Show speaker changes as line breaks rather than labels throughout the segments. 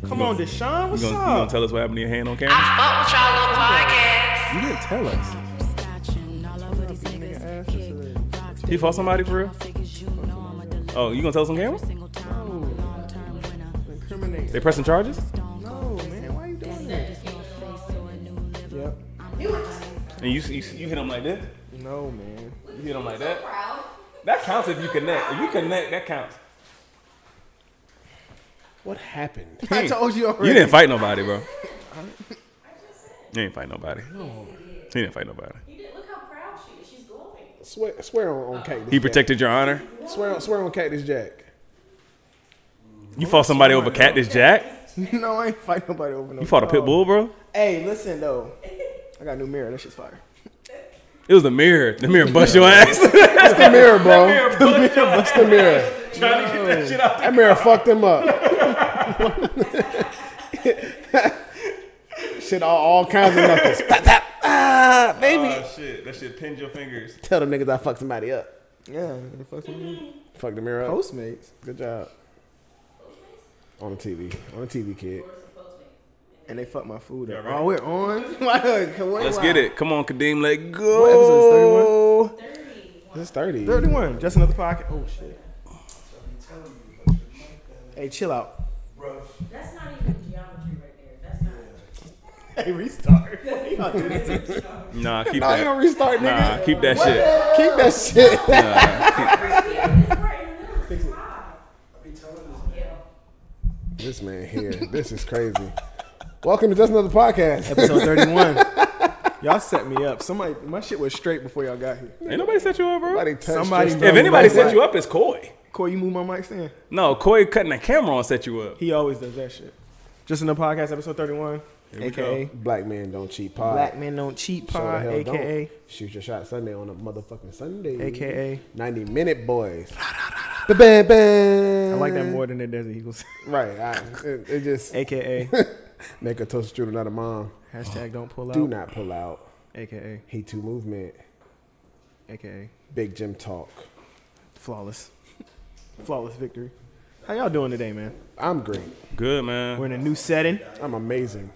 Come on, Deshaun,
You
what's
gonna, you gonna
up?
tell us what happened to your hand on camera?
Fuck with y'all little podcast.
you didn't tell us.
He fought somebody for real? Oh, you gonna tell us on camera?
Incriminate.
They pressing charges?
No, man, why you doing that? Yep.
And you, you you hit him like this?
No, man.
You hit him like that? That counts if you connect. If you connect, that counts.
What happened?
I told you already.
You didn't fight nobody, bro. You didn't fight nobody. He didn't fight nobody.
You did, look how proud she is. She's glowing.
Swear, swear on, on Cactus.
He
Jack.
protected your honor.
Swear on, swear on Cactus Jack.
You fought somebody over Cactus Jack?
no, I ain't fight nobody over no.
You fought a pit bull, bro?
Hey, listen though. I got a new mirror. That shit's fire.
It was the mirror. The mirror bust your ass.
It's the mirror, bro.
mirror bust your
It's the mirror.
Trying to get that shit out.
That mirror fucked him up. Shit, all, all kinds of knuckles. Tap, tap. Ah, baby.
Oh, shit. That shit pinned your fingers.
Tell them niggas I fucked somebody up.
Yeah, the fucking
Fuck the mirror up.
Postmates.
Good job. On the TV. On the TV, kid.
And they fucked my food up.
right.
Oh, we're on. Why not? Come on,
Let's
wow.
get it. Come on, Kadeem. Let
What
go.
episode is 31?
This is 30.
31. Just another pocket. Oh, shit. Hey, chill out.
That's not even geometry right there. That's not.
Hey, restart.
Nah, keep
Nah, you don't
that.
restart, nigga.
Nah, keep that shit.
Keep that shit. This man here. This is crazy. Welcome to Just Another Podcast.
Episode 31. y'all set me up. Somebody, my shit was straight before y'all got here.
Ain't nobody set you up, bro.
Somebody touched
Somebody
Just
knows.
If
Another
anybody
Podcast.
set you up, it's Coy.
Corey, you move my mic stand.
No, Coy cutting the camera on set you up.
He always does that shit. Just in the podcast, episode 31.
we
AKA
Black man don't cheat pod.
Black Men Don't Cheat
Sure the
Pod,
hell don't.
AKA,
Shoot Your Shot Sunday on a motherfucking Sunday.
AKA.
90 Minute Boys. Ba-bam, bam.
I like that more than the Desert Eagles.
Right. I, it, it just
AKA,
make a toast to not a mom.
hashtag don't pull out.
Do not pull out.
AKA,
He Too Movement.
AKA,
Big Jim Talk.
flawless. flawless victory. How y'all doing today, man?
I'm great.
Good
We're
man.
in a new setting.
I'm amazing.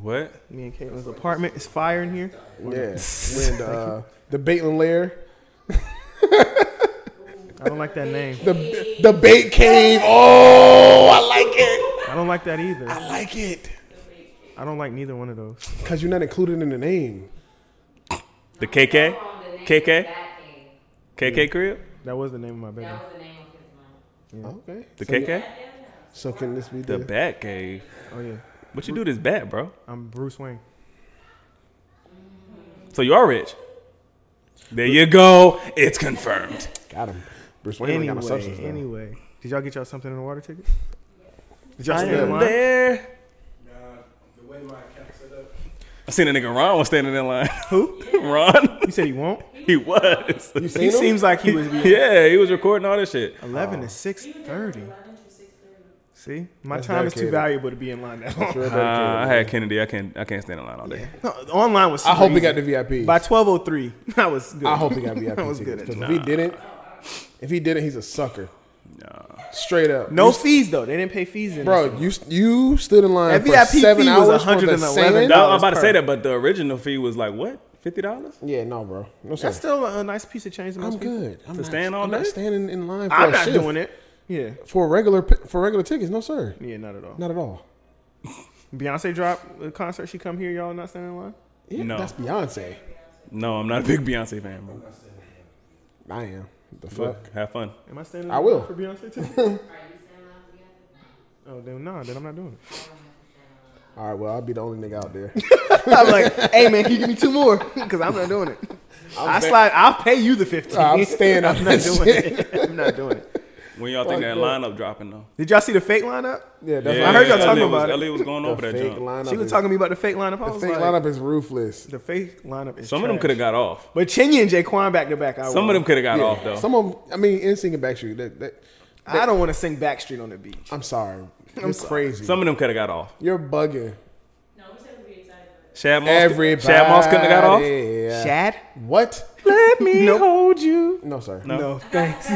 What?
Me and Caitlin's apartment. It's fire in here.
Yeah. We're in the, uh, the Baitland Lair.
I don't like that name.
The, the Bait Cave. Oh, I like it.
I don't like that either.
I like it.
I don't like neither one of those.
Because you're not included in the name.
The KK? KK? KK crib?
That was the name of my bedroom.
Okay.
The
so,
KK?
So can this be the,
The Bat Cave.
Oh yeah,
What you do this bat, bro?
I'm Bruce Wayne.
So you are rich. There you go. It's confirmed.
Got him. Bruce Wayne ain't got no
Anyway,
substance. though.
anyway, did y'all get y'all something in the water ticket? Did y'all
I
stand in
am
line?
there.
The way my account set up,
I seen a nigga Ron was standing in line. Who? Ron?
You said you won't.
He was.
You
He
seen him?
seems like he was
Oh.
Yeah, he was recording all this shit.
eleven to six thirty. See, my
That's
time is too
dedicated.
valuable to be in line that long.
Real
Uh,
dedicated,
I
man.
had Kennedy. I can't. I can't stand in line all day.
No, the online was.
I
super
hope he
easy.
got the VIP.
by twelve oh three. I was good.
I hope he got VIP.
I was good
tickets,
at
'cause
that.
If he didn't, if he didn't, he's a sucker. No. Straight up.
No
You-
fees though. They didn't pay fees in
Bro, you you stood in line
That
for
VIP
seven
fee was
hours for the
$111.
same.
No, I'm about to
per-
say that, but the original fee was like what? Fifty dollars?
Yeah, no, bro. No, sir.
That's still a, a nice piece of change. To most
I'm
people.
good. I'm
To
not,
stand all
I'm not
day?
standing in line for
I'm
a
not
shift.
doing it. Yeah,
for regular pi- for regular tickets. No, sir.
yeah, not at all.
Not at all.
Beyonce drop a concert. She come here. Y'all not standing in line.
Yeah,
No.
that's Beyonce.
No, I'm not a big Beyonce fan, bro.
I am. The fuck.
But have fun.
Am I standing?
I
in
will.
line for Beyonce too. oh, then nah, then I'm not doing it.
All right. Well, I'll be the only nigga out there.
I'm like, hey man, can you give me two more? Because I'm not doing it. i slide. I'll pay you the fifteen.
I'm staying out
I'm not
this
doing it. I'm not doing it.
When y'all think
Fuck
that
that.
lineup dropping though?
Did y'all see the fake lineup?
Yeah, that's
I heard y'all
Elliot
talking
was-
about it.
Elliot was going
The
over that
fake
jump.
lineup.
She was
is-
talking to me about the fake lineup. I
The
was
fake
like,
lineup is ruthless.
the fake lineup is.
Some of them could
trash.
have got off.
But Chinya and Jaquan back to back. I
Some of
want.
them could have got
Yeah.
off though.
Some of them, I mean, NSYNC and Backstreet. That, that,
I don't want to sing Backstreet on the beach.
I'm sorry. You're crazy.
Some of them could have got off.
You're bugging.
Shad Moss,
Everybody.
Shad Moss couldn't have got off.
Shad,
What?
let me hold you.
No, sir.
No, thanks.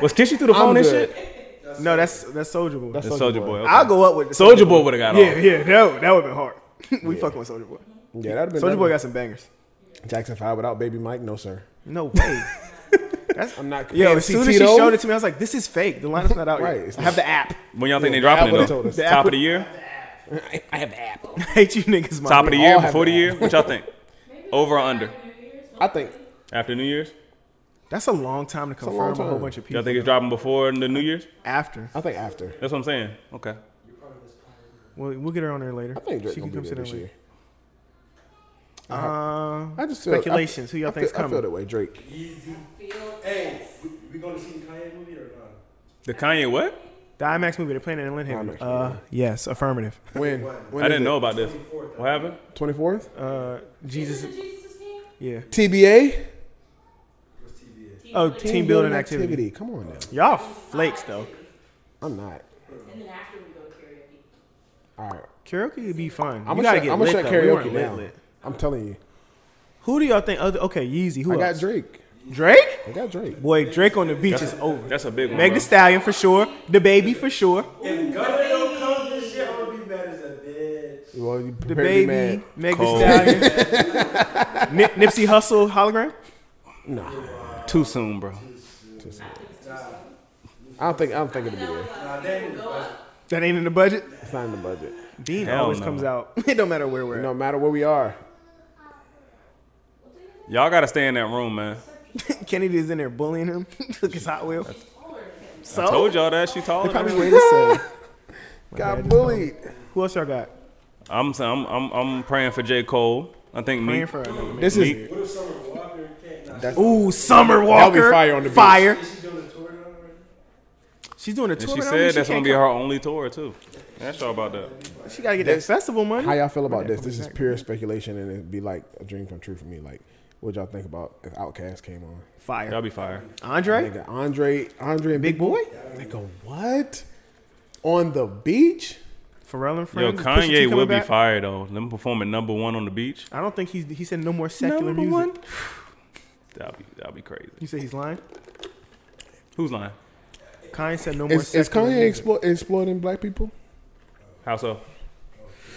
Was Kiss you through the phone and
good.
shit?
That's
No, that's that's Soldier Boy.
That's-
Soldier
Soulja
Boy.
Boy.
Okay.
I'll go up with
Soldier Boy would have got
Yeah,
off.
yeah, no, that would have been hard. we fucking with Soldier Boy.
Yeah, that'd have been
Soldier Boy got some bangers.
Jackson Five without Baby Mike. No sir,
No way.
I'm not.
Yo,
And
as
see
soon as she
Tito?
showed it to me, I was like, "This is fake. The lineup's not out
Right,
yet.
it's
I have the app.
When y'all think
Yeah,
they dropping
Apple
it
told
though?
us.
Top of the year,
I have app.
Hate you niggas, my
top of the
nigga.
year,
all have
before the
it.
year. What y'all think? Over or under?
I think
After New Year's,
That's a long time to
long
confirm a whole
time.
bunch of people.
y'all think it's dropping before the New Year's?
after?
I think after.
That's what I'm saying. Okay.
Well, we'll get her on there later.
I think Drake
she
gonna
can
be
come sit
there this
on
year.
later. Uh,
I just feel,
speculations. Who
I,
y'all
feel,
think's
I feel
coming?
that way. Drake.
easy. Hey, we, we gonna see the Kanye movie or not?
The Kanye what?
The IMAX movie. They're playing it in Lyndon.
IMAX
Uh, yes, affirmative.
When? when
I didn't know about this. What happened?
Twenty fourth.
Uh, Jesus.
Is it Jesus' team?
Yeah.
TBA.
What's TBA?
Oh, team, building activity.
Come on now.
Y'all flakes though.
I'm not.
And then after we go to karaoke.
All right.
Karaoke would be fun.
I'm
you
gonna
gotta
shut,
get
I'm
lit
gonna shut
though. We
karaoke
weren't lit,
down.
lit.
I'm telling you.
Who do y'all think? Other okay, Yeezy. Who
I got
else?
Drake.
Drake.
I got Drake.
Boy, Drake on the beach is over.
That's a big one.
Meg
bro.
the Stallion for sure. The baby for sure.
If Gunna don't come this year, I'm gonna be mad as a bitch.
Well, you
The
prepare to be
baby.
mad.
Meg
Cold.
the Stallion. Nip, Nipsey Hustle hologram.
Nah,
Too soon, bro.
I don't think I don't think it'll be there.
Nah, they ain't
That ain't in the budget.
It's not in the budget.
Dean
Hell
always
no.
comes out. it don't matter where we're at.
No matter where we are,
Y'all gotta stay in that room, man.
Kennedy is in there bullying him. Took his Hot Wheel. So
I told y'all that she taller.
probably
than me.
way to say.
got bullied.
Who else y'all got?
I'm saying I'm, I'm I'm praying for J Cole. I think me.
Praying for another
This is
What if someone Walker can't? Nah,
man. Ooh, Summer
That'll be
Walker.
fire on the beach.
Fire.
is she doing a tour now already?
She's doing a tour.
and she
but I
said
mean,
that's
she
gonna
can't
be her only tour too. That's all about that.
come- She gotta get that festival money.
how y'all feel about this. This is pure speculation, and it'd be like a dream come true for me. Like, what y'all think about if Outkast came on?
Y'all
Fire.
be fire.
Andre.
Nigga, Andre, Andre, and
Big boy.
Nigga, what? On the beach?
Pharrell and
Yo,
friends. Is Pusha T
Kanye
coming
will be
back?
fire though. Them performing number one on the beach.
I don't think he's. He said no more secular music.
That'll be that'll be crazy.
You say he's lying?
Who's lying?
Kanye said no more
Is, is
secular
Kanye
music.
explo- exploiting black people?
How so?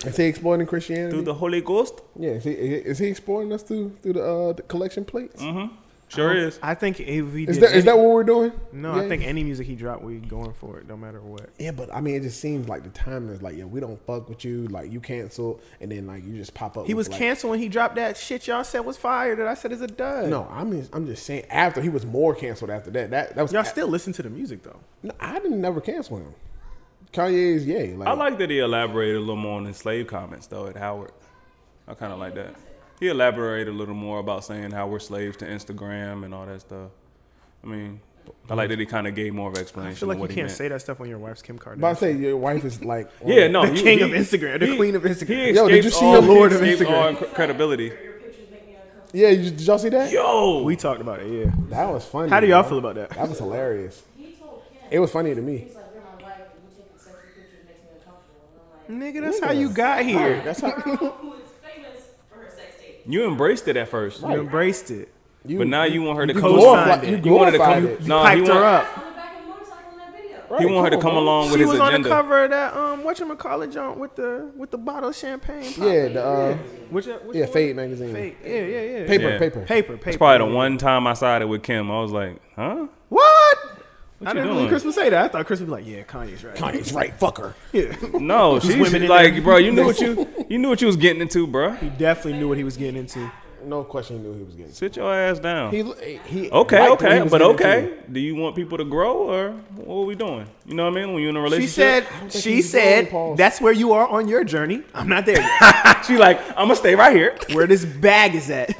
Is he exploiting Christianity?
Through the Holy Ghost?
yeah, is he, is he exploiting us through through the, uh, the collection plates?
Mm-hmm. Sure is.
I think if Mm. he
Is
did
that is
any-
that what we're doing?
No,
Yeah.
I think any music he dropped, we going for it, no matter what.
Yeah, but I mean, it just seems like the timing is like, yeah, we don't fuck with you. Like you cancel, and then like you just pop up.
He
with,
was
like,
canceled when he dropped that shit y'all said was fire that I said is a dud.
No, I'm just, I'm just saying. After he was more canceled after that. That that was.
Y'all still listen to the music though.
No, I didn't never cancel him. Kanye is yay. Like,
I like that he elaborated a little more on his slave comments though at Howard. I kind of like that. He elaborated a little more about saying how we're slaves to Instagram and all that stuff. I mean, I like that he kind of gave more of an
I
explanation.
feel like
of
you
what he
can't
meant.
say that stuff when your wife's Kim Kardashian.
But I Oh, say your wife is like. on-
Yeah, no,
The king of Instagram, the queen of Instagram.
He
Yo, did you
escapes
see
all-
the
he
Lord of
escapes
Instagram?
all Oh, cre- credibility.
Your pictures make me uncomfortable.
Yeah, you, did y'all see that?
Yo,
we talked about it, yeah.
That was funny.
How do y'all
bro.
feel about that?
That was hilarious.
He told Ken,
It was funny to me.
he's like, you're my wife, and you taking sexy pictures makes me uncomfortable. And I'm like,
Nigga, that's how you got here.
Mm, That's how
girl who is famous for her sex tape.
you embraced it at first,
You embraced it.
you.
but now you want her to
you
come.
co-signed
glorified,
it.
you
You wanted to
glorified
come.
it.
no, he
Hyped
want-
her up.
On the back of the motorcycle in that video.
Right,
He want her to
on,
come
bro.
along with
She
his
was on the
agenda.
cover of that um whatchamacallit joint with the with the bottle of champagne. pop.
Yeah, the, uh,
Which, which
yeah,
one?
Fade magazine.
Fade. Yeah, yeah, yeah.
Paper,
Yeah.
paper.
Paper, paper.
It's probably the one time I sided with Kim. I was like, huh?
What? I
What you
didn't
doing?
believe Chris would say that. I thought Chris would be like, yeah, Kanye's right.
Kanye's right, fucker.
Yeah.
No, she's
women in
like,
there.
bro, you knew what you you knew what you was getting into, bro.
he definitely knew what he was getting into.
No question, he knew he was getting.
Sit your ass down.
He, he
okay,
liked what he
okay,
was
but
getting
okay.
into.
Do you want people to grow or what are we doing? You know what I mean? When you're in a
She
relationship,
said,
think
she
he's
said,
wrong, Paul.
that's where you are on your journey. I'm not there yet.
she like, I'm gonna stay right here.
where this bag is at.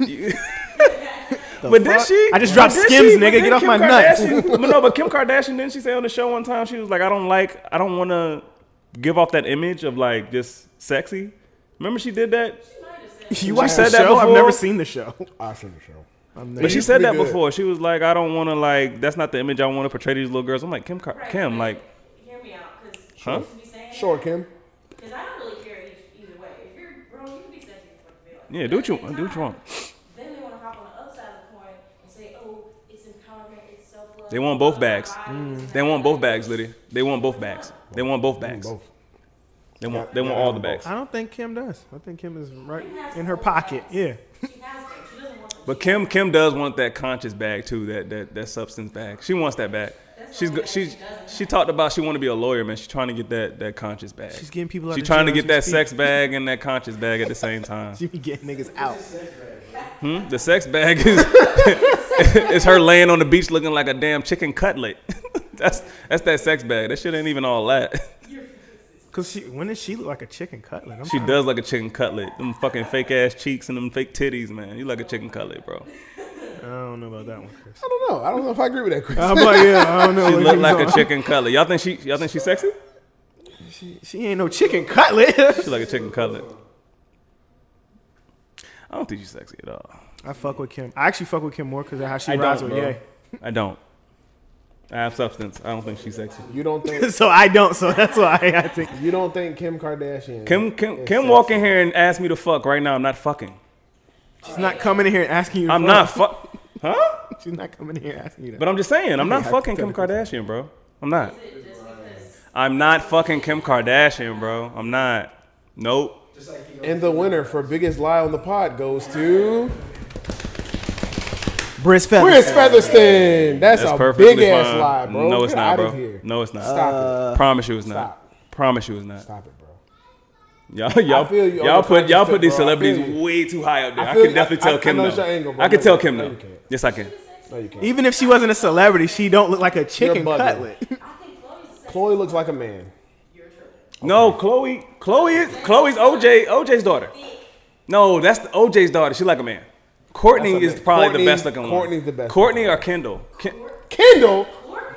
But did
fuck?
she?
I just
But
dropped
did
Skims,
But
nigga.
did
Get off
Kim
my nuts.
Kardashian- but no, but Kim Kardashian didn't she say on the show one time she was like, I don't like, I don't want to give off that image of like just sexy. Remember she did that,
You watched
said
the
that
show? I've
before?
never seen the show.
I've seen the show.
I'm
but
there.
she
used
said
to
that
be good.
before. She was like, I don't want to like, that's not the image I want to portray to these little girls. I'm like Kim, Kar-
Right,
Kim,
but
like,
Hear me out, because
Huh?
huh? be saying
Sure, Kim.
Because I don't really care each, either way. If you're grown, you can be sexy as fuck if you like.
yeah, do what you
At the
do what you want.
same time, Then they want to hop on the other side of the coin and say, oh, it's empowerment, it's self love,
They want both bags.
Mm.
They want both bags, Liddy. They want both bags. They want both bags.
Both.
They want they want all the bags.
I don't think Kim does. I think Kim is right in her pocket. Yeah.
She has it. She doesn't want
But Kim Kim does want that conscious bag too, that that, that substance bag. She wants that bag. She's go- she's she talked about she want to be a lawyer, man. She's trying to get that that conscious bag.
She's getting people out
She's
of
trying to
jail as
get
we
that
speak.
sex bag and that conscious bag at the same time.
She be getting niggas out.
Hmm? The sex bag is it's her laying on the beach looking like a damn chicken cutlet. that's that's that sex bag. That shit ain't even all that.
Cause she when does she look like a chicken cutlet? I'm
She
trying-
does like a chicken cutlet. Them fucking fake ass cheeks and them fake titties, man. You like a chicken cutlet, bro.
I don't know about that one, Chris.
I don't know. I don't know if I agree with that, Chris.
I'm like, yeah, I don't know.
She
what
look
you
like a
talking-
chicken cutlet. Y'all think she y'all think she sexy?
She ain't no chicken cutlet.
She like a chicken cutlet. I don't think she's sexy at all.
I fuck with Kim. I actually fuck with Kim more because of how she
I
rides
don't,
with
bro.
Ye.
I don't. I have substance. I don't think she's sexy.
you don't think
so I don't. So that's why I think.
you don't think Kim Kardashian?
Kim Kim
is
Kim
sexy?
walk in here and ask me to fuck right now. I'm not fucking.
She's not coming in here and asking you. to
I'm not
fuck.
fuck. Huh?
She's not coming in here asking you that.
But I'm just saying, I'm not
Yeah,
fucking Kim Kardashian, bro. I'm not. I'm not fucking Kim Kardashian, bro. I'm not. Nope.
And the winner for biggest lie on the pod goes to
Briss Feathers.
Chris Featherston. That's,
That's
a
perfectly
big ass
fine.
lie, bro.
No, it's
Get
not,
out
bro.
Of here.
No, it's not.
Stop it.
Promise you, it's
Stop.
not. Promise you, it's not.
Stop it, bro.
Y'all, y'all,
feel you on
y'all
the
put y'all
conscious
put these
tip, bro. I feel
celebrities
you.
way too high up there.
I
I,
feel
can
you.
definitely
I-
tell
I- I
Kim
know
no.
it's your angle, bro.
I can
No,
tell
you-
Kim
no,
no.
you can't.
Yes, I can.
No, you can't.
Even if she wasn't a celebrity, she don't look like a chicken
bugging.
cutlet.
I think Chloe's the
Chloe looks like a man.
No, Chloe, Chloe is Chloe's OJ OJ's daughter. No, that's the OJ's daughter. She like a man. Courtney
That's a
is
man.
probably
Courtney-
the best looking one.
Courtney's the best
Courtney or Kendall. Ken-
Kendall.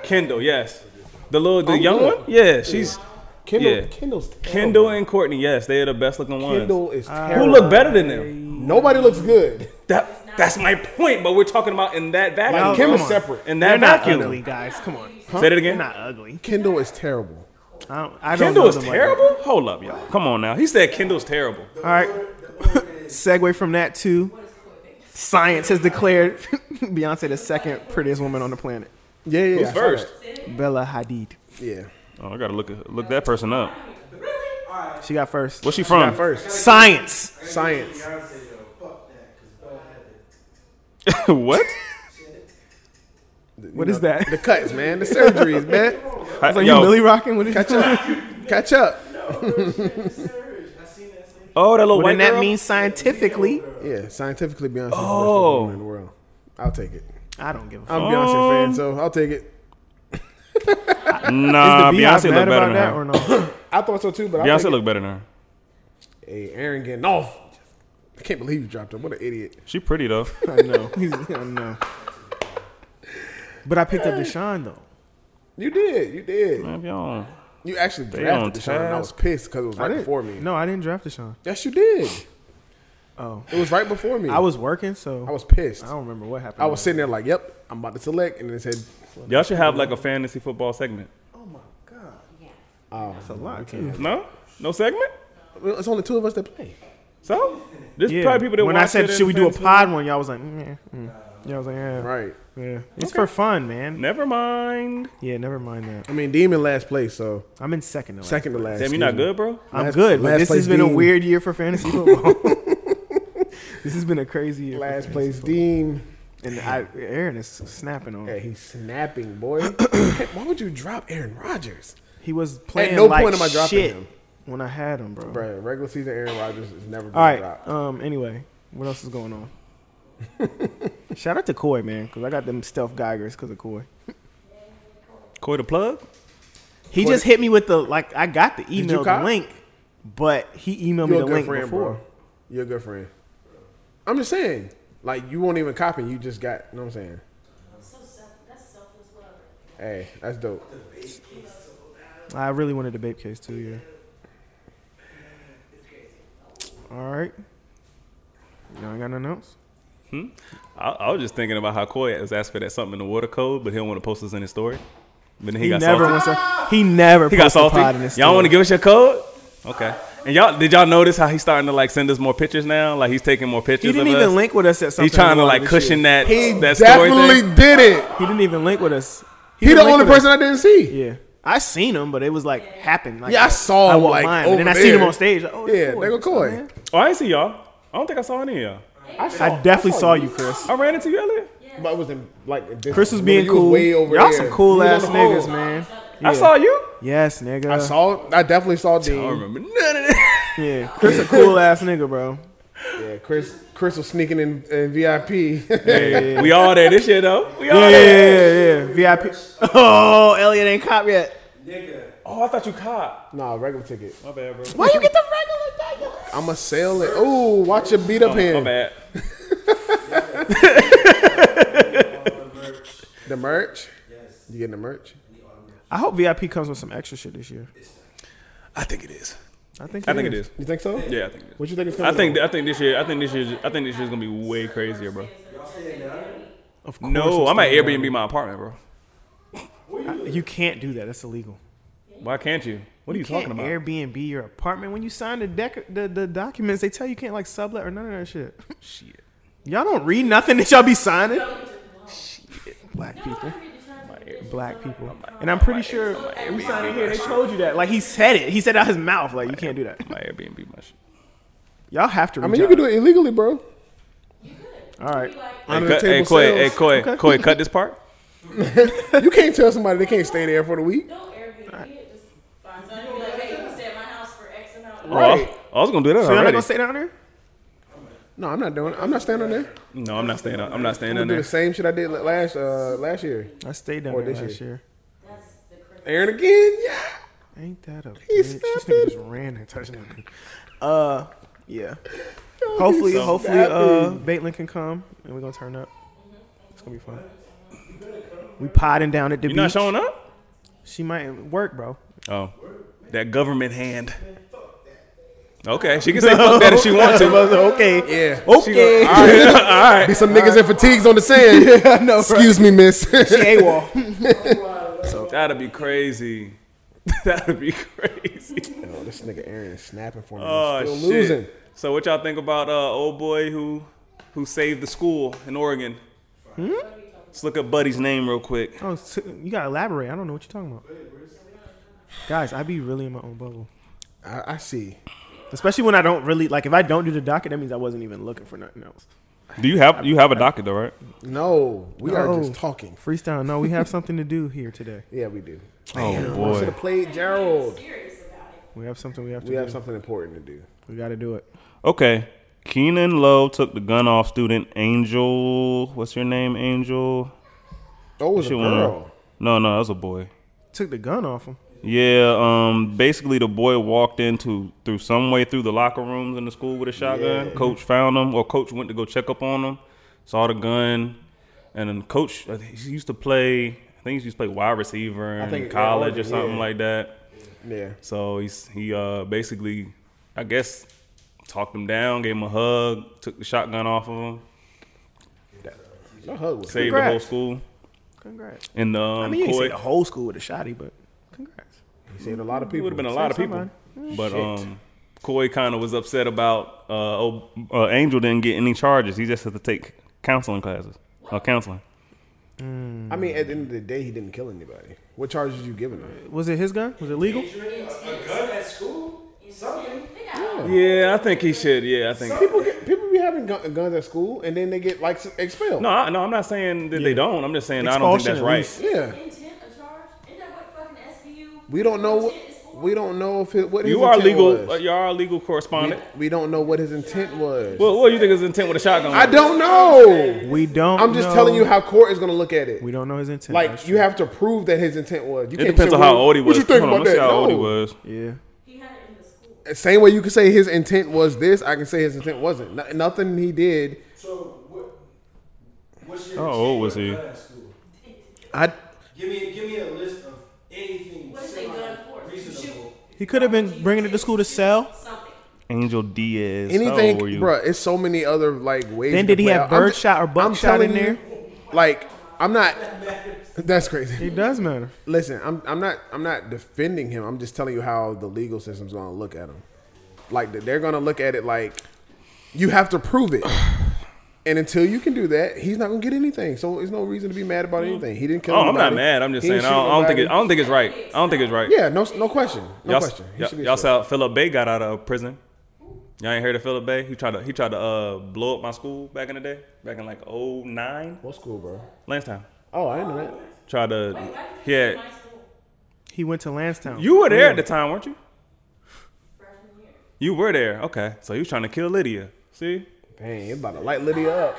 Kendall, yes. The little, the
Oh,
young
good.
one. Yeah, she's
Kendall.
Yeah.
Kendall's terrible.
Kendall and Courtney. Yes, they are the best looking ones.
Kendall is terrible.
Uh, Who look better than them?
Nobody looks good.
That that's my point. But we're talking about in that vacuum.
Y'all-
Kim
come
is
on.
separate.
in
They're
that
not
vacuum.
ugly, guys. Come on.
Say that
They're
again.
not ugly.
Kendall is terrible.
I don't. I don't
Kendall
know
is
them like
terrible. Hold up, y'all. Come on now. He said Kendall's terrible.
that. All right. Segue from that to science has declared Beyonce the second prettiest woman on the planet.
Yeah, yeah.
Who's
I saw
first?
Bella Hadid.
that. Yeah.
Oh, I gotta look look that person up.
She got first.
Where's she from?
First.
Science.
Science.
Beyonce though, fuck that, cause Bella had it.
what?
What is that?
The cuts, man. The surgeries, man.
I,
Are you
yo,
really rocking with it?
Catch up. Catch up.
Serious, I seen that same.
oh, that little
Well, then
white
that
girl?
means scientifically.
Yeah, scientifically, Beyonce is the worst
Oh.
woman in the world. I'll take it.
I don't give a fuck.
I'm a Beyonce fan, so I'll take it.
Nah,
Is the Beyonce
Uh,
mad
Beyonce look better
about
than
that
her.
or no?
I thought so too, but I'll
Beyonce
take
look better than her.
it. Hey, Aaron getting off. I can't believe you dropped him. What an idiot.
She pretty though.
I know. I know. But I picked up Deshaun though.
You did. You did.
Man, if y'all don't-
You actually
on
drafted Deshaun, and I was
task.
pissed because it was
I
right
didn't-
before me.
No, I didn't draft Deshaun.
Yes, you did.
Oh,
It was right before me.
I was working, so
I was pissed.
I don't remember what happened.
I was sitting there like, yep, I'm about to select. And it said,
Y'all should have like a fantasy football segment.
oh,
a lot. too.
No? No segment?
well, it's only two of us that play.
So? There's
Yeah.
probably people that
when I
watch
said
it
should we
in
do a
fantasy-
pod one, y'all was like, mm, yeah, mm. yeah, I was like, yeah,
Right.
yeah. It's for fun, man.
Never mind.
Yeah, never mind that.
I mean, Demon last place, so
I'm in second. To last.
second to last.
Damn, you not
excuse me.
good, bro?
I'm
Last-
good, but
last
this has
place
been a
Dean.
weird year for fantasy football. this has been a crazy year. for
Last
fantasy
place,
football.
Dean.
And I, Aaron is snapping on.
Yeah,
me.
he's snapping, boy. Why would you drop Aaron Rodgers?
He was playing
no
like
point am I dropping
shit
him.
when I had him, bro.
Bro, regular season Aaron Rodgers is never going
All right.
dropped.
Um. Anyway, what else is going on? Shout out to Coy, man, because I got them stealth Geigers because of Coy.
Coy the plug?
He
Coy-
just hit me with the like. I got the email the
cop?
link, but he emailed
You're
me
a
the
good
link
friend,
before.
bro. You're a good friend. I'm just saying, like you won't even copy. You just got. You know what I'm saying?
So self, that's selfless love.
Hey, that's dope.
I really wanted a babe case too. Yeah. All right. Y'all ain't got nothing else.
I, I was just thinking about how Coy was asked for that something in the water code, but he don't want to post this in his story. But then he,
He,
got
never
salty.
wants to. He never.
He got
posts a pod in
salty.
his
Y'all
story.
want to give us your code? Okay. And y'all, did y'all notice how he's starting to like send us more pictures now? Like he's taking more
He
pictures
didn't
of
even
us.
link with us at something.
he's trying to
earlier
like
this
cushion
year.
that
He
that story
definitely
thing.
did it.
He didn't even link with us.
He,
didn't
the
link
only
with us.
person I didn't see.
Yeah, I seen him, but it was like happened. Like,
Yeah, I saw
I
him,
walked
like,
by
over
and then I seen him
there.
on stage. Like, oh,
Yeah,
Coy.
nigga Coy.
Man.
Oh, I ain't see y'all. I don't think I saw any of y'all.
I definitely saw you, Chris.
I ran into you earlier.
But I was in like this-
Chris was
remember
being
you was
cool.
way over
Y'all
there.
some cool
You
ass
was on the
niggas,
pole.
man.
I
Yeah.
saw you.
Yes, nigga.
I saw. I definitely saw
I
Dean.
don't remember none of that.
Yeah, Chris a cool ass nigga, bro.
Yeah, Chris. Chris was sneaking in, in VIP.
Hey, we all there this year though. We all
Yeah, yeah,
there.
yeah, yeah, yeah. VIP. Oh, Elliot ain't cop yet.
Nigga.
Oh, I thought you caught.
nah, regular ticket.
My bad, bro.
Why you get the regular thing?
I'ma sell it. Ooh, watch your beat up
Oh, My
hand.
bad.
The merch. Yes. You getting the merch?
I hope VIP comes with some extra shit this year.
I think it is.
I think.
I think it is.
You think so?
Yeah, I think it is.
What you think it's
I
coming?
think I think this year I think this year I think this year's gonna be way crazier, bro.
Of course.
No, I'm at
staying down.
Airbnb my apartment, bro.
You can't do that. That's illegal.
Why can't you? What are you,
can't
talking about?
Airbnb your apartment when you sign the dec- the, the documents. They tell you can't like sublet or none of that shit.
Shit.
Y'all don't read nothing that y'all be signing. Black people. Black people. And I'm pretty sure we signed in here. They told you that. Like he said it. He said it out his mouth. Like you can't do that.
My Airbnb, my shit.
Y'all have to.
I
Reach
mean, you can do it illegally, bro.
All right.
Hey,
Under
cut,
the
hey,
table
Koi, hey,
sales.
Koi, Koi, cut this part.
You can't tell somebody they can't stay there for the week.
Don't Airbnb it. Just find somebody and be like, hey, you can stay at my house for X amount of
Oh,
Right.
I, I was gonna do that
So y'all not
already.
gonna stay down there?
No, I'm not doing. it. I'm not standing there.
no, I'm not staying. up- I'm not staying
I'm
down
gonna do
there.
the same shit I did la- last uh, last year.
I stayed down
Or
there
this
last year.
That's the criminal.
Aaron again? Yeah.
Ain't that a bitch?
He
This nigga
snapping.
just ran and touched me. Uh, yeah. Hopefully, hopefully, uh,
snapping.
Baitlin can come and we're gonna turn up. It's gonna be fun. We potting down at the
You not
beach.
showing up?
She might work, bro.
Oh, that government hand. Okay, she can say fuck that if she wants to.
okay.
Yeah.
Okay.
All right, all right.
Be some niggas in fatigues on the sand.
I know, right?
Excuse me, miss.
AWOL.
"Ah, That'd be crazy. That'd be crazy.
Yo, this nigga Aaron is snapping for me.
Oh
He's still
shit.
losing.
So what y'all think about uh, old boy who who saved the school in Oregon?
Hmm?
Let's look up Buddy's name real quick.
Oh, so you gotta elaborate. I don't know what you're talking about. Guys, I be really in my own bubble.
I, I see.
Especially when I don't really like. If I don't do the docket, that means I wasn't even looking for nothing else.
Do you have you have a docket though, right?
No, we are just
No.
talking.
Freestyle. No, we have something to do here today.
Yeah, we do.
Oh
We should have played Gerald.
We have something we have to
We
do.
have something important to do.
we gotta do it.
Okay. Keenan Lowe took the gun off student Angel. What's your name, Angel?
Oh, it's a
She wanna-
girl.
No, no, that was a boy.
Took the gun off him.
Yeah, um, basically the boy walked into through some way through the locker rooms in the school with a shotgun. Coach found him, or coach went to go check up on him, saw the gun, and then coach I think he used to play. I think he used to play wide receiver in
think, yeah,
college or
Oregon,
something
yeah.
like that.
Yeah.
So he's he uh basically, I guess, talked him down, gave him a hug, took the shotgun off of him,
No hug was
saved the whole
Congrats.
school.
Congrats.
And um,
I mean, you can
Coy-
say the whole school with a shotty, but congrats.
He saved a lot of
It
people.
would have been a lot of
Save
people. But
Shit.
um, Coy kind of was upset about uh, oh, uh, Angel didn't get any charges. He just had to take counseling classes. Uh, counseling.
I mean, at the end of the day, he didn't kill anybody. What charges you giving him?
Was it his gun? Was it legal?
A gun at school? Something.
Yeah, I think he should. Yeah, I think.
People get, people be having gun, guns at school, and then they get like expelled.
No, I, no, I'm not saying that they don't. I'm just saying I don't think
Expulsion
that's
at
right.
least.
Yeah.
Intent of charge? Isn't that what fucking SVU?
We don't know. What,
intent is for?
we don't know if his, what his
You are
intent
legal. uh,
was.
You are a legal correspondent.
We don't know what his intent was.
Well, what do you think his intent with a shotgun?
I don't know.
We don't.
I'm just
know-
telling you how court is going to look at it.
we don't know his intent.
Like
That's
you
true.
have to prove that his intent was. You
It depends on how old he was.
What you think
Hold on,
about
let's
that?
see how old he
No.
was.
Yeah.
He had it in the school.
Same way you could say his intent was this, I can say his intent wasn't. No- nothing he did.
So what? What's your
How old
intent
was
with a
he?
gun at school?
I
Give me, give me a list of anything
What is a gun for? To
reasonable.
He could have been bringing it to school to sell.
Something.
Angel Diaz. How
anything,
old were you?
bruh. It's so many other like ways.
Then
you
did
can
he
play
have
out. I'm
birdshot or
I'm
buckshot in
telling you, Like I'm not. That's crazy.
It does matter.
Listen, I'm I'm not I'm not defending him. I'm just telling you how the legal system's going to look at him. Like they're gonna look at it like you have to prove it. And until you can do that, he's not gonna get anything. So there's no reason to be mad about anything. He didn't kill.
Oh, I'm not
nobody.
mad. I'm just
He
saying
didn't
I don't,
shoot
I don't think it, I
nobody.
don't think it's right. I don't think it's right.
Yeah, no, no question. No
y'all,
question. He
y'all-
should get
y'all
shot.
saw Philip Bay got out of prison. Y'all ain't heard of Philip Bay? He tried to he tried to uh, blow up my school back in the day, back in like 09,
What school, bro?
Lansdowne.
Oh, I know that.
Tried to he had,
High school,
He went to Lansdowne.
you were there at the time, weren't you?
freshman year.
You were there. Okay, so he was trying to kill Lydia. See,
Dang, it's about to light Lydia up.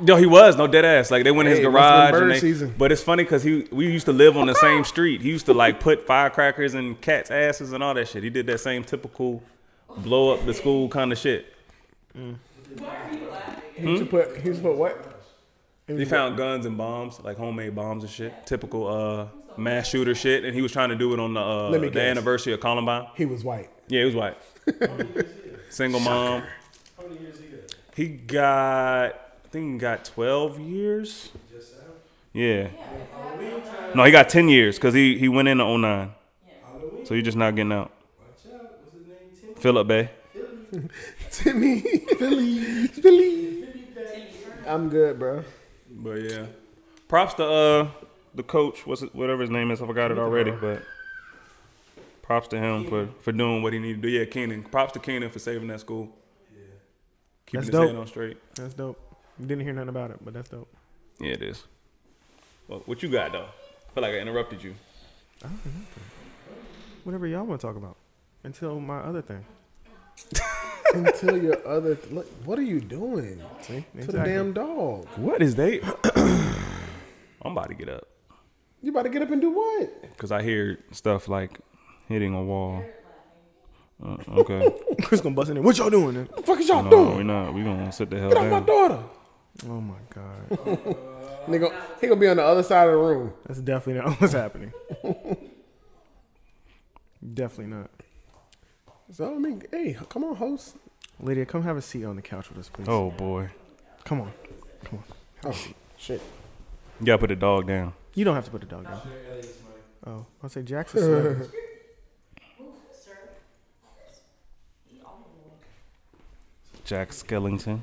No, he was no dead ass. Like they went in
Hey,
his
must have been
garage. And
bird
they-
season.
But it's funny because he we used to live on the same street. He used to like put firecrackers in cats' asses and all that shit. He did that same typical blow up the school kind of shit. Hmm?
He should put. He should put what?
He found guns and bombs, like homemade bombs and shit. Typical uh, mass shooter shit. And he was trying to do it on the uh,
Let me
the
guess.
anniversary of Columbine.
He was white.
Yeah, he was white. Single mom.
How many years he got?
He got I think he got twelve years.
Just out.
Yeah. No, he got ten years because he he went in the 09.
Halloween.
So you're just not getting out.
Watch out. What's his name? Tim.
Philip Bay.
Timmy, Philly, Philly. I'm good, bro.
But yeah. Props to uh the coach, what's it, whatever his name is, I forgot it already, but props to him for, for doing what he needed to do. Yeah, Keenan. Props to Keenan for saving that school. Keeping
That's
his head
dope.
on straight.
That's dope. You didn't hear nothing about it, but that's dope.
Yeah, it is. Well, what you got though? I feel like I interrupted you.
Whatever y'all want to talk about. Until my other thing.
Until your other. Look, what are you doing?
See?
To the damn dog.
What is they? I'm about to get up
You about to get up and do what?
because I hear stuff like hitting a wall. Uh, okay,
Chris gonna bust in there. What y'all doing? Then?
The fuck is y'all
no, we're
doing?
not. We're gonna sit the hell
Get off my
down.
daughter.
Oh my god.
Nigga, he gonna be on the other side of the room.
That's definitely not what's happening. definitely not.
So I mean, hey, come on, host.
Lydia, come have a seat on the couch with us, please.
Oh boy,
Come on. Come on.
Oh shit.
you gotta put the dog down.
You don't have to put the dog down.
Sir Elliot's mic.
Oh, I'll say Jackson. Slim.
Jack Skellington.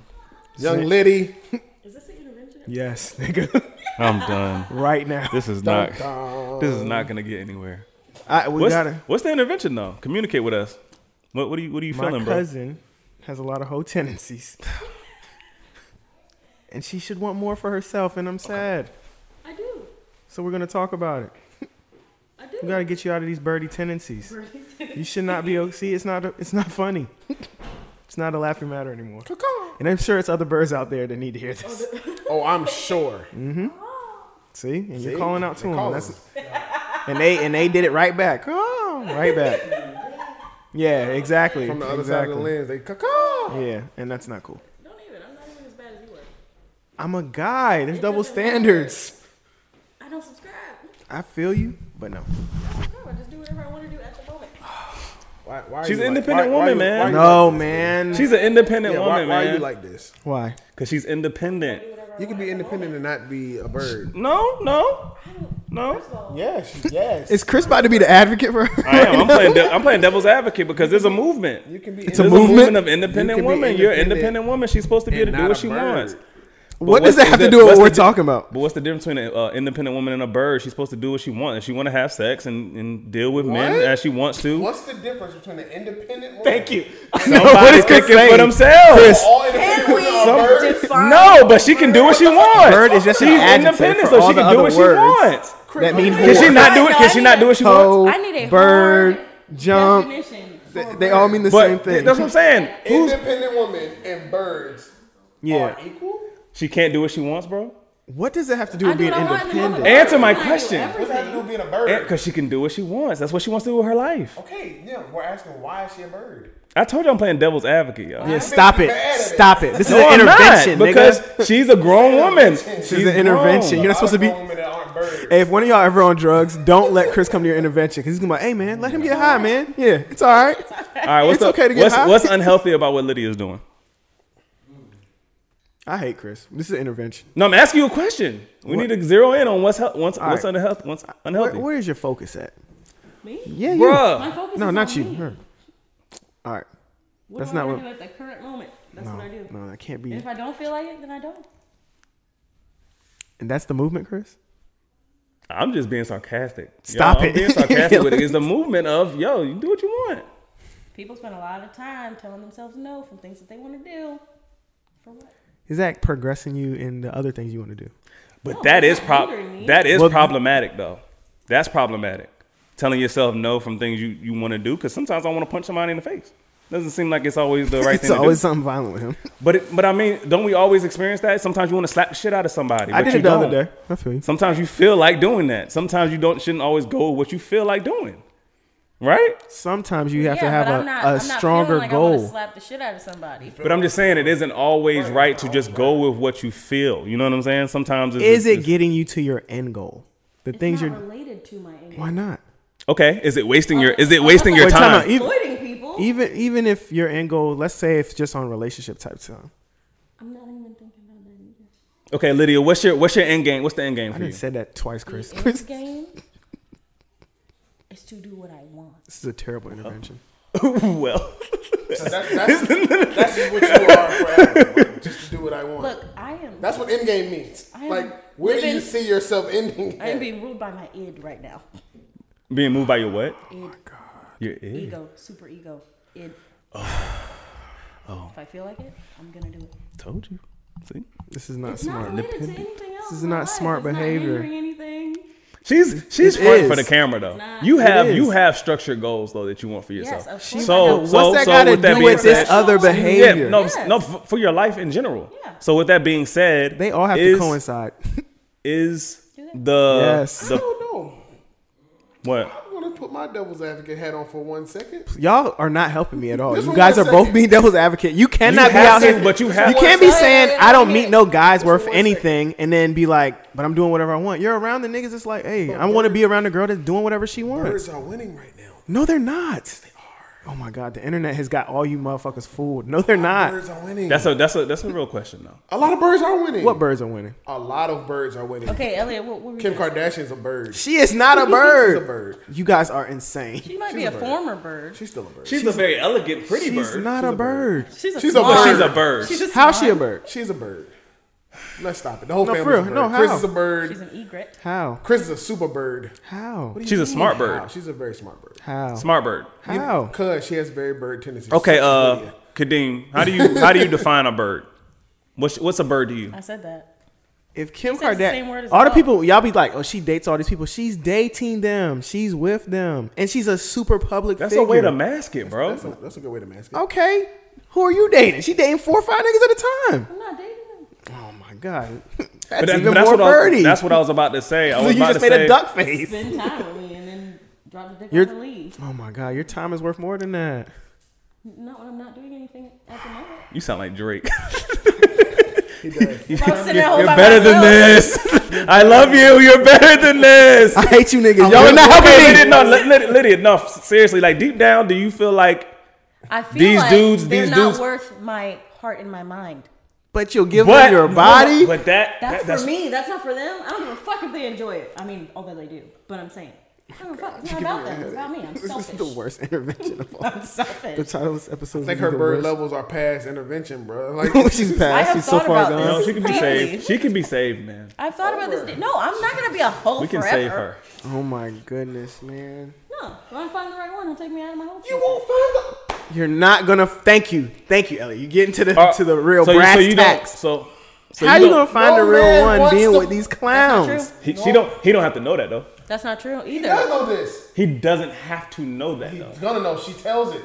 Young Liddy.
Is this an intervention?
yes, nigga.
I'm done.
right now.
This is not. This is not gonna get anywhere.
I, we
What's,
gotta.
what's the intervention though? Communicate with us. What what are you what are you
My
feeling, bro?
cousin has a lot of hoe tendencies. and she should want more for herself, and I'm sad.
I do.
So we're gonna talk about it.
I do.
We gotta get you out of these birdie tendencies. You should not be. o- See, it's not. It's not funny. It's not a laughing matter anymore. And I'm sure it's other birds out there that need to hear this.
Oh, I'm sure.
See, and
See?
you're calling out to
They
them.
call
That's,
us.
and they and they did it right back. Oh, right back. Yeah, exactly.
From the other
exactly.
side of the lens, they caw.
Yeah, and that's not cool.
Don't even. I'm not even as bad as you are.
I'm a guy. There's double standards.
I don't subscribe.
I feel you, but no.
I don't subscribe. I just do whatever I want to do at the moment.
Why, why are
She's
you
an
like-
independent
why- why
woman,
you-
man.
why you
No,
like this?
man.
She's an independent
Yeah, why,
woman,
why are
man.
you like this?
Why?
Cause she's independent.
You can be independent and not be a bird.
No, no, no.
Yes, yes.
Is Chris about to be the advocate for her?
I am. I'm playing. De- I'm playing devil's advocate because there's a movement.
you can be.
a
There's
independent.
a
movement?
movement of
You
independent
can be
women. You're an
independent
independent woman. She's supposed to be able
and
to do
not
what
a
she
bird.
wants.
What
what's
does that
the-
have to
what's
do with
the
what we're
di-
talking about?
But what's the difference between an uh, independent woman and a bird? She's supposed to do what she wants. She want to have sex and, and deal with men
What?
as she wants to.
What's the difference between an independent woman?
you.
Somebody's
is Chris
picking
saying?
for themselves.
Chris.
All independent women are birds.
No, but she can do what she wants.
Bird is just an
She's
adjective
independent,
for
so
all
she
the
can do
other
what she
words.
wants.
That means
Can she
whore.
not do it? Can she not do what she wants?
Hoe,
I need a hard
bird, jump.
Definition.
They, they all mean the
But
same thing.
that's what I'm saying. Who's,
Independent woman and birds
yeah.
are equal.
she can't do what she wants, bro.
What does it have to do
I
with
do
being
what I want in the moment.
independent?
Answer my
I do
question.
everything.
What does that have to do with being a bird?
Because she can do what she wants. That's what she wants to do with her life.
okay, yeah, we're asking why is she a bird?
I told you I'm playing devil's advocate, y'all.
Yeah, stop it.
mad at it.
Stop it. This is
No,
an
I'm not,
intervention,
because
nigga.
she's a grown woman. She's
This is an intervention.
grown.
You're not supposed to be.
Other women that aren't birds.
Hey, if one of y'all ever on drugs, don't let Chris come to your intervention because he's gonna be like, "Hey, man, let him get high, man. Yeah, it's all right.
All right, what's
It's
the-
okay to get
what's,
high.
what's unhealthy about what Lydia's doing?
I hate Chris. This is an intervention.
No, I'm asking you a question. We need to zero in on what's hel- what's, what's
right.
unhealthy. What's
Where,
unhealthy,
where is your focus at?
Me?
Yeah, you.
Bruh.
My focus
No,
is
not
on
you.
me.
Her. All right. That's
do I
not
wanna
what-
do at the current moment. That's
no,
what I do.
no, that can't
And
be.
If I don't feel like it, then I don't.
And that's the movement, Chris.
I'm just being sarcastic.
Stop
yo,
it.
I'm being sarcastic with it. It's the movement of yo, you do what you want.
People spend a lot of time telling themselves no from things that they want to do. For what?
Is that progressing you in the other things you want to do?
But
No,
that
it's
is
not
prob
hindering me.
that is
Well,
problematic though. That's problematic. Telling yourself no from things you, you want to do because sometimes I want to punch somebody in the face. Doesn't seem like it's always the right
it's
thing.
always
to do.
something violent with him.
But it, but I mean, don't we always experience that? Sometimes you want to slap the shit out of somebody.
I
but
did
you
it the
don't.
other day. I feel you.
Sometimes you feel like doing that. Sometimes you don't shouldn't always go with what you feel like doing. Right?
Sometimes you have to
Yeah,
have
but
a,
I'm not-
a
I'm not feeling
stronger
like I wanna
goal.
slap the shit out of somebody.
But I'm just saying it isn't always right to just go with what you feel. You know what I'm saying? Sometimes it's,
Is it
it's-
getting you to your end goal? The things you're.
related to my anger.
Why not?
okay? Is it wasting your is it wasting your
Wait, time out.
time?
E- Even-
Exploiting people.
Even even if your end goal, let's say it's just on relationship type time.
I'm not even thinking about that either.
Okay, Lydia, what's your what's your end game? What's the end game
I
for you?
didn't say that twice, Chris.
The
Chris,
end game is to do what I want.
this is a terrible
Uh-huh.
intervention.
well,
That, that's, that's just what you are forever. like, Just to do what I want.
Look, I am.
that's what endgame means.
I am
Like, where do you
living-
see yourself ending?
I am
at?
being ruled by my id right now.
being moved by your what?
Oh
Id,
Your id.
ego, super ego, id. Oh. If I feel like it, I'm gonna do it.
Told you. See,
This is not
It's
smart.
not related to anything else.
This is
in my
not
life.
smart
It's not
behavior.
hindering anything.
she's she's
It
front
is.
for the camera though.
not.
You have
is.
you have structured goals though that you want for yourself.
of
so
course.
so
What's that
so
got to
with that
do
being
with this
said-
other behavior?
Yeah, no,
Yes.
no, f- for your life in general.
Yeah.
So with that being said,
They all have
is-
to coincide.
Is
Do they?
the
Yes.
I
the
don't know.
what?
I'm gonna put my devil's advocate hat on for one second.
Y'all are not helping me at all.
Just
You
for
guys are
one
both
second.
being devil's advocate. You cannot be
have
out
to,
here.
but you have
You
to.
can't be
Wait, wait,
saying
wait,
I don't
wait.
meet no guys worth
one
anything, and then be like, "But I'm doing whatever I want." You're around the niggas. It's like, hey, I want to be around a girl that's doing whatever she wants.
Birds are winning right now.
No, they're not. Oh my god, the internet has got all you motherfuckers fooled. No, they're not.
Birds are winning.
That's a that's a that's a real question though.
a lot of birds are winning.
What birds are winning?
A lot of birds are winning.
Okay, Elliot, what, what were you?
Kim
gonna say?
Kardashian's a bird.
She is not a
She's a
bird.
bird.
You guys are insane.
She might
She's
be
a
a
bird.
former bird.
She's still a bird.
She's a very elegant, pretty
She's not a bird.
She's a
She's a
smart.
but
bird.
she's a bird.
She's a
How's
smart.
she a bird?
She's a bird. Let's stop it. The whole
No, for
family's a
real.
bird.
No,
Chris
how?
is a bird.
She's an egret.
How?
Chris is a super bird.
How?
What do you
She's a
mean
smart
how?
bird.
She's a very smart bird.
How?
Smart bird.
How?
Cause she has very bird tendencies.
Okay,
She's
uh,
Lydia.
Kadeem, how do you how do you define a bird? What's what's a bird to you?
I said that.
If Kim
said the same
Kardashian,
word
all
as
the
well.
people y'all be like, oh, she dates all these people. She's dating them. She's with them, and she's a super public.
That's
figure.
a way to mask it, bro.
That's a, that's a good way to mask it.
Okay, who are you dating? She dating four or five niggas at a time.
I'm not dating him.
Oh my god, that's
But that-
even
but
more
what I-
birdie.
that's what I was about to say. I was
you
about
just
to
made
say,
a duck face.
Spend time with me and then drop the dick
You're-
off and leave.
Oh my god, your time is worth more than that.
Not when I'm not doing anything at the moment.
You sound like Drake.
He does.
If I was sitting at home
You're
by
better than
myself,
this. I love you. You're better than this.
I hate you niggas. Y'all
Okay,
are not helping
Lydia,
me.
no, Ly- Lydia, Lydia, no, seriously. Like deep down, do you feel like
I feel
These
like
dudes-
they're
these
not
dudes-
worth my heart and my mind.
But you'll give
what
them your body.
But that,
That's
that that's
for me. That's not for them. I don't give a fuck if they enjoy it. I mean, although they do, but I'm saying, I don't give a fuck. It's not about them. It's about me. I'm
This is
selfish.
the worst intervention of all.
I'm
The
selfish.
title of this episode.
I
is gonna
think her
be the
bird
worst.
levels are past intervention, bro. Like
she's
I
passed.
have
She's so
thought
far
about
gone.
this.
No, she can be
Really?
saved. She can be saved, man.
I've thought about this. No, I'm not gonna be a hoe
We can
forever.
save her.
Oh my goodness, man.
No, when I find the right one, he'll take me out of my hole.
you won't find the
You're not gonna. Thank you, thank you, Ellie. You get into the
Uh,
to the real
so you-
brass
so you don't-
tacks.
So, so
How you,
don't-
gonna find
no
the real
man
one
wants
being
to-
with these
That's not
clowns?
true.
He, she don't. He don't have to know that though.
That's not true
does
either.
know this.
He doesn't have to know that
He's
though.
gonna know. She tells it.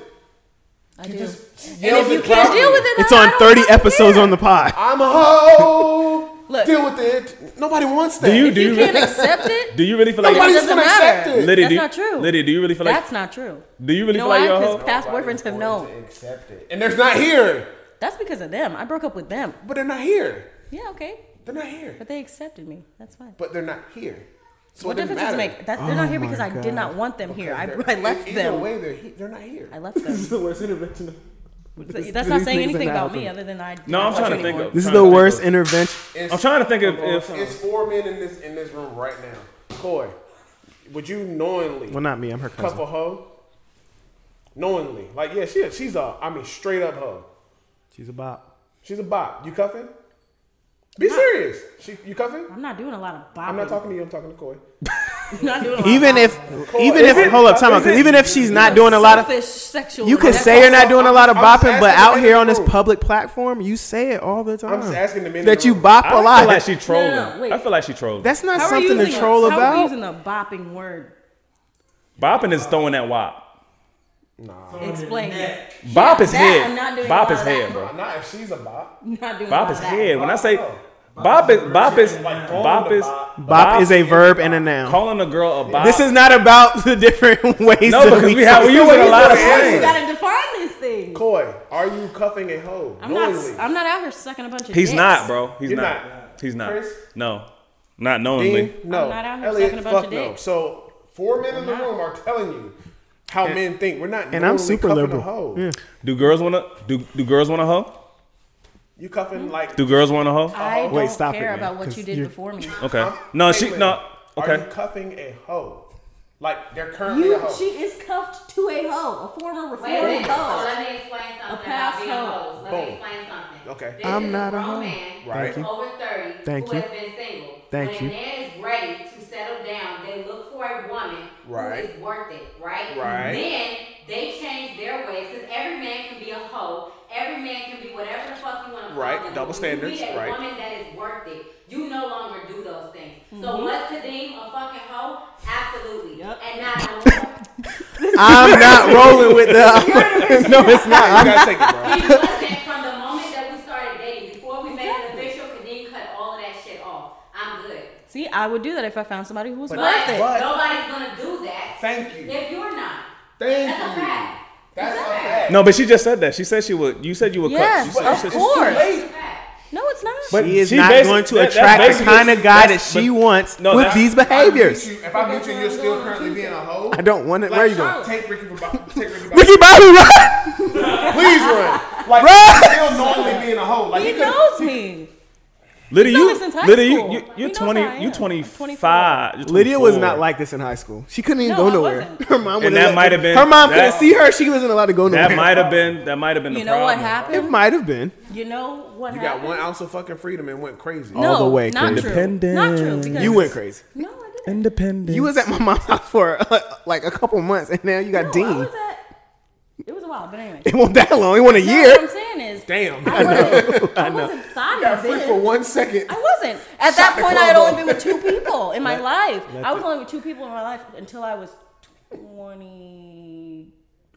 I
He
do.
just
And
yells
if you
it
can't
proudly.
deal with it,
It's
I-
on
I don't
30
care.
episodes on the pod.
I'm a hoe.
Look.
deal with it. Nobody wants that.
Do you
If
do
you
you,
can't
really,
accept it,
do you really feel like
Nobody's
doesn't
gonna accept
matter.
it.
Lydia, do
That's
you-
not true.
Lydia, do you really feel like
That's not true.
Do you really
no,
feel like you're a
because
hoe?
past boyfriends have known.
to accept it. And there's not here.
That's because of them. I broke up with them.
But they're not here.
Yeah, okay,
They're not here.
but they accepted me. That's fine.
But they're not here. So
What
it doesn't
difference does it
matter.
make? That,
Oh
they're not here because I
God.
did not want them here. I,
They're-
I left
either
them.
way, they're, he- they're not here.
I left them.
the worst intervention.
That's not saying anything about me other than I.
No, I'm trying to think of.
This is
trying
the
to think
worst
of-
intervention.
It's,
I'm trying to think of if
It's four men in this in this room right now. Coy, would you knowingly
Well, not me. I'm her
cuff
cousin.
a hoe? knowingly. Like, yeah, she she's a, I mean, straight up hoe.
She's a bop.
She's a bop. You cuffing? Be serious. She, you cuffing?
I'm not doing a lot of bopping.
I'm not talking to you. I'm talking to Koi.
I'm not doing a lot
Even
of
if, even
Is
if,
it-
hold up, time out. 'cause
is it-
Even if she's not doing a lot of,
selfish sexual.
you can
whatever.
say you're not doing a lot of
I'm just
bopping, but
asking
out
the
here
men
on this
in the room.
public platform, you say it all the
I'm just
time.
asking the men in
That
the
you
room.
bop a
I feel like
lot.
she trolling.
no, wait.
I feel like she trolling.
That's not
How are you
something to
using
troll
the, How are you
about.
using the bopping word?
Bopping is throwing that wop.
Explain. it.
Bop is
that
head.
I'm not doing
Bop
all
is
that.
head, bro.
Not if she's a bop.
I'm not doing a
Bop
lot
is
of that.
head. When I say bop is bop is bop is
Bop is a verb and a noun.
calling a girl a bop.
This is not about the different ways.
no
that
because we have we with a lot of
Yes.
slang.
You gotta define this thing.
Koi, are you cuffing a hoe?
I'm
Knowingly?
not. I'm not out here sucking a bunch of.
He's
dicks.
not, bro. He's
You're
not.
not.
He's not.
Chris?
No, not knowingly.
Dean, no.
not out here
Elliot,
sucking a bunch
fuck
of
no.
dick.
So four men in the room are telling you how men think. We're not.
And I'm
normally
super
cuffing a
liberal.
hoe.
Yeah.
Do girls wanna do do girls wanna hoe?
You
Mm-hmm.
cuffing like?
Do girls wanna hoe?
I don't
Wait, stop it,
care
man,
about what
'cause
you did
you're-
before me.
Okay. No, she
Caitlin,
no.
Are you
Okay.
cuffing a hoe? Like they're currently a
You,
hoe.
she is cuffed to a hoe, a former
Wait a
reformed
minute. So
hoe.
let me explain something.
A past
about being a
hoe.
hoe. Let
Boom.
me explain something.
Okay.
This
I'm
is
not a hoe.
grown man
Right.
who's Over 30
Thank
who
you.
has been single.
Thank
when
you.
a man is ready to settle down, they look for a woman
Right.
who is worth it, right?
Right.
Then they change their ways because every man can be a hoe. Every man can be whatever the fuck you want to
Right.
Call them.
Double
When you
standards.
meet a
Right.
woman that is worth it. You no longer do those things. So was Kadeem a fucking hoe? Absolutely.
Mm-hmm. Yep.
And not no more.
I'm not rolling with the. no, it's not.
You gotta take it, bro.
It wasn't from the moment that we started dating, before we made it official, Kadeem cut all of that shit off. I'm good.
See, I would do that if I found somebody who was
But-
worth it.
But-
nobody's gonna do that.
Thank you.
If you're not.
Thank
That's a
you.
fact.
That's
It's
a
a
fact.
No, but she just said that. She said she would. You said you would
Yes,
cut. You said,
of
you said
course.
It's a fact.
No, it's not.
But
She is
she
not
basi-
going to
that- that's
attract the
basically-
kind of guy that
that's-
she
but-
wants
no,
with
that's-
these
If I
behaviors.
meet you- If I meet you, and you're still currently being a hoe.
I don't want it.
Like,
Where you going?
Charlotte, Take Ricky for Bobby. Take Ricky Bobby.
Ricky Bobby, run!
Please run. Like
Run!
he's still knowingly being a hoe. Like
he
could've-
knows me.
Lydia,
He's known
you,
us since high
Lydia, you,
school.
you,
He
you're
knows
twenty.
how I am.
You
I'm
twenty
24.
five. You're
Lydia was
24.
not like this in high school. She couldn't even
No,
go
I
nowhere.
wasn't.
Her mom
And
wouldn't
that
let-
might have been-
Her mom
that-
couldn't see her. She wasn't allowed to go nowhere.
That might have been. That might have been.
You
the
know what
problem.
It
happened?
might have been.
You know what
You got
happened?
one ounce of fucking freedom and went crazy.
no,
all the way,
not
Chris.
true. Not true.
Independent.
Because
You went crazy.
No, I didn't.
Independent.
You was at my mom's house for uh, like a couple months, and now you got
No, I
Dean.
was at. It was a while, but anyway.
It won't that long. It won't a
No,
year.
What I'm saying is,
Damn.
I wasn't. I, wasn't thought
got
of
free for
this.
one second.
I wasn't. At that
the
point, I had
club
only been with two people in my life. I was only with two people in my life until I was twenty,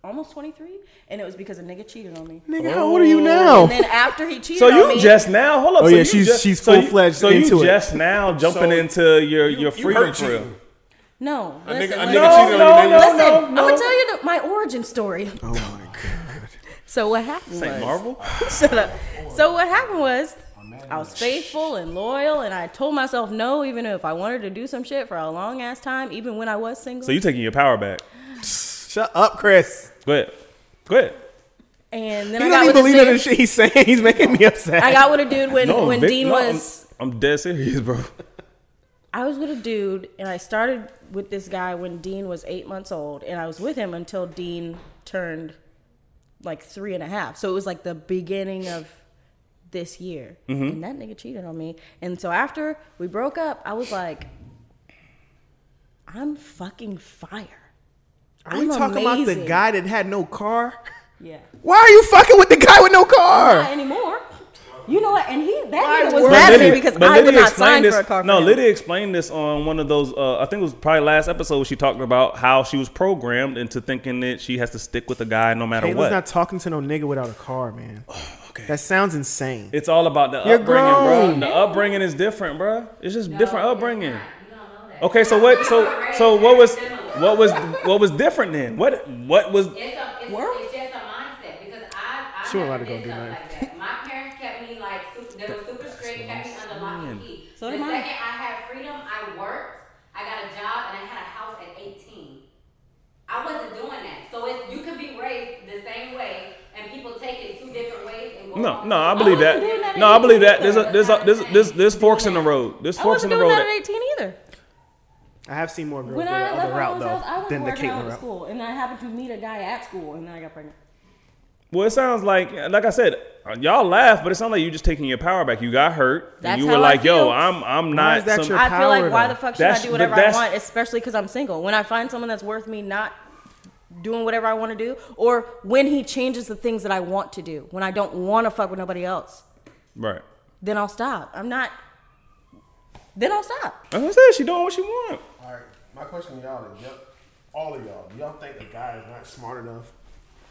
almost twenty-three, and it was because a nigga cheated on me.
Nigga, how
Oh,
old are you now?
And then after he cheated
So
on
you
me,
just now? Hold up.
Oh,
so
yeah,
you
she's-
just,
she's
so you-
full-fledged
So you
into it.
just now jumping
So
into your your
you
freedom
hurt
trail.
cheating.
no.
A nigga,
listen,
a nigga
listen.
cheated on you.
No,
nigga.
Listen,
no,
I'm
no.
gonna tell you the, my origin story. Oh my god. So what happened was
Marvel.
Shut up. So what happened was I was faithful and loyal, and I told myself no, even if I wanted to do some shit for a long ass time, even when I was single.
So you taking your power back?
Shut up, Chris.
Go ahead. Go ahead.
and then
You
I
don't
got
even
with a
believe none of the
dude.
shit he's saying. He's making me upset.
I got with a dude when when
Vic-
Dean
no, I'm-
was.
I'm, dead serious, bro.
I was with a dude, and I started with this guy when Dean was eight months old, and I was with him until Dean turned like three and a half. So it was like the beginning of this year,
Mm-hmm.
and that nigga cheated on me. And so after we broke up, I was like, I'm fucking fire.
Are we
I'm
talking about the
amazing.
guy that had no car?
Yeah,
Why are you fucking with the guy with no
not
car?
anymore. You know what? And he that nigga
were-
was mad at me
Lydia-
because
but
I would
Lydia
not
explained
sign
this,
for a car.
No,
for him.
Lydia explained this on one of those. Uh, I think it was probably last episode. She talked about how she was programmed into thinking that she has to stick with a guy no matter
Kayla's
what. Oh,
not talking to no nigga without a car, man. That sounds insane.
it's all about the
You're
upbringing,
grown.
bro. The upbringing is different, bro. It's just different upbringing.
You don't know that.
Okay, so what? So so what was what was what was different then? What what was?
It's, a, it's,
Work?
it's just a mindset because I, I
She wasn't
never
allowed to
did
go do
stuff like that. My parents kept me like super, they were super strict, kept me under lock and key.
So
the
did mine.
second I had freedom, I worked, I got a job, and I had a house at 18. I wasn't doing that. So it's, you could be raised the same way, and people take it two different ways. And go
No,
off
no,
to
I
the-
believe
wasn't doing that
that.
at
No, I believe that.
eighteen
There's a there's a there's there's there's forks in the road. There's
I
forks in
wasn't
the
doing
road.
that
that-
at 18 either.
I have seen more girls go
When
the
I left
other
my
route
mom's house, I
though
was
than the
working out
Caitlyn
of
route.
school, and I happened to meet a guy at school, and then I got pregnant.
Well, it sounds like, like I said, y'all laugh, but it sounds like you just taking your power back. You got hurt,
That's
and you
how
were
I
like, "Yo,
feel.
I'm, I'm
Why
not."
is that
some,
your-
I feel
power,
like why
though.
the fuck should
That's-
I do whatever
but
I
that's-
want, especially because I'm single. When I find someone that's worth me not doing whatever I want to do, or when he changes the things that I want to do, when I don't want to fuck with nobody else,
right.
then I'll stop. I'm not. Then I'll stop.
That's what I said. She doing what she want.
All right. My question to y'all is, yep, all of y'all, do y'all think a guy is not smart enough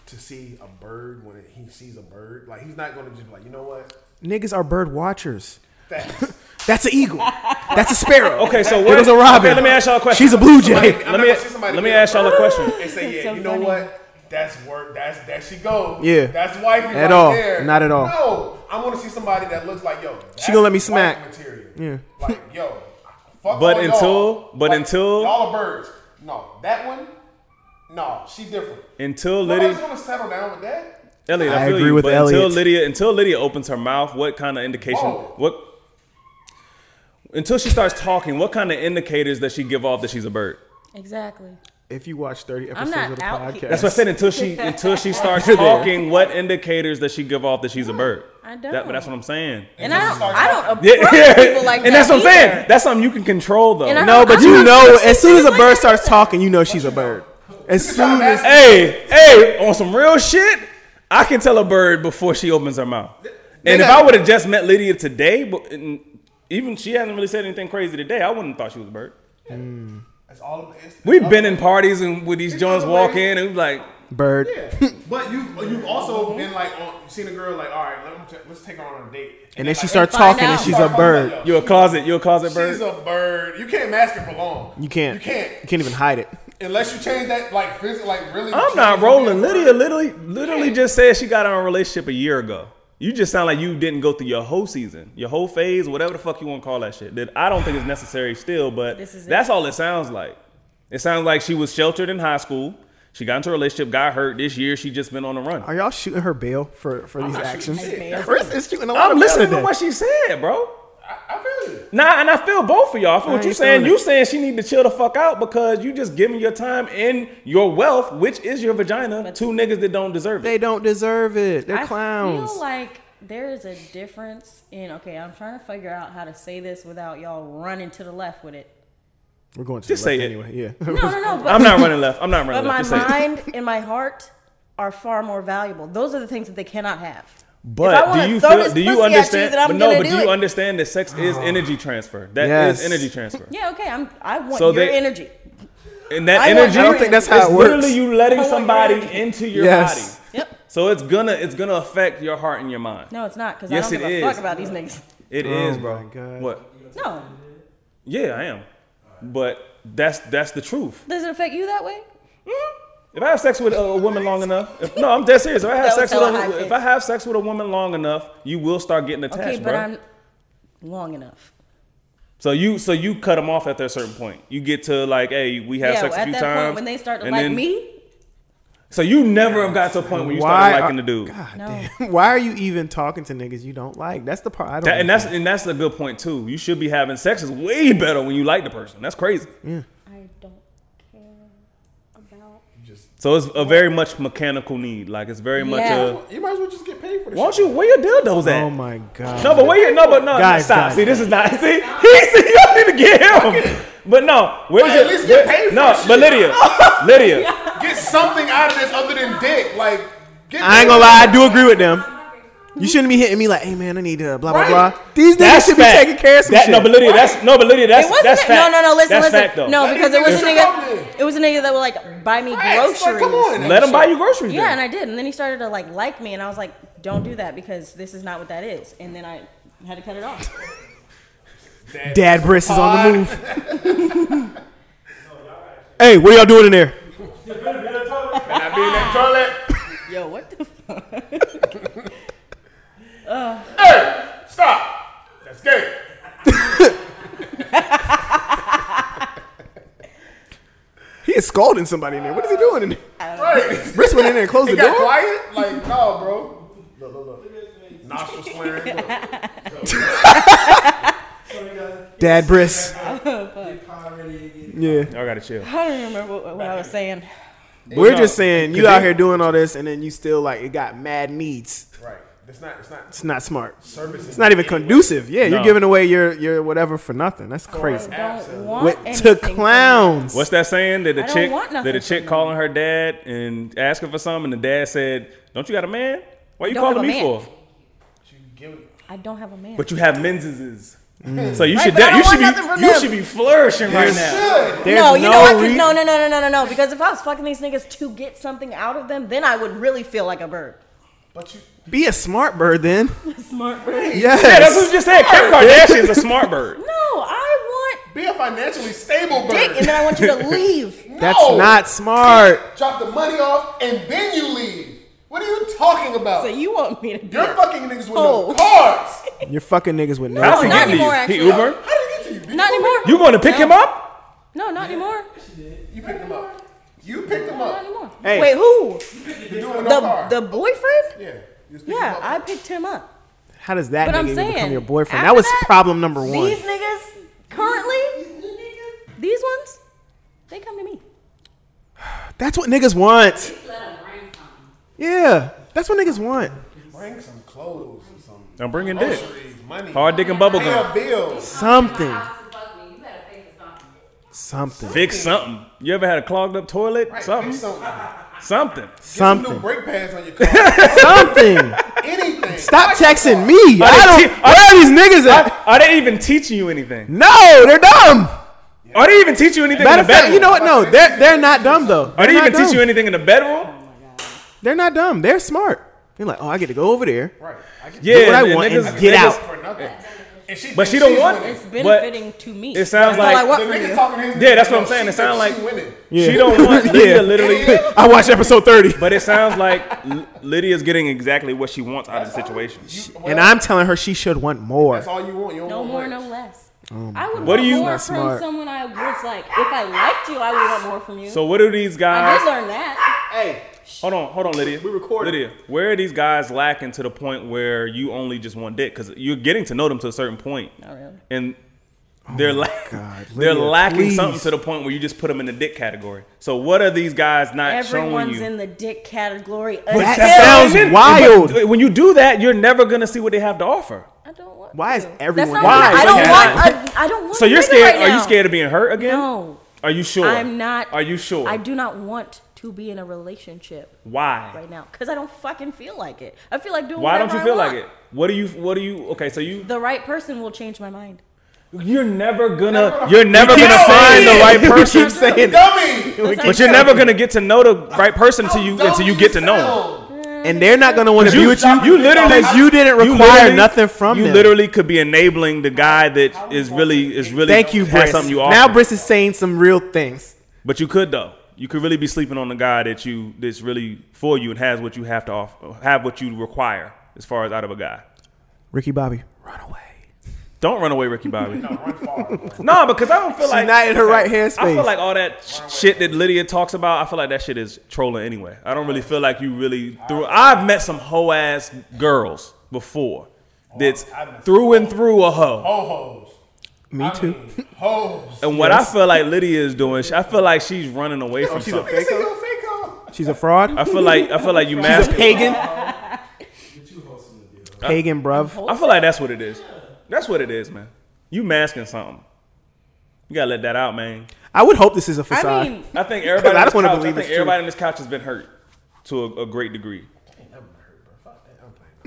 to see a bird when he sees a bird? Like he's not going to just be like, you know what?
Niggas are bird watchers.
Thanks.
That's an eagle. That's a sparrow.
Okay, so
It
what-
was a robin.
okay, let me ask y'all a question.
She's a blue jay.
Somebody-
Let
I'm not
me,
gonna see somebody
let me
be
ask y'all a question.
and say, yeah,
That's so
you know
funny.
what? That's work. That's that she goes.
Yeah.
That's wifey.
At
right
all.
There.
Not at all.
No, I want to see somebody that looks like yo.
She gonna let me
that's
smack.
wifey Material.
Yeah.
Like yo. Fuck
But
all
until-
y'all.
but
Like,
until-
y'all are birds. No, that one. No, she different.
Until
Nobody's
Liddy,
gonna settle down with that.
Elliot, I,
I
feel
agree
you,
with
but Until
Elliot.
Lydia, until Lydia opens her mouth, what kind of indication?
Whoa.
What? Until she starts talking, what kind of indicators does she give off that she's a bird?
Exactly.
If you watch 30
I'm
episodes
not
of the
out here.
podcast,
That's what I said. Until she until she starts talking, what indicators does she give off that she's a bird?
I
That-
don't.
that's what I'm saying.
And I don't. I don't
Yeah,
approach people like that.
and that's what I'm
either.
saying. That's something you can control though.
And I-
No, but
I'm
you
not-
know, as soon as a bird starts talking, you know she's a bird. As soon as
hey, hey, on some real shit, I can tell a bird before she opens her mouth. And if I would have just met Lydia today, but and even she hasn't really said anything crazy today, I wouldn't have thought she was a bird.
That's all. It's,
We've been in parties and with these Jones walk in and we like,
bird,
But you you've also been like on, you've seen a girl like all right let me t- let's take her on a date
and then she
like,
starts
find
talking, and
out.
she's a bird.
"You a closet? You a closet
She's
bird?"
a bird. You can't mask it for long.
You can't.
You can't.
even hide it.
Unless you change that, like, physically, like, really.
I'm
change
not
it.
rolling. Lydia literally, literally just said she got out of a relationship a year ago. You just sound like you didn't go through your whole season, your whole phase, whatever the fuck you want to call that shit. That I don't think is necessary still, but
This is it.
that's all it sounds like. It sounds like she was sheltered in high school. She got into a relationship, got hurt. This year, she just been on the run.
Are y'all shooting her bail for, for these
not
actions?
shooting shit.
Chris is shooting a lot of
I'm listening
bail
to
today.
what she said, bro.
I, I feel you.
Nah, and I feel both of y'all. I feel
I
what you
ain't
saying.
feeling
You
it.
saying she need to chill the fuck out because you just giving your time and your wealth, which is your vagina, to niggas that don't deserve it.
They don't deserve it. They're
I
clowns.
feel like there is a difference in. Okay, I'm trying to figure out how to say this without y'all running to the left with it.
We're going to
Just
the left
say it.
anyway. Yeah.
No, no, no. But
I'm not running left. I'm not running
But my
left. Just say it.
mind and my heart are far more valuable. Those are the things that they cannot have. If I
But
wanna
do you
throw
feel,
this
do you
pussy at
understand?
you, then I'm
but no,
gonna
but
do
do you
it.
understand that sex is energy transfer? That is
Yes.
energy transfer,
Yeah, okay. I'm. I want
So
your
they-
energy.
and that
I want
energy.
your I don't think
that's how
is
it works.
Literally, you letting
I want your
somebody
energy.
into your
Yes.
body.
Yep.
So it's gonna it's gonna affect your heart and your mind.
No, it's not because
Yes,
I don't
it
give a
is.
fuck about these niggas.
It is,
Oh my
bro.
God.
What?
No,
Yeah, I am. But that's that's the truth.
does it affect you that way?
If I have sex with a, a woman long enough, if, no, I'm dead serious. If I have
That
sex
was
with
hella high
a, if
pitch.
I have sex with a woman long enough, you will start getting attached,
Okay, but
bro.
I'm long enough.
So you so you cut them off at a certain point. You get to like, hey, we have
Yeah,
sex a
at
few
that
times.
point when they start to
and
like
then-
me,
So you never have got to a point where you started liking
are-
the
Oh,
dude.
God
No.
damn. Why are you even talking to niggas you don't like? That's the part I don't.
That- and that's
understand.
and that's a good point too. You should be having sex is way better when you like the person. That's crazy.
I don't care about.
So it's a very much mechanical need. Like it's very much
Yeah.
a.
You might as well just get paid for this.
Why don't
shit.
you where your dildos at?
Oh
Um,
my god.
No, but where your no, but no,
Guys,
stop.
guys,
see, this is not. See, he see, y'all need to get him. But no, where's
But
your?
at least get
where-
paid for
no,
this
but
shit.
Lydia, Lydia,
Get something out of this other than dick. Like, get
I ain't gonna lie, I do agree with them. You shouldn't be hitting me like, hey man, I need uh, blah blah
Right.
blah. These niggas should be
fact.
taking care of some
that,
shit.
No, but Lydia, that's no, but Lydia, that's
It wasn't
that's
it-
fact.
no, no, no. Listen,
that's
listen.
Fact, though.
no,
Let
because
these
it was a
niggas
nigga.
come in.
It was a nigga that would like buy me
Facts, like,
groceries.
come on.
let them buy you groceries.
Yeah,
then.
and I did, and then he started to like like me, and I was like, "Don't do that because this is not what that is." And then I had to cut it off.
Dad Briss is on the move. hey, what y'all doing in there?
And I be in that toilet.
Yo, what the? Fuck?
Hey, stop. That's gay.
He is scalding somebody in there. What is he doing in there?
Right.
Briss went in there and closed
It
the
got
door.
quiet. Like, no, bro. Look, look, look. Nostrils flaring. Look.
Dad Briss.
Already
Yeah.
Y'all gotta chill.
I don't even remember what, what I was saying.
We're just saying you
Could
out
they-
here doing all this, and then you still like it got mad needs.
Right. It's not. It's not
It's not smart.
services.
It's not even conducive. Yeah, you're
No.
giving away your your whatever for nothing. That's crazy.
Don't want
With,
anything
to
from you.
clowns.
What's that saying? That the
I don't
chick
want
that
nothing
the chick
from
calling her dad and asking for something, and the dad said, "Don't you got a man? Why you
Don't have
calling me
a man."
for?"
You give it.
I don't have a man.
But you have Menzies. So you
Mm. Right,
should
but I
de-
don't
you should
want nothing
be
from
you
them.
should be flourishing right now.
There's
no, you know what? 'Cause-
rea-
No, no, no, no, no, no, no. Because if I was fucking these niggas to get something out of them, then I would really feel like a bird.
But you.
Be a smart bird then.
Smart bird.
Yes.
Yeah, that's what you just said. Kim Kardashian is a smart bird.
No, I want
Be a financially stable bird.
dick, and then I want you to leave.
That's
No.
not smart.
Drop the money off and then you leave. What are you talking about?
So you want me to be?
You're fucking niggas with
Oh.
no cars.
You're fucking niggas with no.
How's he
not
getting to
anymore,
you? He
actually.
Uber?
How did he get to you?
Not anymore.
You going to pick him up?
No, not anymore.
You picked them up. You picked them
Not
up.
anymore.
Hey.
Wait, who?
You're doing no
The
car.
the boyfriend?
yeah. You was picking
Yeah,
them up.
I picked him up.
How does that
But I'm
nigga even become
saying,
your boyfriend?
after
That was
that,
problem number one.
These niggas currently, these ones, they come to me.
That's what niggas want.
Let them bring something.
Yeah, that's what niggas want.
bring some clothes and some
I'm bringing dick.
groceries, money.
Hard dick and bubble
Pay
gum.
our bills.
Something,
My house is fuck me. You better pay for something.
something,
Fix something. You ever had a clogged up toilet?
Right,
Something.
fix something.
Something.
Some new
something,
brake pads on your car.
something.
Anything.
Stop texting me.
Are they
I
te-
don't.
are-
Where are these niggas
Are,
at?
are they even teaching you anything?
No, they're dumb.
Are they even teaching you anything
Matter
in
of
the
fact,
bedroom?
you know what? No, they're they're not dumb though.
Are
They're
they
not
even
dumb.
teaching you anything in the bedroom?
They're not dumb. They're smart. They're like, oh, I get to go over there.
Right. I get
Yeah,
what I
and
want
niggas-
and get
niggas-
out.
for nothing. And she
But she don't
thinks she's
want
winning.
It's benefiting to me.
It sounds
That's all I
like
want
The
from
nigga
you.
talking to his
Yeah,
nigga,
that's what I'm
she
saying. It
thinks
sound
she
like-
winning.
Yeah.
she don't want Lydia literally.
I watched episode thirty,
But it sounds like L- Lydia's getting exactly what she wants out of the situation.
and I'm telling her she should want more.
That's all you want. You don't
No
want
more,
much.
no less. I would
What
want
do you-
more from
That's smart.
someone I was like. If I liked you, I would want more from you.
So what do these
I
guys?
did learn that.
Hey,
Hold on, hold on, Lydia. We
recording.
Lydia, where are these guys lacking to the point where you only just want dick? Because you're getting to know them to a certain point,
Not really.
and they're la-
Oh God,
they're
Lydia,
lacking
please.
something to the point where you just put them in the dick category. So what are these guys not showing
Everyone's
you?
in the dick category.
That
until-
sounds
But
wild.
when you do that, you're never gonna see what they have to offer.
I don't want.
Why is
to.
everyone-
That's not
Why?
What I
Okay.
don't want. I, I don't want.
So you're
nigga
scared?
Right
are you
now.
scared of being hurt again?
No,
Are you sure?
I'm not.
Are you sure?
I do not want to be in a relationship
Why?
right now because I don't fucking feel like it. I feel like doing.
Why don't you
whatever
feel
I
like
want.
it? What do you? What do you? Okay, so you
The right person will change my mind.
you're never gonna you're never
keep
gonna
saying
find the
it.
right
We
person,
keep saying it.
dummy.
That's
but
not
you're never gonna get to know the right person to you
How
until you
dumb
get to know them.
sound.
and they're not gonna want to
You,
be with you.
you literally
because you didn't
you
require
literally-
nothing from
you
them.
literally could be enabling the guy that is really is really
Thank you,
has
Briss.
something you offer.
now Briss is saying some real things.
but you could though. You could really be sleeping on the guy that you that's really for you and has what you have to offer, have what you require as far as out of a guy.
Ricky Bobby, run away.
Don't run away, Ricky Bobby.
No, run far. bro.
No, because I don't feel like
not in her right hand
I feel
space.
like all that sh- shit that Lydia talks about. I feel like that shit is trolling anyway. I don't really feel like you really threw. I've met some hoe ass girls before. That's
I've met
through and through a hoe.
Ho hoes.
Me too.
Hoes.
And what I feel like Lydia is doing, sh- I feel like she's running away from
she's a
something.
fake.
Say yo, fake hoe.
She's a fraud.
I feel like I feel like you
She's a
masculine.
pagan. Pagan, bruv.
I feel like that's what it is. That's what it is, man. You masking something. You gotta let that out, man.
I would hope this is a
I
facade.
mean,
I think everybody.
I
I,
just wanna
couch,
believe
I think
it's true.
everybody on this couch has been hurt to a, a great degree.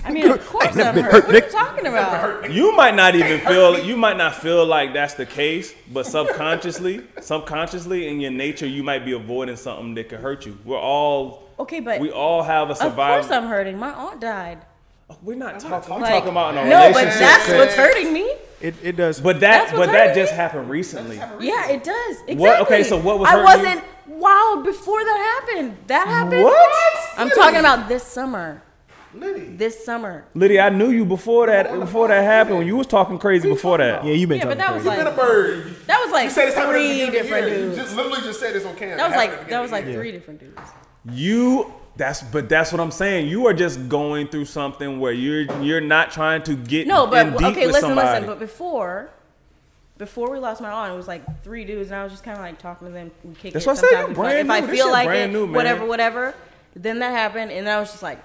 I mean, of course I'm
been
hurt.
hurt,
What are
Nick.
you talking about?
You might not even feel you might not feel like that's the case, but subconsciously, subconsciously in your nature, you might be avoiding something that could hurt you. We're all
Okay, but
we all have a
of course
survival.
I'm hurting. My aunt died.
We're not talking. I'm
Like,
talking about in a
no, but
relationship.
that's what's hurting me.
It, it does.
but
that's
that
what's
but that
hurting
just
me.
happened recently.
Yeah, it does. Exactly.
What- okay, so what was
I
hurting you?
wasn't wild before that happened. That happened.
What?
I'm talking about this summer.
Liddy.
This summer.
Lydia, I knew you before that before that happened. When you was talking crazy before that.
yeah, you've been
Yeah, but
talking
that was
crazy.
Been a
like
bird.
that was like
You said this happened at the
three
beginning of the
different
year. You
dudes.
just literally just said this on camera.
That was
Happened at
like
the
that was like
beginning
three different dudes.
You that's but that's what I'm saying. You are just going through something where you're you're not trying to get
No, but
in deep
okay,
with
listen,
somebody.
listen. But before before we lost my aunt, it was like three dudes, and I was just kind of like talking to them. We kicked
That's
it
what I said,
sometimes.
you're
we fuck.
brand
if
new.
I
This
feel
shit
like
brand
it,
new, man.
whatever, whatever. Then that happened, and I was just like,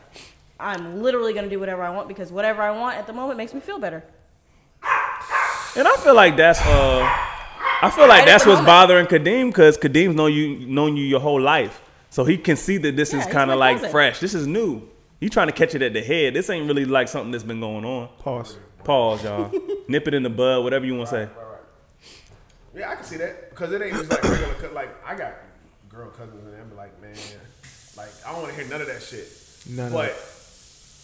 I'm literally gonna do whatever I want because whatever I want at the moment makes me feel better.
And I feel like that's uh, I feel like
at
that's
the
what's
moment.
bothering Kadeem because Kadeem's known you known you your whole life, so he can see that this
Yeah,
is
he's
kind of
my
like
cousin.
fresh. This is new. You trying to catch it at the head. This ain't really like something that's been going on.
Pause.
Pause, y'all. Nip it in the bud, whatever you want to say.
Yeah, I can see that because it ain't just like regular. Cause like I got girl cousins and I'm like, man, like I don't want to hear none of that shit.
None of
but,
it.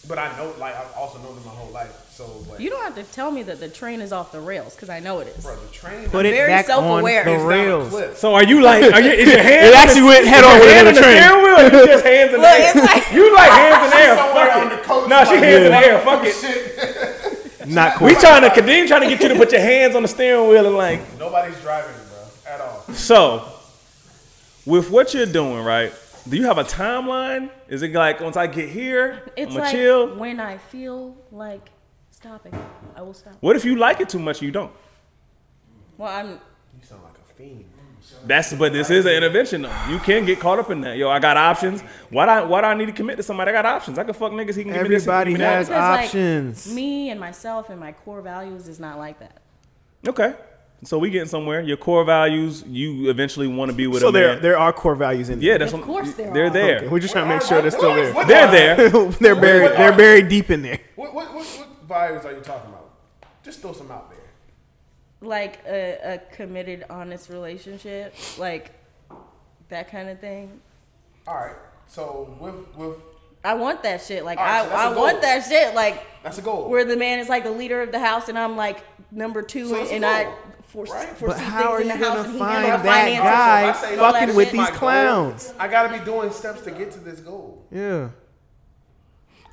But I know, like I've also known them my whole life. So like,
You don't have to tell me that the train is off the rails because I know it is.
bro, the train
Put it
Very
back on
self-aware.
the
is down a
rails.
cliff.
So are you like? Are you, is your hand?
It
on
actually
the-
went head
is
on
your
with another
hand on the
train.
steering wheel. Or you just hands in the
Look,
air.
it's like-
you like hands in the air.
Somewhere
Fuck
on
it.
the coast,
Nah, she
like,
hands in the air. Fuck it.
Not
We
cool.
trying to Kadeem trying to get you to put your hands on the steering wheel and like.
Nobody's driving, bro, at all.
So, with what you're doing, right? Do you have a timeline? Is it like once I get here,
It's
I'ma
like
chill?
when I feel like stopping, I will stop.
What if you like it too much and you don't?
Well, I'm
You sound like a fiend.
That's but this is an intervention though. You can get caught up in that. Yo, I got options. Why do I, why do I need to commit to somebody? I got options. I can fuck niggas. He can give me this. he can
Everybody
give me that.
has
because, like,
options.
me and myself and my core values is not like that.
Okay. So we getting somewhere. Your core values. You eventually want to be with
So
a
there,
man.
there are core values in
yeah,
there.
that's
Of
what-
course there
They're
are.
there.
Okay, we're just trying to make sure they're still there.
What-
They're there.
they're buried. They're buried deep in there.
What what what, what values are you talking about? Just throw some out there.
Like a, a committed, honest relationship, like that kind of thing.
All right. So with with
I want that shit. Like
All right,
I,
so that's
I
a
want
goal.
that shit. Like
that's a goal.
where the man is like the leader of the house and I'm like number two
So
and,
it's a
and
goal,
I foresee,
right? But
foresee
but how are
things
you
in the house
gonna
and he
find
handles
that
finances.
guy
So if I say
all that
fucking with
shit-
these clowns?
I gotta be doing steps to get to this goal.
Yeah,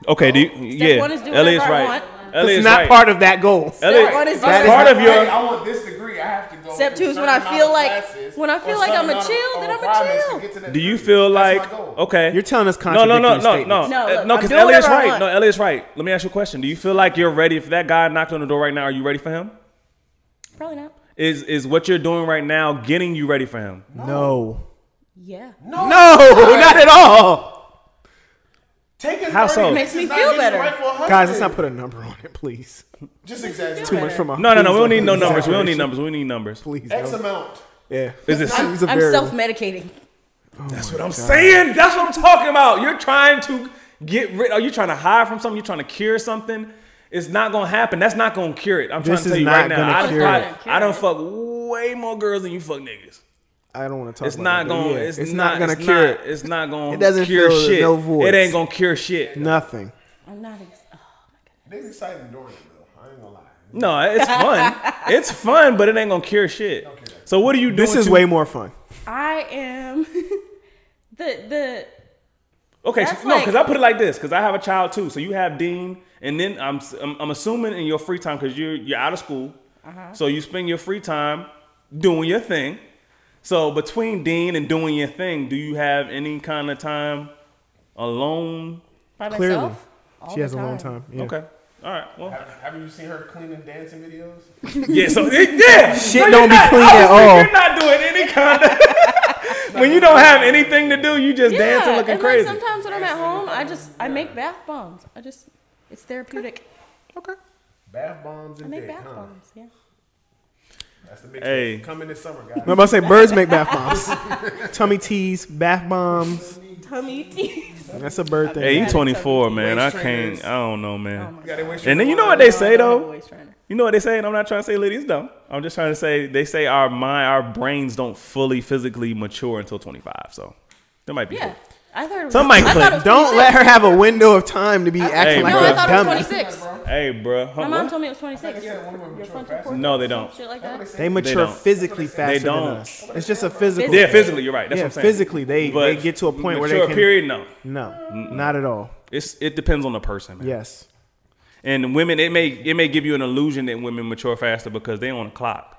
Okay. Do you, yeah.
one is do
Elliot's
whatever I
right.
want.
it's
Elliot's
not
right.
part of that goal.
Elliot,
one is
that's
do
part
whatever
of your.
Hey, I want this degree. I have to go.
Step
through
two is
certain
when I
amount
feel
of
like-
classes
when I
or
feel like
certain
I'ma
amount of-
chill, then
of
I'ma
requirements to
chill.
get to that
Do you
degree.
feel
That's
like
my goal.
okay?
You're telling us
no, no, no,
contradictory
no, no,
statements.
Uh,
No, look,
no,
I'm
because
doing
Elliot's
whatever I
right.
want.
No, Elliot's right. Let me ask you a question. Do you feel like you're ready? If that guy knocked on the door right now, are you ready for him?
Probably not.
Is is what you're doing right now getting you ready for him?
No,
Yeah.
no, not at all,
Taking
How so?
30
Makes
minutes
me
is not
feel
getting you
better.
right for a hundred.
guys. Let's not put a number on it, please.
just exaggerate.
Too much from our
No, no, no. We
please,
don't need no
please,
numbers. We don't need
please,
numbers. We need numbers.
Please,
X
no.
amount.
yeah.
Is this-
He's a
I'm
variable.
self-medicating.
That's what I'm saying. That's what I'm talking about. You're trying to get rid. Are you trying to hide from something? You're trying to cure something. It's not gonna happen. That's not gonna cure it. I'm
This
trying to tell
is
you
not
right now. I
gonna
done
cure
probably-
it.
I don't fuck way more girls than you fuck niggas.
I don't want to talk.
It's
about
not
it, but
gonna.
yeah,
It's,
not gonna
it's
cure
not-
it.
It's not gonna.
It doesn't
cure
fill
shit.
no voice.
It ain't gonna cure shit.
Nothing.
I'm not ex- oh,
It's exciting doing it though. I ain't gonna lie.
No, it's fun. it's fun, but it ain't gonna cure shit. So what do you do?
This
with
is
you-
way more fun.
I am the the
okay. So,
that's
no,
like-
because I put it like this. Because I have a child too. So you have Dean, and then I'm s- I'm, I'm assuming in your free time because you're you're out of school,
Uh-huh.
so you spend your free time doing your thing. So between Dean and doing your thing, do you have any kind of time alone?
by
Clearly.
myself. all
She
the
has a long time. Yeah.
Okay. All right. Well,
Have, have you seen her cleaning dancing videos?
Yeah, so it, Oh, yeah,
Shit
So you're
don't be
not-
clean at
obviously
all.
You're not doing any kind of. when you don't have anything to do, you just
Yeah,
dancing looking
and
crazy.
Like sometimes when I'm at home, I just I make bath bombs. I just it's therapeutic.
okay.
Bath bombs
I
and
make
dick,
bath
huh?
bombs. Yeah.
That's the big
Hey.
thing. Coming this summer,
I'm
guys.
about to say birds make bath bombs, tummy teas, bath bombs.
Tummy teas.
That's a bird thing.
Hey, you 24, man. I
Waist
can't.
trainers.
I don't know,
Oh
man.
my
You gotta waste your
And then you know
time.
what they say though.
Always trying to-
You know what they say, and I'm not trying to say ladies dumb. I'm just trying to say they say our mind, our brains don't fully physically mature until 25. So there might be.
Yeah. I thought it was,
Some might
I
click.
thought it was
Don't let
26.
her have a window of time to be acting like
No,
bruh.
I
a
thought it
dummy.
was 26.
Hey, bruh. Huh,
My mom
what?
told me it was 26.
Yeah, one woman
Your
mature
frontal
faster.
cortex
No, they
or some
don't.
Shit like
That's what
that.
say.
They mature
don't.
physically faster than
don't.
us. It's just a physical.
yeah, physically, you're right. That's
Yeah,
what I'm saying.
physically, they, they get to a point where they
mature
can.
period, no.
No, not at all.
It's it depends on the person, man.
Yes.
And women, it may it may give you an illusion that women mature faster because they on a clock.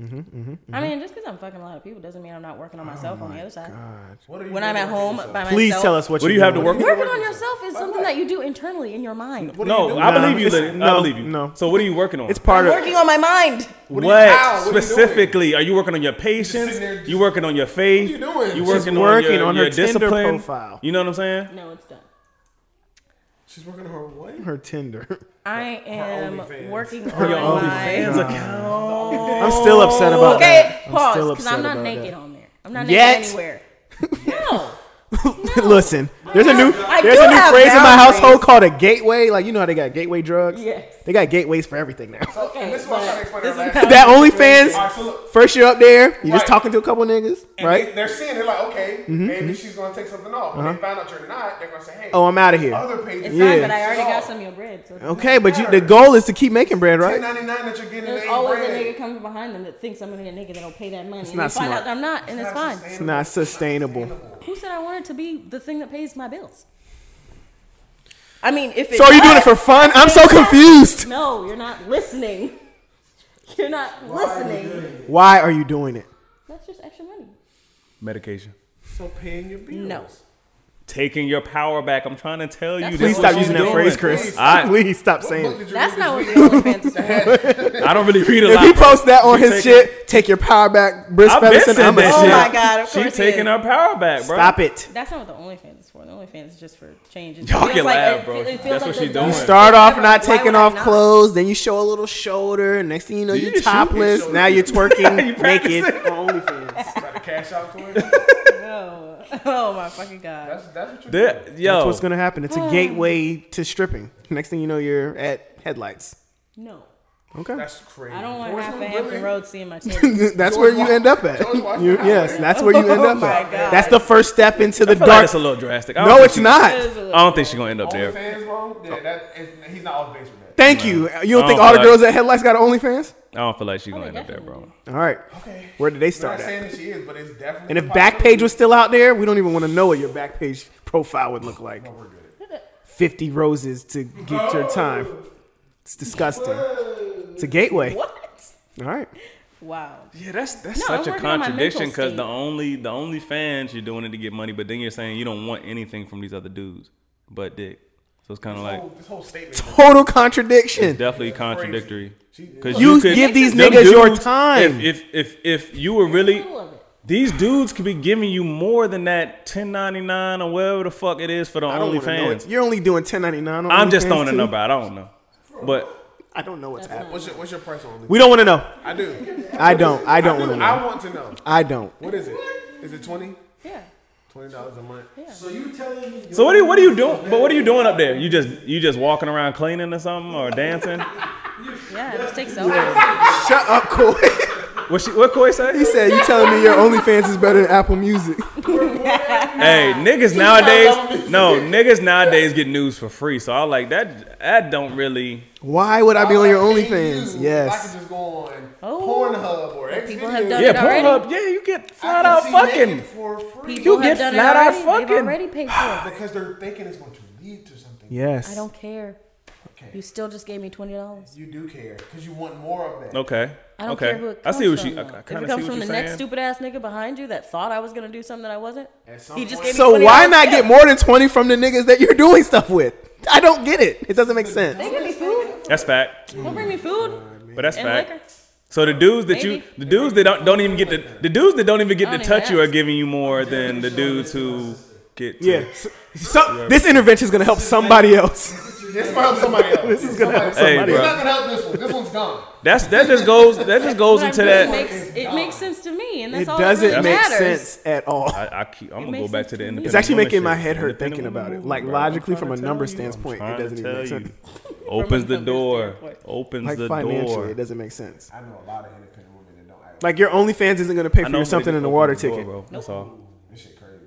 I mean, just because I'm fucking a lot of people doesn't mean I'm not working on myself on the other side.
God.
Oh What are you
When I'm
doing
at
to
home
yourself?
by myself.
Please tell us what,
What do
you
you have to
doing.
work
Working on yourself is something that you do internally in your mind.
What are you
No,
doing?
I
Nah,
believe you.
it's-
Liddy. I
no,
believe you.
no.
So what are you working on?
It's part of.
Working on my mind.
what,
what?
How? What are you
specifically? Are you working on your patience?
sitting there just-
you working on your faith?
What are you doing?
You
She's
working on
working
your,
on her
your
Tinder
discipline?
profile.
You know what I'm saying?
No, it's done.
She's working on her what?
Her Tinder.
I am
OnlyFans.
working on my.
OnlyFans account.
I'm still upset about
Okay,
that. I'm
pause.
still
Because
upset
I'm not
about
naked
that.
on there. I'm not
Yet.
naked anywhere. No.
Listen, there's a new
I
there's
do
a new
have
phrase in my
boundaries.
household called a gateway. Like you know how they got gateway drugs.
Yes.
They got gateways for everything now.
Okay.
This is what I tried to explain
this
her
is
last
not-
that
All right, so
OnlyFans,
look.
first you're up there, you're
Right.
just talking to a couple niggas, right? Mm-hmm.
And
Uh-huh.
they- They're seeing they're like, okay, maybe she's gonna take something off. When they find out you're not, they're gonna say, hey,
oh, I'm out of here.
other pages.
it's
Yeah.
fine, but I already got
Oh.
some of your bread. So
Okay, but you, the goal is to keep making bread,
Ten
right?
ninety nine that you're getting in
There's
ain't
always
bread.
a nigga coming behind them that thinks I'm gonna get naked that'll pay that money. and
not
they find
smart.
out that I'm not, and it's,
not
fine.
It's not sustainable.
Who said I wanted to be the thing that pays my bills? I mean, if it
So are you doing it
was-
for fun? I'm so confused.
No, you're not listening. You're not listening.
Why are you doing it?
That's just extra money.
Medication.
So paying your bills.
No.
Taking your power back. I'm trying to tell you.
That's
Please
this
what
stop
is
you
using
what
that
you're
phrase,
doing.
Chris.
I-
Please stop
What book
saying. it.
did you
That's
read
not what
this
the
week?
OnlyFans is for.
I don't really read a
If
lot.
he
bro.
posts that on
She
his
taking-
shit, take your power back, Briss
I've been
Featherson.
saying
I'm a
that
Oh
shit.
my God, of
She's
course he
taking
is.
her power back, bro.
Stop it.
That's not what the OnlyFans is for. The OnlyFans is just for change. It
Y'all
feels
can
like-
laugh,
it
bro.
fe- it feels
That's what
the
she's
dumb-
doing.
Start off not
Why would
taking
I
off
not?
clothes, then you show a little shoulder. Next thing you know,
You
you
just shoot
topless.
your
Now you're twerking
You practicing.
naked on OnlyFans.
Got a cash out for it.
No. Oh my fucking god.
That's that's what you're doing.
There- yo,
That's what's gonna happen. It's a gateway to stripping. Next thing you know, you're at headlights.
No.
Okay,
That's crazy.
I don't want
George
half of
Will
Hampton
really-
Road seeing my titties.
that's
George
where you
Wa-
end up at.
George Washington
You-
Howard.
yes, that's where you end
Oh
up
my
at.
God.
That's the first step into the
I feel like
dark.
it's a little drastic. I don't
No,
think
it's
she-
not.
I don't think she's gonna end up there.
OnlyFans, bro. Yeah, that is- he's not off base with that.
Thank you. You don't
I
think
don't
all the
feel
girls at headlights got OnlyFans?
I don't feel like she's gonna end
they
up there, bro.
definitely
All right.
Okay.
Where did they
I'm not
start
saying
at?
that she is, but it's definitely.
And if
a possibility.
Backpage was still out there, we don't even want to know what your Backpage profile would look like.
we're good.
50 roses to get your time. It's disgusting. It's a gateway.
What?
All right.
Wow.
Yeah, that's that's
No, I'm
such a
working on my mental
contradiction because the
state.
only the only fans you're doing it to get money, but then you're saying you don't want anything from these other dudes but dick. So it's kind of like
Whole- this whole statement.
Total
it's
contradiction.
definitely contradictory.
She-
Cause
You give these
them
niggas your
dudes,
time.
If, if if if you were really
Middle of it.
these dudes could be giving you more than that 10.99 or whatever the fuck it is for the
I don't wanna know it.
OnlyFans.
You're only doing 1099 on
I'm just
OnlyFans
throwing a
too?
number. out. I don't know, but
I don't know what's happening.
What's your, what's your price on this?
We don't want to know.
I do.
I don't. I don't
do.
want to know.
I want to know.
I don't.
What is it? Is it 20
Yeah.
Twenty dollars a month.
So you telling me?
so what are you what are you doing? But what are you doing up there? You just you just walking around cleaning or something or dancing?
Yeah. Just take selfies.
Shut up, Coy.
What she what Koi say?
he said, you telling me your OnlyFans is better than Apple Music.
Hey, niggas nowadays, no, niggas nowadays get news for free. So I like that. That don't really.
Why would I be on your
Hey,
OnlyFans?
you, I
Yes.
can just go on
Oh.
Pornhub or X
People have done
Yeah,
it already.
Pornhub. Yeah, you get flat out fucking.
for free
People
You
have
get
done
flat out
it already.
fucking.
They've already paid for it.
because they're thinking it's going to lead to something.
Yes.
I don't care.
Okay.
You still just gave me twenty dollars.
You do care because you want more of that.
Okay.
I don't
okay.
care who it
I
comes
see what
from.
she. I,
though. if
kind of see what
it comes from
you're
the next
saying.
stupid ass nigga behind you that thought I was gonna do something that I wasn't,
At some
he just
point-
gave me
So
$20
why not
tip.
get more than 20 from the niggas that you're doing stuff with? I don't get it. It doesn't make sense.
They give me food.
That's fact.
Don't bring me food
But that's
and
fact.
liquor.
So the dudes that you,
Maybe.
the dudes that don't, don't even get to, the dudes that don't even get to
I don't even
touch you are
ask.
giving you more than the dudes who get. To.
Yeah. So, so- this intervention is going to help somebody else.
This might help somebody else.
This is going to help
Hey,
somebody
bro.
else.
It's not going to help this one. This one's gone.
That's that just goes that just goes
But I'm
into that.
just- Makes, it makes sense to me, and that's
It
all. that
doesn't
really
make
matters.
sense at all.
I, I keep, I'm gonna
It
go
makes
back
sense
to
to
the
me.
independent.
It's actually
woman
making my
shit.
head hurt
Independent
thinking
woman
about it.
movement,
Like
bro.
logically,
I'm
from a
trying to
number
tell you. I'm
standpoint,
trying
it
to
doesn't even
tell
make
you.
sense.
Opens the
numbers
door.
standpoint.
Opens
Like
the
financially,
door.
it doesn't make sense.
I know a lot of independent women that don't act.
Like your OnlyFans isn't going to pay
I
for
know
your
somebody
something
that
in the
opens
water
door,
ticket,
bro. That's all.
This shit crazy.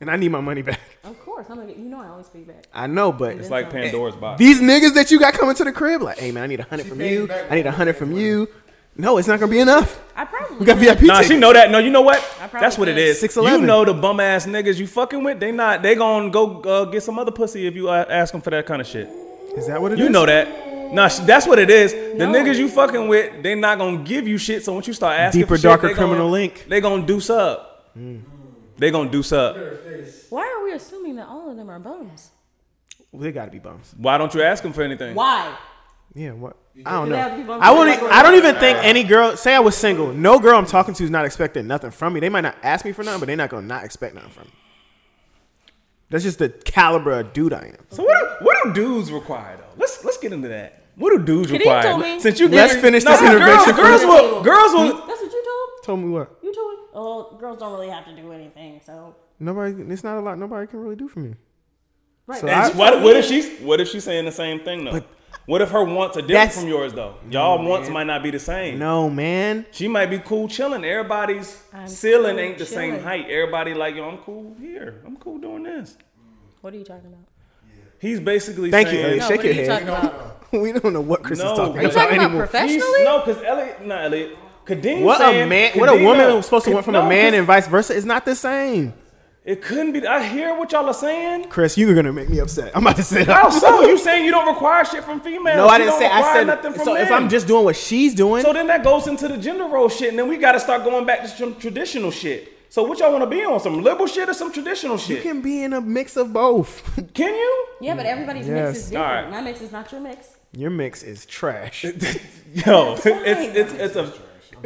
and I need my money back.
Of course, I'm gonna get. You know, I always pay back.
I know, but
It's like Pandora's box.
these niggas that you got coming to the crib, like, hey man, I need a hundred
She
from
paid
you.
back
I need a
more
hundred
than
from
what?
you. No, it's not going to be enough.
I probably.
We got VIP
Nah, she
tickets.
know that. No, you know what?
probably
That's what it
did.
is.
6'11".
You know the bum ass niggas you fucking with. They not. They gonna go uh, get some other pussy if you uh, ask them for that kind of shit.
Is that what it is?
You know that. Nah, sh- that's what it is. The niggas you fucking with, they not gonna give you shit. So once you start asking
Deeper,
for shit,
darker
they gonna-
criminal link.
they gonna do up. They gonna do up.
Why are we assuming that all of them are bums?
Well, they gotta be bums.
Why don't you ask them for anything?
Why?
Yeah, what? I don't know.
They gotta be bums.
I wouldn't. I don't even think any girl. Say I was single. No girl I'm talking to is not expecting nothing from me. They might not ask me for nothing, but they're not gonna not expect nothing from me. That's just the caliber of dude I am.
So what? Do, what do dudes require though? Let's let's get into that. What do dudes
Can you
require?
tell me?
Since you
Let's
get-
finish this intervention
Girls, girls
first.
will. Girls will.
That's what you told?
Tell me what?
You told? Oh, girls don't really have to do anything. So
Nobody. It's not a lot. Nobody can really do for me.
right.
So
And
I-
what, what if she's? What if she's saying the same thing though? what if her wants are different
That's-
from yours though? Y'all wants might not be the same.
No, man.
She might be cool chilling. Everybody's
I'm
ceiling
cool
ain't the same
chilling.
height. Everybody like yo, I'm cool here. I'm cool doing this.
what are you talking about?
He's basically
Thank you,
saying,
Elliot.
No,
Shake
what are
your
you
head.
talking about?
We don't know what Chris
No,
is talking
we're
about,
talking
about
anymore.
profe-
He's-
Professionally?
No, because Elliot, not Elliot. Kadeem
What a
saying-
man! What a
Kadeem-
woman
no,
was supposed to
Ka-
want from
no,
a man,
Chris-
and vice versa, is not the same.
It couldn't be. I hear what y'all are saying.
Chris, you're gonna make me upset. I'm about to sit
How
up.
so? You saying you don't require shit from females?
No, I
You
didn't
don't
say. I
require
said.
nothing from
So if
men.
I'm just doing what she's doing,
so then that goes into the gender role shit, and then we got to start going back to some traditional shit. So what y'all want to be on? Some liberal shit or some traditional shit?
you
can,
can be in a mix of both.
you?
Yeah, but everybody's mix
Yes.
is different.
Alright.
My mix is not your mix.
Your mix is trash.
Yo, it's it's it's a.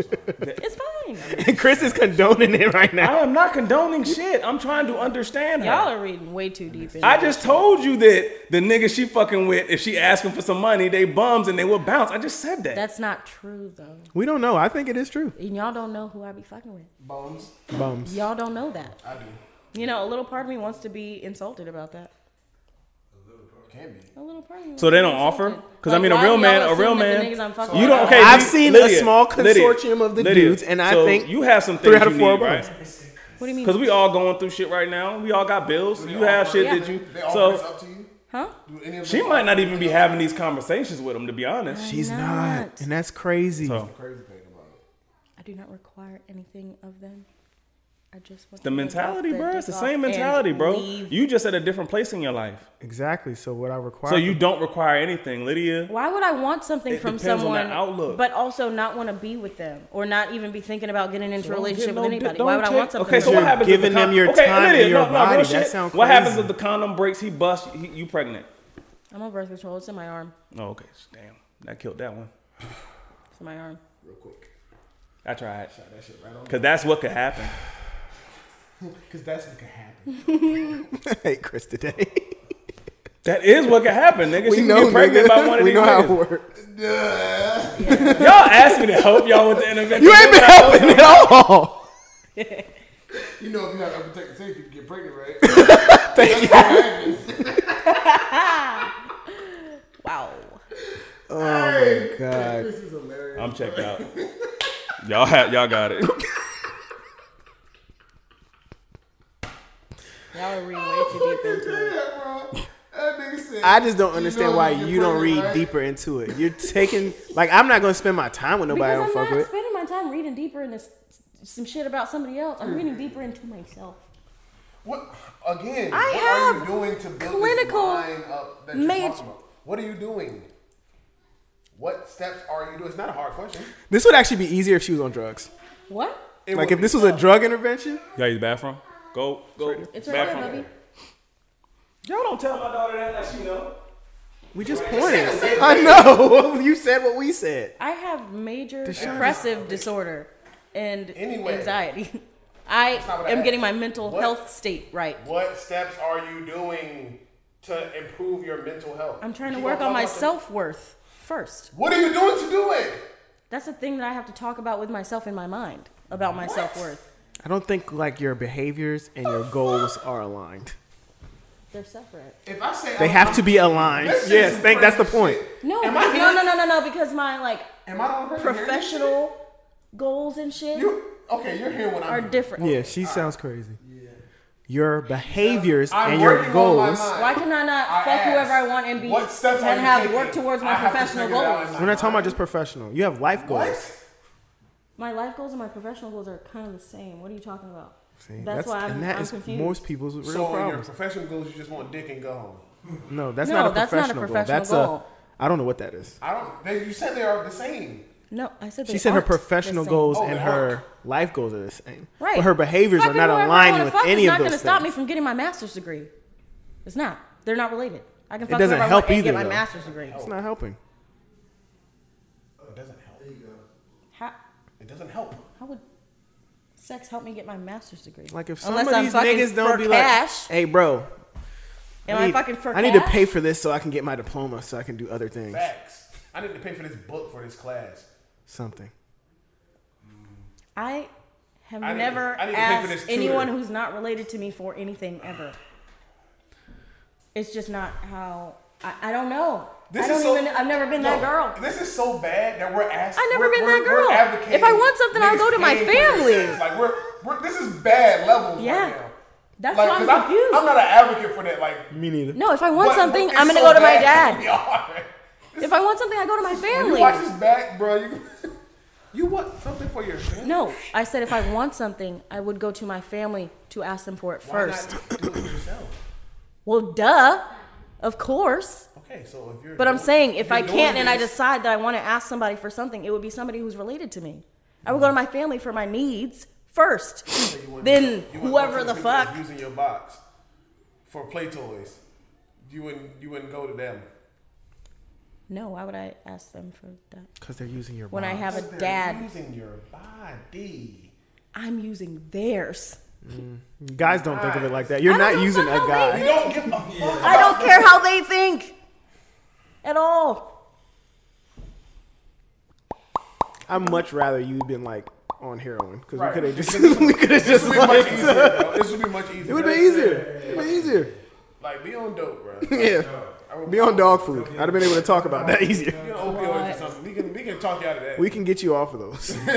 It's fine.
Chris is condoning it right now.
I am not condoning shit. I'm trying to understand her.
Y'all are reading way too deep. In
I just told you that the nigga she fucking with, if she asking for some money, they bums and they will bounce. I just said that.
That's not true though.
We don't know. I think it is true.
And y'all don't know who I be fucking with.
Bones.
Bums.
Y'all don't know that.
I do.
You know, a little part of me wants to be insulted about that.
Can be.
A little part of me. wants
So they
to be
don't offer?
insulted.
'Cause I mean, a
why
real
do y'all
man- a
assume
real
that the
man-
niggas I'm fucking
You
with
don't.
are
Okay,
I've
Lee-
seen a small consortium of the dudes, and I
so
think
you have some
three
things
out of
you
four
need,
are
right?
What do you mean?
Because we all going through shit right now. We all got bills. You have shit that you.
They offer this
So
up to you?
huh?
Do any of
she
them-
might not even be having these conversations with him, to be honest.
she's
not.
not. and that's crazy.
So
Crazy thing about it.
I do not require anything of them. I just want
the
them to
mentality,
drop their
bro. It's the
dick off
same
and
mentality, bro.
leave.
You just at a different place in your life,
Exactly. So what I require.
so you don't require anything, Lydia.
Why would I want something
It
from
depends on
someone,
their outlook.
but also not want to be with them, or not even be thinking about getting into a
Don't
relationship
get no
with
dick.
anybody?
Don't
Why would I want
take-
something?
Okay, so
from
what
You're
happens if the
giving them
con-
your
okay,
time and
Lydia,
your
no, no, real
body. That
shit.
sound
What happens
crazy.
if the condom breaks? He busts. He, you pregnant?
I'm on birth control. It's in my arm.
Oh, okay. Damn, that killed that one.
It's in my arm.
Real quick.
I tried.
That shit right on.
Cause that's what could happen.
Because that's what could happen.
hate Chris today.
That is what could happen, nigga.
we
she
know,
can get pregnant
nigga.
by one of
we
these
know how it
niggas.
works.
Y'all asked me to help y'all with the intervention.
You ain't been helping at all.
you know, if you have unprotected sex, you can get pregnant, right? Thank you. Happens.
Wow.
Oh my god.
This is hilarious.
I'm checked out. Y'all have y'all got it.
Y'all are reading way too deep into it.
Yeah, bro. That nigga said.
I just don't
you
understand
know
why
get
you don't read
pregnant, right?
deeper into it. You're taking like I'm not gonna spend my time with nobody I
Because
don't
I'm
fuck
not
with.
spending my time reading deeper into s- some shit about somebody else. I'm reading deeper into myself.
What again?
I
what
have
are you doing to build
clinical
this line up that you're
major-
talking about? What are you doing? What steps are you doing? It's not a hard question.
This would actually be easier if she was on drugs.
What?
It
Like
would
if
be
this was a drug intervention,
Y'all use the bathroom? Go, go.
It's right there,
bathroom.
Bubby.
y'all don't tell my daughter that like she know.
we just pointed. I know. you said what we said.
I have major
shit
depressive disorder and
Anyway.
anxiety. I
not what I
am getting my
asked.
mental
What-
health state right.
What steps are you doing to improve your mental health?
I'm trying to
You
work
gonna
on my
talk about
self worth first.
the- What are you doing to do it?
That's the thing that I have to talk about with myself in my mind about my self worth.
I don't think like your behaviors and your goals are aligned.
They're separate.
If I say
They
I'm-
have to be aligned.
Let's say
Yes,
some
think that's the
crazy
point.
shit.
No,
Am I
no,
hearing-
no, no, no, no, because my like
Am I the only person hearing this shit?
professional goals and shit
You okay? You're hearing what I'm.
are
hearing.
different.
Yeah, she sounds crazy. Your behaviors
I'm
and your
working on my
goals.
mind.
Why can I not
I
fuck whoever I
asked,
want and be
what steps are
and
you
have
taking?
work towards my
I have to
professional
figure it out in
goals?
my
We're not talking about just professional. You have life goals.
What?
My life goals and my professional goals are kind of the same. What are you talking about?
See, that's,
why I'm,
and that
I'm
is
confused.
most people's real
So in your
problems.
professional goals, you just want dick and go home.
No, that's
No,
not a
that's
professional
not a
goal. That's
professional goal.
a I don't know what that is.
I don't. They, you said they are the same.
No, I said
She
they
said her
aren't the
professional
same.
goals
Oh,
and
they
her life goals are the same.
Right.
But her behaviors are
Fucking
not
whoever I
aligned
wanna
with
fuck is
any of
not
those
gonna stop me
things.
from getting my master's degree. It's not. They're not related. I can fuck
doesn't
whoever I
help
want and
either,
get my
though.
master's degree.
It's not helping.
Oh, It doesn't help.
How,
It doesn't help.
how would sex help me get my master's degree?
Like if some
Unless
of
I'm
these
fucking
niggas don't
for
be
cash,
like, "Hey, bro,
am I, fucking for
I need
cash?
to pay for this so I can get my diploma so I can do other things.
Facts. I need to pay for this book for this class.
Something.
I have
I need to-
never
I need to pay for this
asked
tutor.
anyone who's not related to me for anything ever. It's just not how I, I don't know.
This
I don't
is so-
even. I've never been that
No,
girl.
This is so bad that we're asking.
I've never
we're-
been
we're-
that
we're
girl.
advocating
If I want something, I'll
niggas
go to my
paying for their
family.
sins. Like we're, we're this is bad levels
Yeah.
right now.
That's
Like,
why
'cause
I'm
I'm,
confused.
I'm not an advocate for that. Like
Me neither.
no, if I want
but
something,
it's
I'm gonna
so
go to my
bad that
dad.
We are.
If I want something, I go to my
When you
family.
watch this back, bro, you you want something for your family?
No, I said if I want something, I would go to my family to ask them for it
Why not
first.
do it yourself?
Well, duh, of course.
Okay, so if you're
But I'm
doing-
saying if
you're
I can't
doing
and I
this-
decide that I want to ask somebody for something, it would be somebody who's related to me. I would go to my family for my needs first.
So you wouldn't- you
Then
wouldn't go
whoever
to
the
people that's
fuck.
using your box for play toys, you wouldn't you wouldn't go to them.
No, why would I ask them for that?
Because they're using your
When I
mind.
have a
They're
dad,
using your body.
I'm using theirs.
You guys don't think of it like that. You're
I don't
not
know
using a
how they
guy.
You don't give a fuck.
I don't care how they think at all.
I'd much rather you been like on heroin because
Right.
we could have just we could have just
This would be much
like-
easier. Bro. This would be much easier.
it would be easier. It would be easier.
Like be on dope, bro. Like,
Yeah, be on dog food. I'd have been able to talk about that easier.
Get on opioids or something. We can we can talk you out of that.
We can get you off of those.
yeah,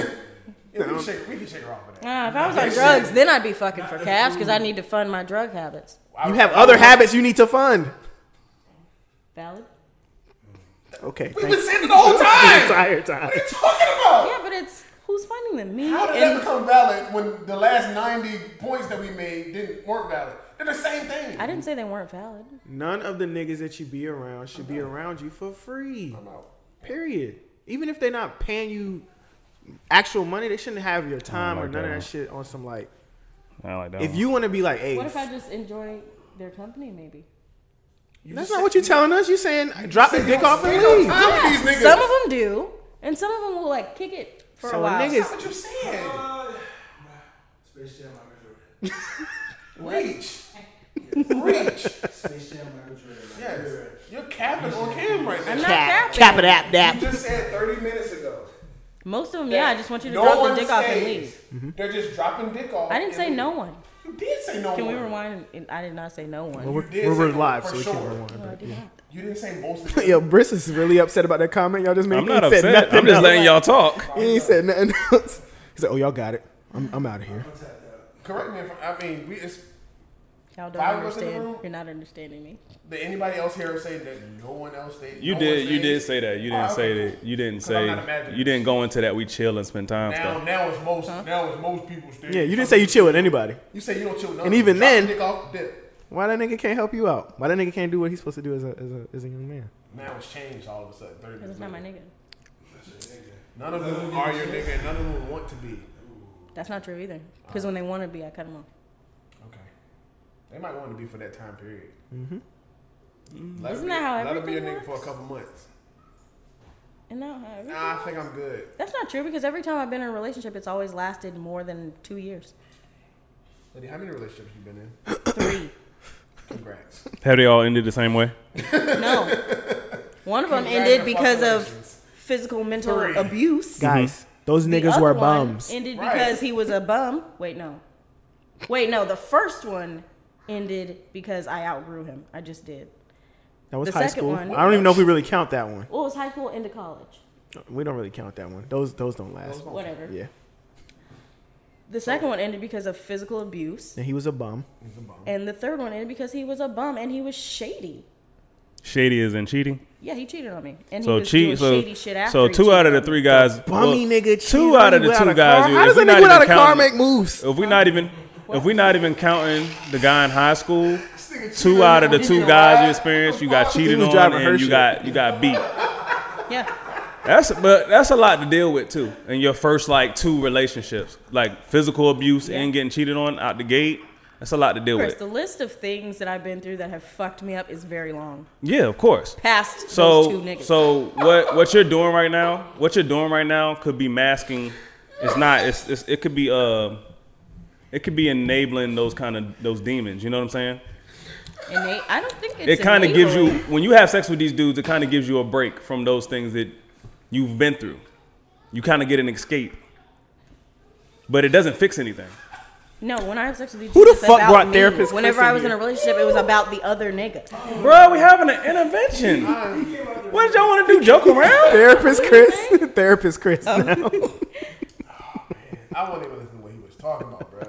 we, can shake, we can shake her off of that.
Nah, Ah, if I was on drugs, then I'd be fucking for cash because I need to fund my drug habits.
I
You
would-
have other habits you need to fund.
Valid?
Okay,
We've
thank
been
you.
sitting the whole
The
time.
entire time.
What are you talking about?
Yeah, but it's who's funding them? Me
How did that
and
become valid when the last 90 points that we made didn't weren't valid? They're the same thing.
I didn't say they weren't valid.
None of the niggas that you be around should be around you for free. Period. Even if they're not paying you actual money, they shouldn't have your time or
like
none of
that.
that shit on some like.
I like that.
If you want to be like, hey,
What if I just enjoy their company? Maybe.
that's not what you're telling us. You're saying drop the dick off and
Ain't no
leave.
time for these niggas.
Ah, Some of them do, and some of them will like kick it for
So
a while.
niggas-
That's what you're saying.
Uh, Space Jam Michael Jordan.
Reach. Reach.
Space Jam Michael Jordan.
Yes. You're capping on Cam right now.
I'm not capping.
it app
You just said 30 minutes ago.
Most of them, yeah. I just want you to
No
drop the
one
dick off and
stays.
leave.
They're just dropping dick off.
I didn't
and
say
leave.
no one.
You did say no
Can we
one.
rewind? And- I did not say no one.
We're,
did
we're,
say
we're live,
for
so we
sure.
can't rewind.
No, I
but
did
yeah.
not.
You didn't say most of them.
Yo, Briss is really upset about that comment y'all just made.
I'm
He
not
ain't said
upset.
nothing
I'm just
else.
letting y'all talk.
He ain't said nothing else. He said, "Oh, y'all got it. I'm, I'm out of here."
Correct me if I I mean, we, it's,
Y'all don't
Five of us in the
understand.
room?
You're not understanding me.
did anybody else here say that no one else stayed?
You
no
did.
one
You did
stays?
say that. You
Oh,
didn't
okay,
say
cool.
that. You didn't
'Cause I'm not
say.
imagining.
You didn't go into that. We chill and spend time
Now,
stuff.
now it's most. Now it's most people staying.
Yeah, you didn't say you chill with anybody.
You say you don't chill. with none
And
of
even
them. Drop
then-
dick off, dip.
Why that nigga can't help you out? Why that nigga can't do what he's supposed to do as a as a, as a young man?
now it's changed all of a sudden. 30
Cause
minutes
it's not my
later.
nigga.
None of them are your nigga, and none of them want to be.
That's not true either. Because when they want to be, I cut them off.
Okay, they might want to be for that time period. Mm-hmm.
Isn't that how
Let them be a
everything
nigga for a
works?
couple months.
And now, uh,
Nah, I think I'm good.
that's not true because every time I've been in a relationship, it's always lasted more than two years.
Lady, how many relationships you been in?
Three.
Congrats.
Have they all ended the same way?
No. One of them ended because of physical mental
Three.
abuse.
Guys, those
The
niggas
other
were
one
bums.
Ended
Right.
because he was a bum. Wait, no. Wait, no. The first one ended because I outgrew him. I just did.
That was
the
high
second
school.
one-
I don't even know if we really count that one.
What was high school into college?
We don't really count that one. Those those don't last.
Whatever.
Yeah,
The second one ended because of physical abuse,
and he was a bum.
He's a bum.
and the third one ended because he was a bum and he was shady.
Shady is in cheating.
Yeah, he cheated on me, and he
So
was
cheat.
doing
So,
shady shit after.
so
he
two
cheated
out of the
on me.
three guys.
Bummy
well,
nigga.
Two out of the two guys. you-
How
if
does
we
a
not
nigga without a
even
car
counting-
make moves?
If we're not even, if we're not even counting the guy in high school, two out of the two guys you experienced, you got cheated
was
on
driving her
and you
shit.
got you got beat.
Yeah.
That's but that's a lot to deal with too in your first like two relationships, like physical abuse and getting cheated on out the gate. That's a lot to deal
Chris,
with.
the list of things that I've been through that have fucked me up is very long.
Yeah, of course.
Past those two
So
niggas.
so what what you're doing right now? What you're doing right now could be masking. It's not. It's, it's it could be uh, it could be enabling those kind of those demons. You know what I'm saying?
and they, I don't think it's
it kind of gives you
enabling.
when you have sex with these dudes it kind of gives you a break from those things that you've been through you kind of get an escape but it doesn't fix anything
No, when I have sex with you,
Who the
it's
fuck
about
brought
me.
therapist
Whenever
Chris
I
in
was in a
here?
relationship, it was about the other nigga.
bro we having an intervention what did y'all want to do joke around
Therapist Chris. Therapist Chris. now.
I wasn't even listening to what he was talking about, bro.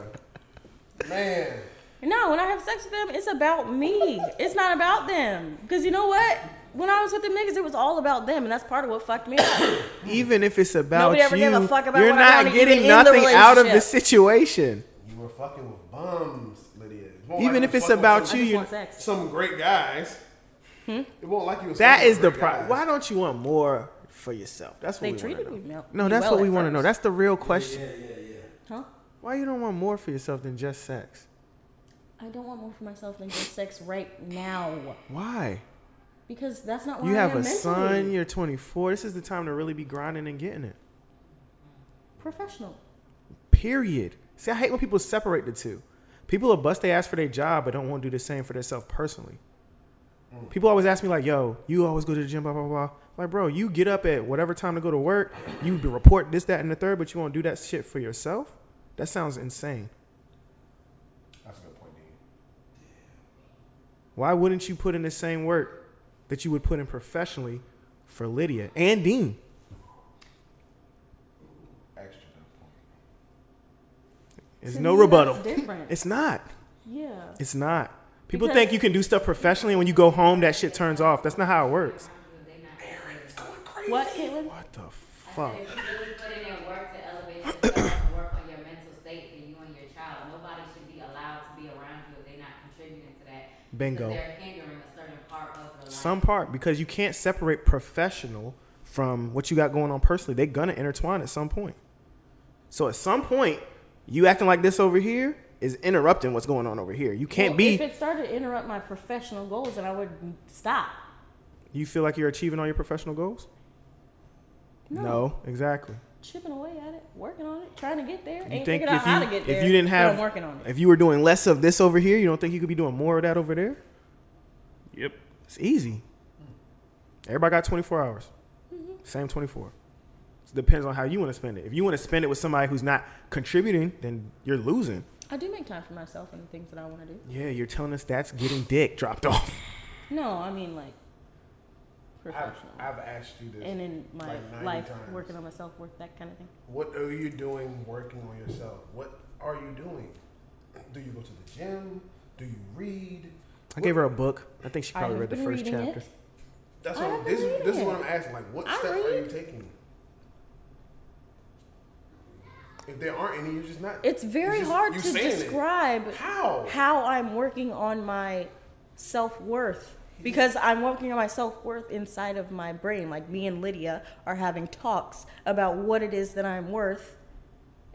Man,
No, when I have sex with them, it's about me. It's not about them. Because you know what? When I was with them niggas, it was all about them, and that's part of what fucked me up.
Even if it's about
Nobody ever
you,
gave a fuck about
you're
what I
not
wanted,
getting
even in the
nothing out of the
relationship.
situation.
you were fucking with bums, Lydia. It won't
Even
like
if
you
it's
fucking
about
with
I
you,
just
you
want sex.
some, some great guys.
Hmm?
It won't like you. was
that
fucking
is
with
the
great
problem.
guys.
Why don't you want more for yourself? That's what
They
we
treated
want
me well.
No, that's
well
what
at
we want to
first.
know. That's the real question.
Huh?
Why you don't want more for yourself than just sex?
I don't want more for myself than just sex right now,
Why?
because that's not where
You
I
have
am
a
mentally.
son. You're 24. This is the time to really be grinding and getting it.
professional.
Period. See, I hate when people separate the two. People will bust their ass for their job, but don't want to do the same for themselves personally.
Mm.
People always ask me like, "Yo, you always go to the gym, blah blah blah." Like, bro, you get up at whatever time to go to work. You report this, that, and the third, but you won't do that shit for yourself. That sounds insane.
That's a good point, dude.
Why wouldn't you put in the same work that you would put in professionally for Lydia and Dean?
Extra good point.
There's
To
no
me,
rebuttal.
that's different.
It's not.
Yeah.
It's not. People
Because-
think you can do stuff professionally, and when you go home, that shit turns off. That's not how it works.
What, Caitlin?
What the fuck?
If you really put in that work to elevate yourself and work on your mental state for you and your child, nobody should be allowed to be around you if they're not contributing to that. because
Bingo.
They're hindering a certain part of the life.
Some part because you can't separate professional from what you got going on personally. They're gonna intertwine at some point. So at some point, you acting like this over here is interrupting what's going on over here. You can't
Well,
be.
If it started to interrupt my professional goals, then I would stop.
You feel like you're achieving all your professional goals?
No.
exactly.
Chipping away at it, working on it, trying to get there.
You
Ain't
think
figured
if
out how to
you
get there.
if you didn't
but
have
I'm working on it.
if you were doing less of this over here, you don't think you could be doing more of that over there?
yep
It's easy. Everybody got 24 hours.
Mm-hmm.
Same 24. It depends on how you want to spend it. If you want to spend it with somebody who's not contributing, then you're losing.
I do make time for myself and the things that I want to do.
Yeah, you're telling us that's getting dick dropped off.
No, I mean like
I've,
professional.
I've asked you this.
and in my
like 90
life,
times.
working on myself, work that kind of thing.
What are you doing working on yourself? What are you doing? Do you go to the gym? Do you read?
I gave her a book. I think she probably
I've
read the
been
first
reading
chapter.
it.
That's
I
what
haven't
this,
read
this is
it.
what I'm asking. Like, what
I
steps are you
read.
taking? If there aren't any, you're just not.
It's very
just-
hard
you
to
saying it.
describe
How?
how I'm working on my self worth because I'm working on my self worth inside of my brain. Like me and Lydia are having talks about what it is that I'm worth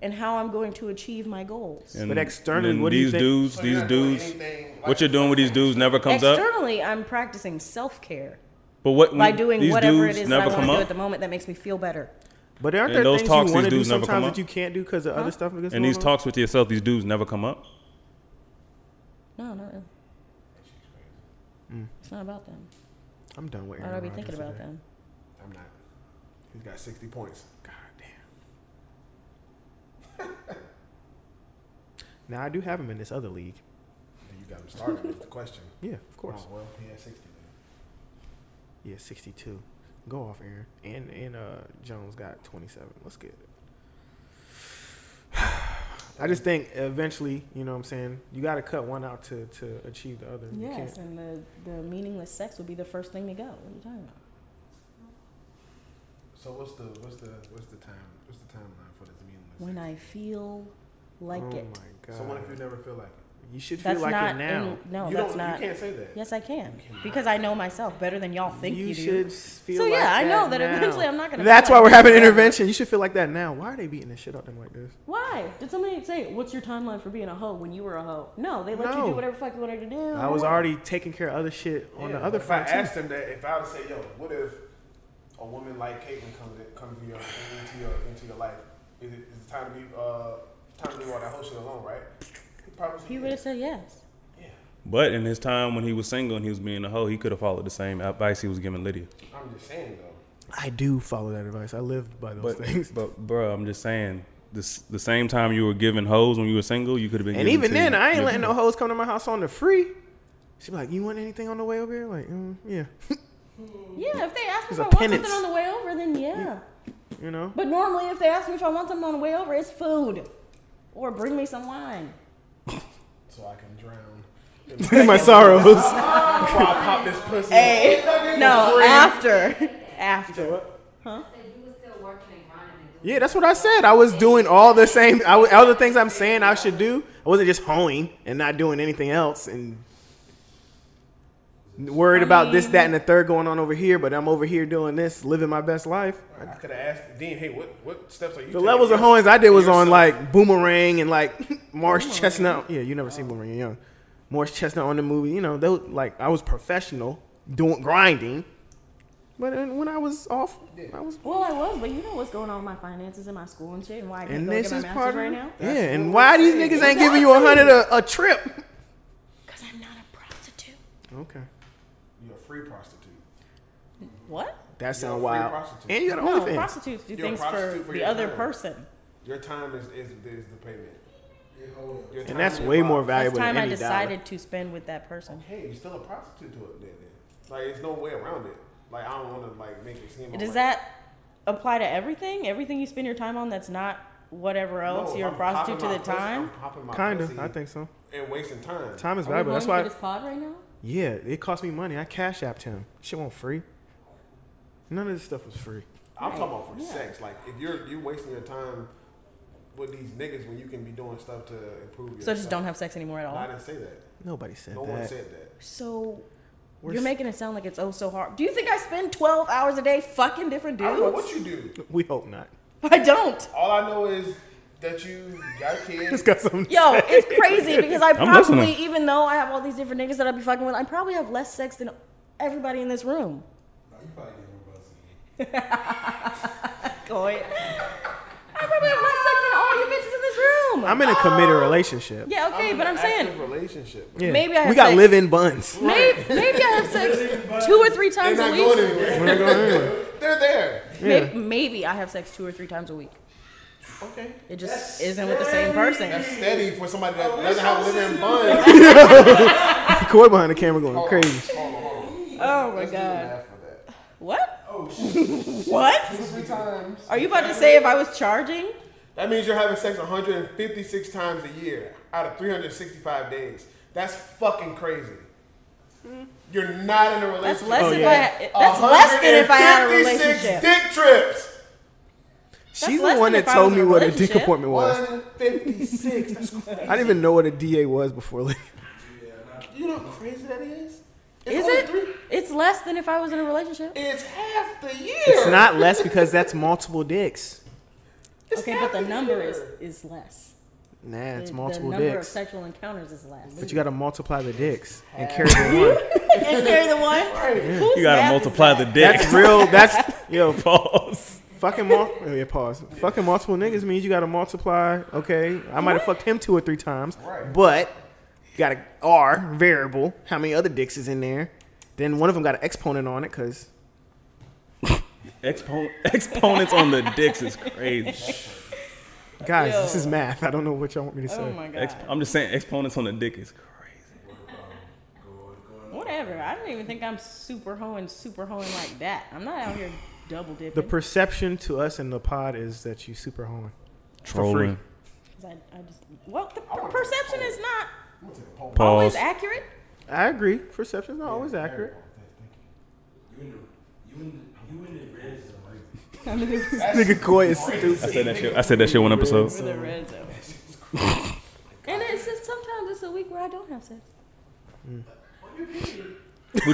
and how I'm going to achieve my goals.
and,
But externally,
and
what do you
these
think-
dudes
So you're
these
not doing
dudes
anything, like-
what you're doing with these dudes never comes up
Externally, I'm practicing self care
but what
by
when
doing
these
whatever it
dudes
is that I
never
want to
come
do at
up
the moment that makes me feel better.
But aren't
And
there
those
things
talks
you
these
want to do
dudes never come
sometimes
up.
that you can't do because of other stuff? that's
and
going
these
on?
talks with yourself these dudes never come up
No, not really. It's not about them.
I'm done with
Why would I
Aaron
be
Rodgers
thinking about
today.
them?
I'm not. He's got 60 points.
God damn. now I do have him in this other league.
You got him started. is the question.
Yeah, of course.
Oh, well, he has 60. Then.
Yeah, 62. Go off, Aaron. And and uh, Jones got 27. Let's get it. I just think eventually, you know what I'm saying, you got to cut one out to, to achieve the other. You
Yes,
can't.
and the, the meaningless sex would be the first thing to go. What are you talking about?
So what's the what's the what's the time what's the timeline for this meeting?
When I feel like
oh
it.
my God.
So what if you never feel like it?
You should feel
That's
like
not
it now.
in- no,
You
that's
don't-
not.
You can't say that.
Yes, I can because I know myself better than y'all think you,
you
do.
should s- feel
So,
like
yeah, I know that
now.
eventually I'm not gonna
That's
feel
why
like
we're
that
having
forever.
intervention. You should feel like that now. Why are they beating the shit out of them like this?
Why did somebody say what's your timeline for being a hoe when you were a hoe? No, they let you
No.
do whatever fuck you wanted to do.
I was already taking care of other shit on
Yeah,
the other
but if I
front. too.
asked him that, if I would say, "Yo, what if a woman like Caitlyn comes in, comes in your, into your into your life? Is it, is it time to be uh, time to do all that whole shit alone, right?" He probably said,
He would have said yes.
But in his time when he was single and he was being a hoe, he could have followed the same advice he was giving Lydia.
"Yeah." I'm just saying though.
I do follow that advice. I live by those
But,
things.
but bro, I'm just saying, this, the same time you were giving hoes when you were single, you could have been.
And
giving
even
to
then, I ain't
your
letting no
people.
hoes come to my house on the free. She be like, "You want anything on the way over here?" Like, mm, yeah,
Yeah, if they ask me
It's
if
a
I want
penance.
something on the way over, then yeah.
you know.
But normally, if they ask me if I want something on the way over, it's food or bring me some wine.
So I can drown.
my sorrows.
Oh.
Before I pop this pussy.
Hey, no, after, after.
So you was still working and grinding and doing
Yeah, that's what I said. I was doing all the same, I was, all the things I'm saying I should do. I wasn't just hoeing and not doing anything else and worried about this, that, and the third going on over here. But I'm over here doing this, living my best life.
I could have asked Dean, "Hey, what what steps are you?"
The
taking
levels of
yourself-
hoeings I did was on
yourself?"
like Boomerang and like Morris Chestnut. Yeah, you never seen Boomerang you're young. Morris Chestnut on the movie. You know, they were, like I was professional doing grinding, but then when I was off, I was.
Well, I was, but you know what's going on with my finances in my school and shit, and why I can't
And
go
this
get my
is
master's
part
right now.
Yeah, and why these niggas ain't giving you a hundred a, a trip?
Because I'm not a prostitute.
Okay,
You're a free prostitute.
What?
that sound
free
wild.
prostitute.
And you got an
No,
OnlyFans.
prostitutes do
You're a
things
prostitute
for,
for
the
your
other
time.
person.
Your time is is, is the payment. Your time
And that's
is your
way
body.
more
That's
valuable
time
than
I
any dollar.
decided to spend with that person.
Hey, you're still a prostitute to it then. then. Like, there's no way around it. Like, I don't want to like make it seem.
Does
like,
that apply to everything? Everything you spend your time on that's not whatever
No,
else?
if
you're a
I'm
prostitute to
popping
the
my pussy-
time?
I'm popping my
Kinda,
pussy
I think so.
And wasting time.
Time is
Are we
valuable. That's
going
why.
through this pod right now?
Yeah, it cost me money. I cash apped him. Shit won't free. None of this stuff was free.
I'm talking about for sex. Like, if you're you're wasting your time with these niggas when you can be doing stuff to improve yourself.
So just don't have sex anymore at
No, I
all.
didn't say that.
Nobody said
No
that.
one said that.
So
We're
you're
s-
making it sound like it's oh so hard. Do you think I spend 12 hours a day fucking different
I
dudes?
don't know what you do.
We hope not.
I don't.
All I know is that you got kids.
Just got something. to
Yo,
say.
it's crazy because I probably,
listening.
even though I have all these different niggas that I be fucking with, I probably have less sex than everybody in this room.
Nah, you probably get more buzz than me.
Goy. I probably have less sex than all you bitches in this room.
I'm in a committed relationship.
yeah, okay,
I'm in
but
an
I'm saying
active relationship.
Yeah.
Maybe I
we
have
got
sex.
live-in buns.
maybe, maybe I have sex two or three
They're
times a
not
week.
going anywhere.
We're not going anywhere.
They're there.
May-
Yeah.
Maybe, I have sex two or three times a week.
Okay.
It just isn't with the same person.
That's steady for somebody that doesn't have living
Oh
buns.
Cord behind the camera going crazy.
oh my
Let's do the
god.
math for that.
What?
Oh shit.
What?
Three times.
Are you about to say if I was charging?
That means you're having sex 156 times a year out of 365 days. That's fucking crazy. You're not in a
Hmm. That's
relationship.
less
Oh,
if
yeah.
I had, that's less than if
Oh,
I had a
156
relationship.
Dick trips.
She's the
less
one
than
that
if I
told
was
me
in a
what a dick
relationship.
appointment was.
156. That's crazy.
I didn't even know what a DA was before. Like,
You know how crazy that is? It's
Is
only
it?
Three,
It's less than if I was in a relationship.
it's half the year.
it's not less because that's multiple dicks.
It's
Okay,
half
but the
the
number
year.
is is less.
Nah, it's
the,
multiple
the number of
dicks.
sexual encounters is less.
But you got to multiply the dicks and carry the one.
and carry the one. Whose
You gotta
math is
multiply the
that?
That's
dick.
real. That's yo.
Pause.
Fucking mul- oh, yeah, pause. Fucking multiple niggas means you got to multiply. Okay, I might have fucked him two or three times,
Right.
but got a R variable. How many other dicks is in there? Then one of them got an exponent on it because
Expon- exponents on the dicks is crazy.
guys,
Yo.
this is math. I don't know what y'all want me to say.
Oh my god.
Ex- I'm just saying, exponents on the dick is crazy.
Whatever. I don't even think I'm super hoeing, super hoeing like that. I'm not out here double dipping.
The perception to us in the pod is that you super hoeing.
Trolling.
'Cause I, I just well, the per- perception is not always
Pause.
accurate.
I agree. Perception's not always accurate.
You in the you in the you in the red zone.
Nigga Koi is stupid.
I said that shit. I said that shit one episode.
With a red zone. and it's just, sometimes it's a week where I don't have sex.
Would you,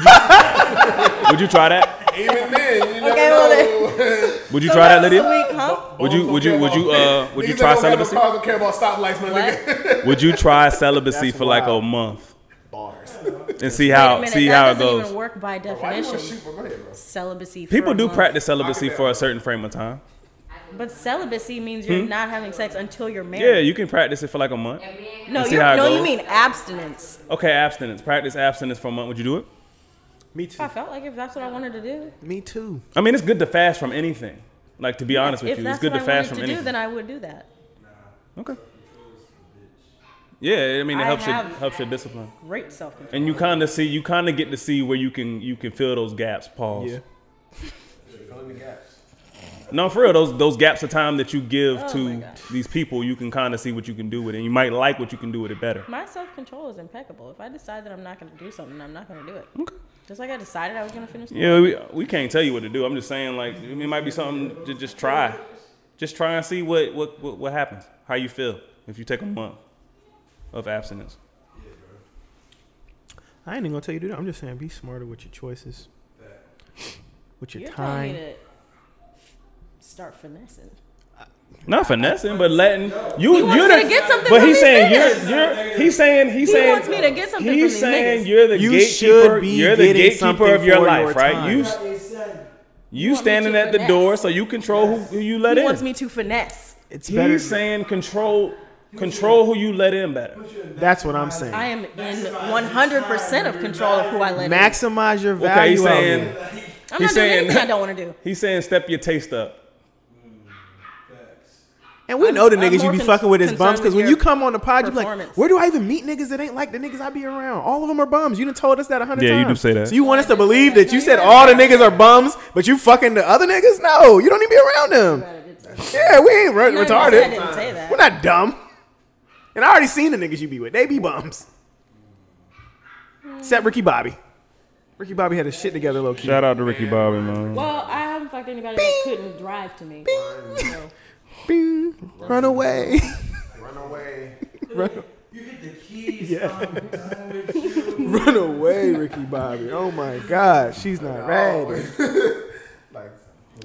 would you try that?
Even then, you never
Okay, well
know.
Would you try that, Lydia?
Week, huh?
Would you? Would you? Would you? Uh, would you
Niggas
try
that don't care about
celibacy?
cars Don't care about stoplights, my nigga.
Would you try celibacy for like a
wild.
month
Bars.
and see
Wait a
how
minute,
see
that
how it
doesn't
goes?
Even work by
Why you want to
definition.
shoot? But go ahead, bro.
Celibacy. for
People
a
do
month.
practice celibacy for a certain frame of time.
but celibacy means you're not having sex until you're married.
Hmm? Yeah, you can practice it for like a month.
And me and
No,
see
you
how it
no, you
goes.
mean abstinence.
Okay, abstinence. Practice abstinence for a month. Would you do it?
Me too.
I felt like if that's what I wanted to do,
Me too.
I mean, it's good to fast from anything. Like to be honest with
if
you, it's
that's
good
what
to
I
fast
wanted
from
to do,
anything.
then I would do that.
okay. Yeah, I mean, it
I
helps your
have-
helps your discipline,
Great self control.
and you kind of see, you kind of get to see where you can you can fill those gaps. Pause.
Yeah.
Filling the gaps.
No, for real, those those gaps of time that you give
Oh my
to
God.
these people, you can kind of see what you can do with it, and you might like what you can do with it better.
My self control is impeccable. If I decide that I'm not going to do something, I'm not going to do it. Just like I decided I was going to finish.
Yeah, we, we can't tell you what to do. I'm just saying, like, it might be something to just try. Just try and see what, what, what, what happens, how you feel if you take a month of abstinence.
I ain't even gonna tell you to do that. I'm just saying, be smarter with your choices, with your
You're telling me
time.
to start finessing.
Not finessing, but letting you.
wants
you're
me
the,
to get something
but
from
he's
these
saying
niggas.
you're, you're. He's saying he's
He
saying
wants me to get something from
He's
these
saying
niggas.
you're the
You
gatekeeper.
should be
you're the
getting
gatekeeper
something
of your
for
life,
your
right?
time.
You
Got a son.
you,
want me
standing
to
at the
finesse.
door, so you control who, who you let
He
in.
wants me to finesse.
It's
he's
better.
saying control control who you let in better.
That's what I'm saying.
I am in 100% of control of who I let in.
Maximize your
Okay,
value.
he's
out
saying.
here.
I'm
he's
not doing
saying-
anything I don't want to do.
He's saying step your taste up.
And we know the
I'm
niggas you
more
be
con-
fucking with is
concerned
bums because
with
when you
your
come on the pod, you be like,
performance.
"Where do I even meet niggas that ain't like the niggas I be around? All of them are bums." You done told us that a hundred
Yeah,
times.
you do say that.
So you want us to believe that you said all the niggas are bums, but you fucking the other niggas? No, you don't even be around them. Yeah, we ain't re-
I'm not gonna say I
retarded.
didn't say that.
We're not dumb. And I already seen the niggas you be with. They be bums. Except Ricky Bobby. Ricky Bobby had his shit together, low key.
out to Ricky Bobby, man.
Well, I haven't fucked anybody that couldn't drive to me. So,
Bing. Run away.
Run away.
You hit the keys.
Oh,
I'm done with you.
Run away, Ricky Bobby. Oh my God, she's not ready.
Like,
And we're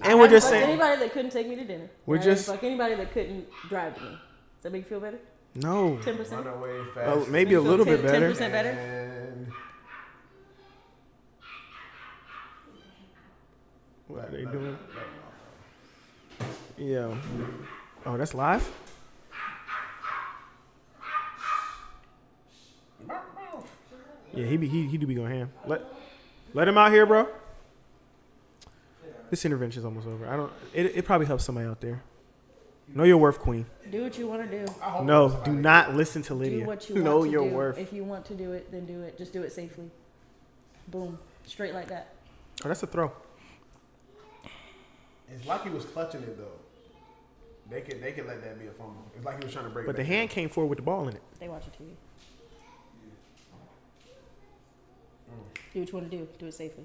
I haven't
just
fucked
saying,
anybody that couldn't take me to dinner.
We're
I didn't
just-
fuck anybody that couldn't drive to me. Does that make you feel better?
no,
Ten
run
percent.
away fast.
Oh, maybe a little bit
Oh, Ten
better.
percent better.
And
What are they doing? Yeah. Oh, that's live. Yeah, he be he, he do be going ham. Let let him out here, bro. This intervention's almost over. I don't. It, it probably helps somebody out there. Know your worth, Queen.
Do what you want to do.
No, do not listen to Lydia.
Do what you want
know
to
your
do.
worth.
If you want to do it, then do it. Just do it safely. Boom. Straight like that.
Oh, that's a throw.
it's like he was clutching it though. They could they could let that be a fumble. It's like he was trying to break.
But
it
the
back.
hand came forward with the ball in it.
They watch your TV. Do what you want to do. Do it safely.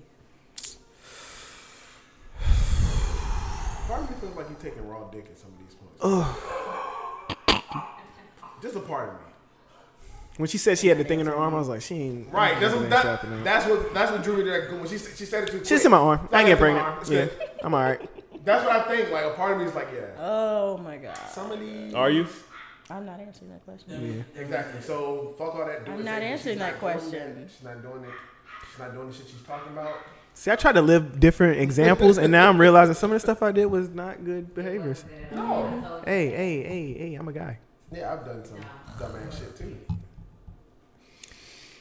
Part of me feels like you taking raw dick at some of these points. Ugh. Just a part of me.
When she said she had the thing in her arm, I was like, she ain't.
Right. That's what
ain't happening.
that, that's what that's what drew me to that when she she said it too quick.
Shit's in my arm. I ain't get
It's in my arm.
pregnant.
It's
Yeah,
good.
I'm all right.
That's what I think. Like a part of me is like, yeah.
Oh my god.
Some of these
Are you?
I'm not answering that question.
Exactly. So fuck all that. Do
I'm
it
not
safely.
answering
She's
that
doing
question.
that. She's not doing it. She's not doing the shit she's talking about.
See, I tried to live different examples, and now I'm realizing some of the stuff I did was not good behaviors.
No.
Hey, hey, hey, hey, I'm a guy.
Yeah, I've done some dumb ass shit too.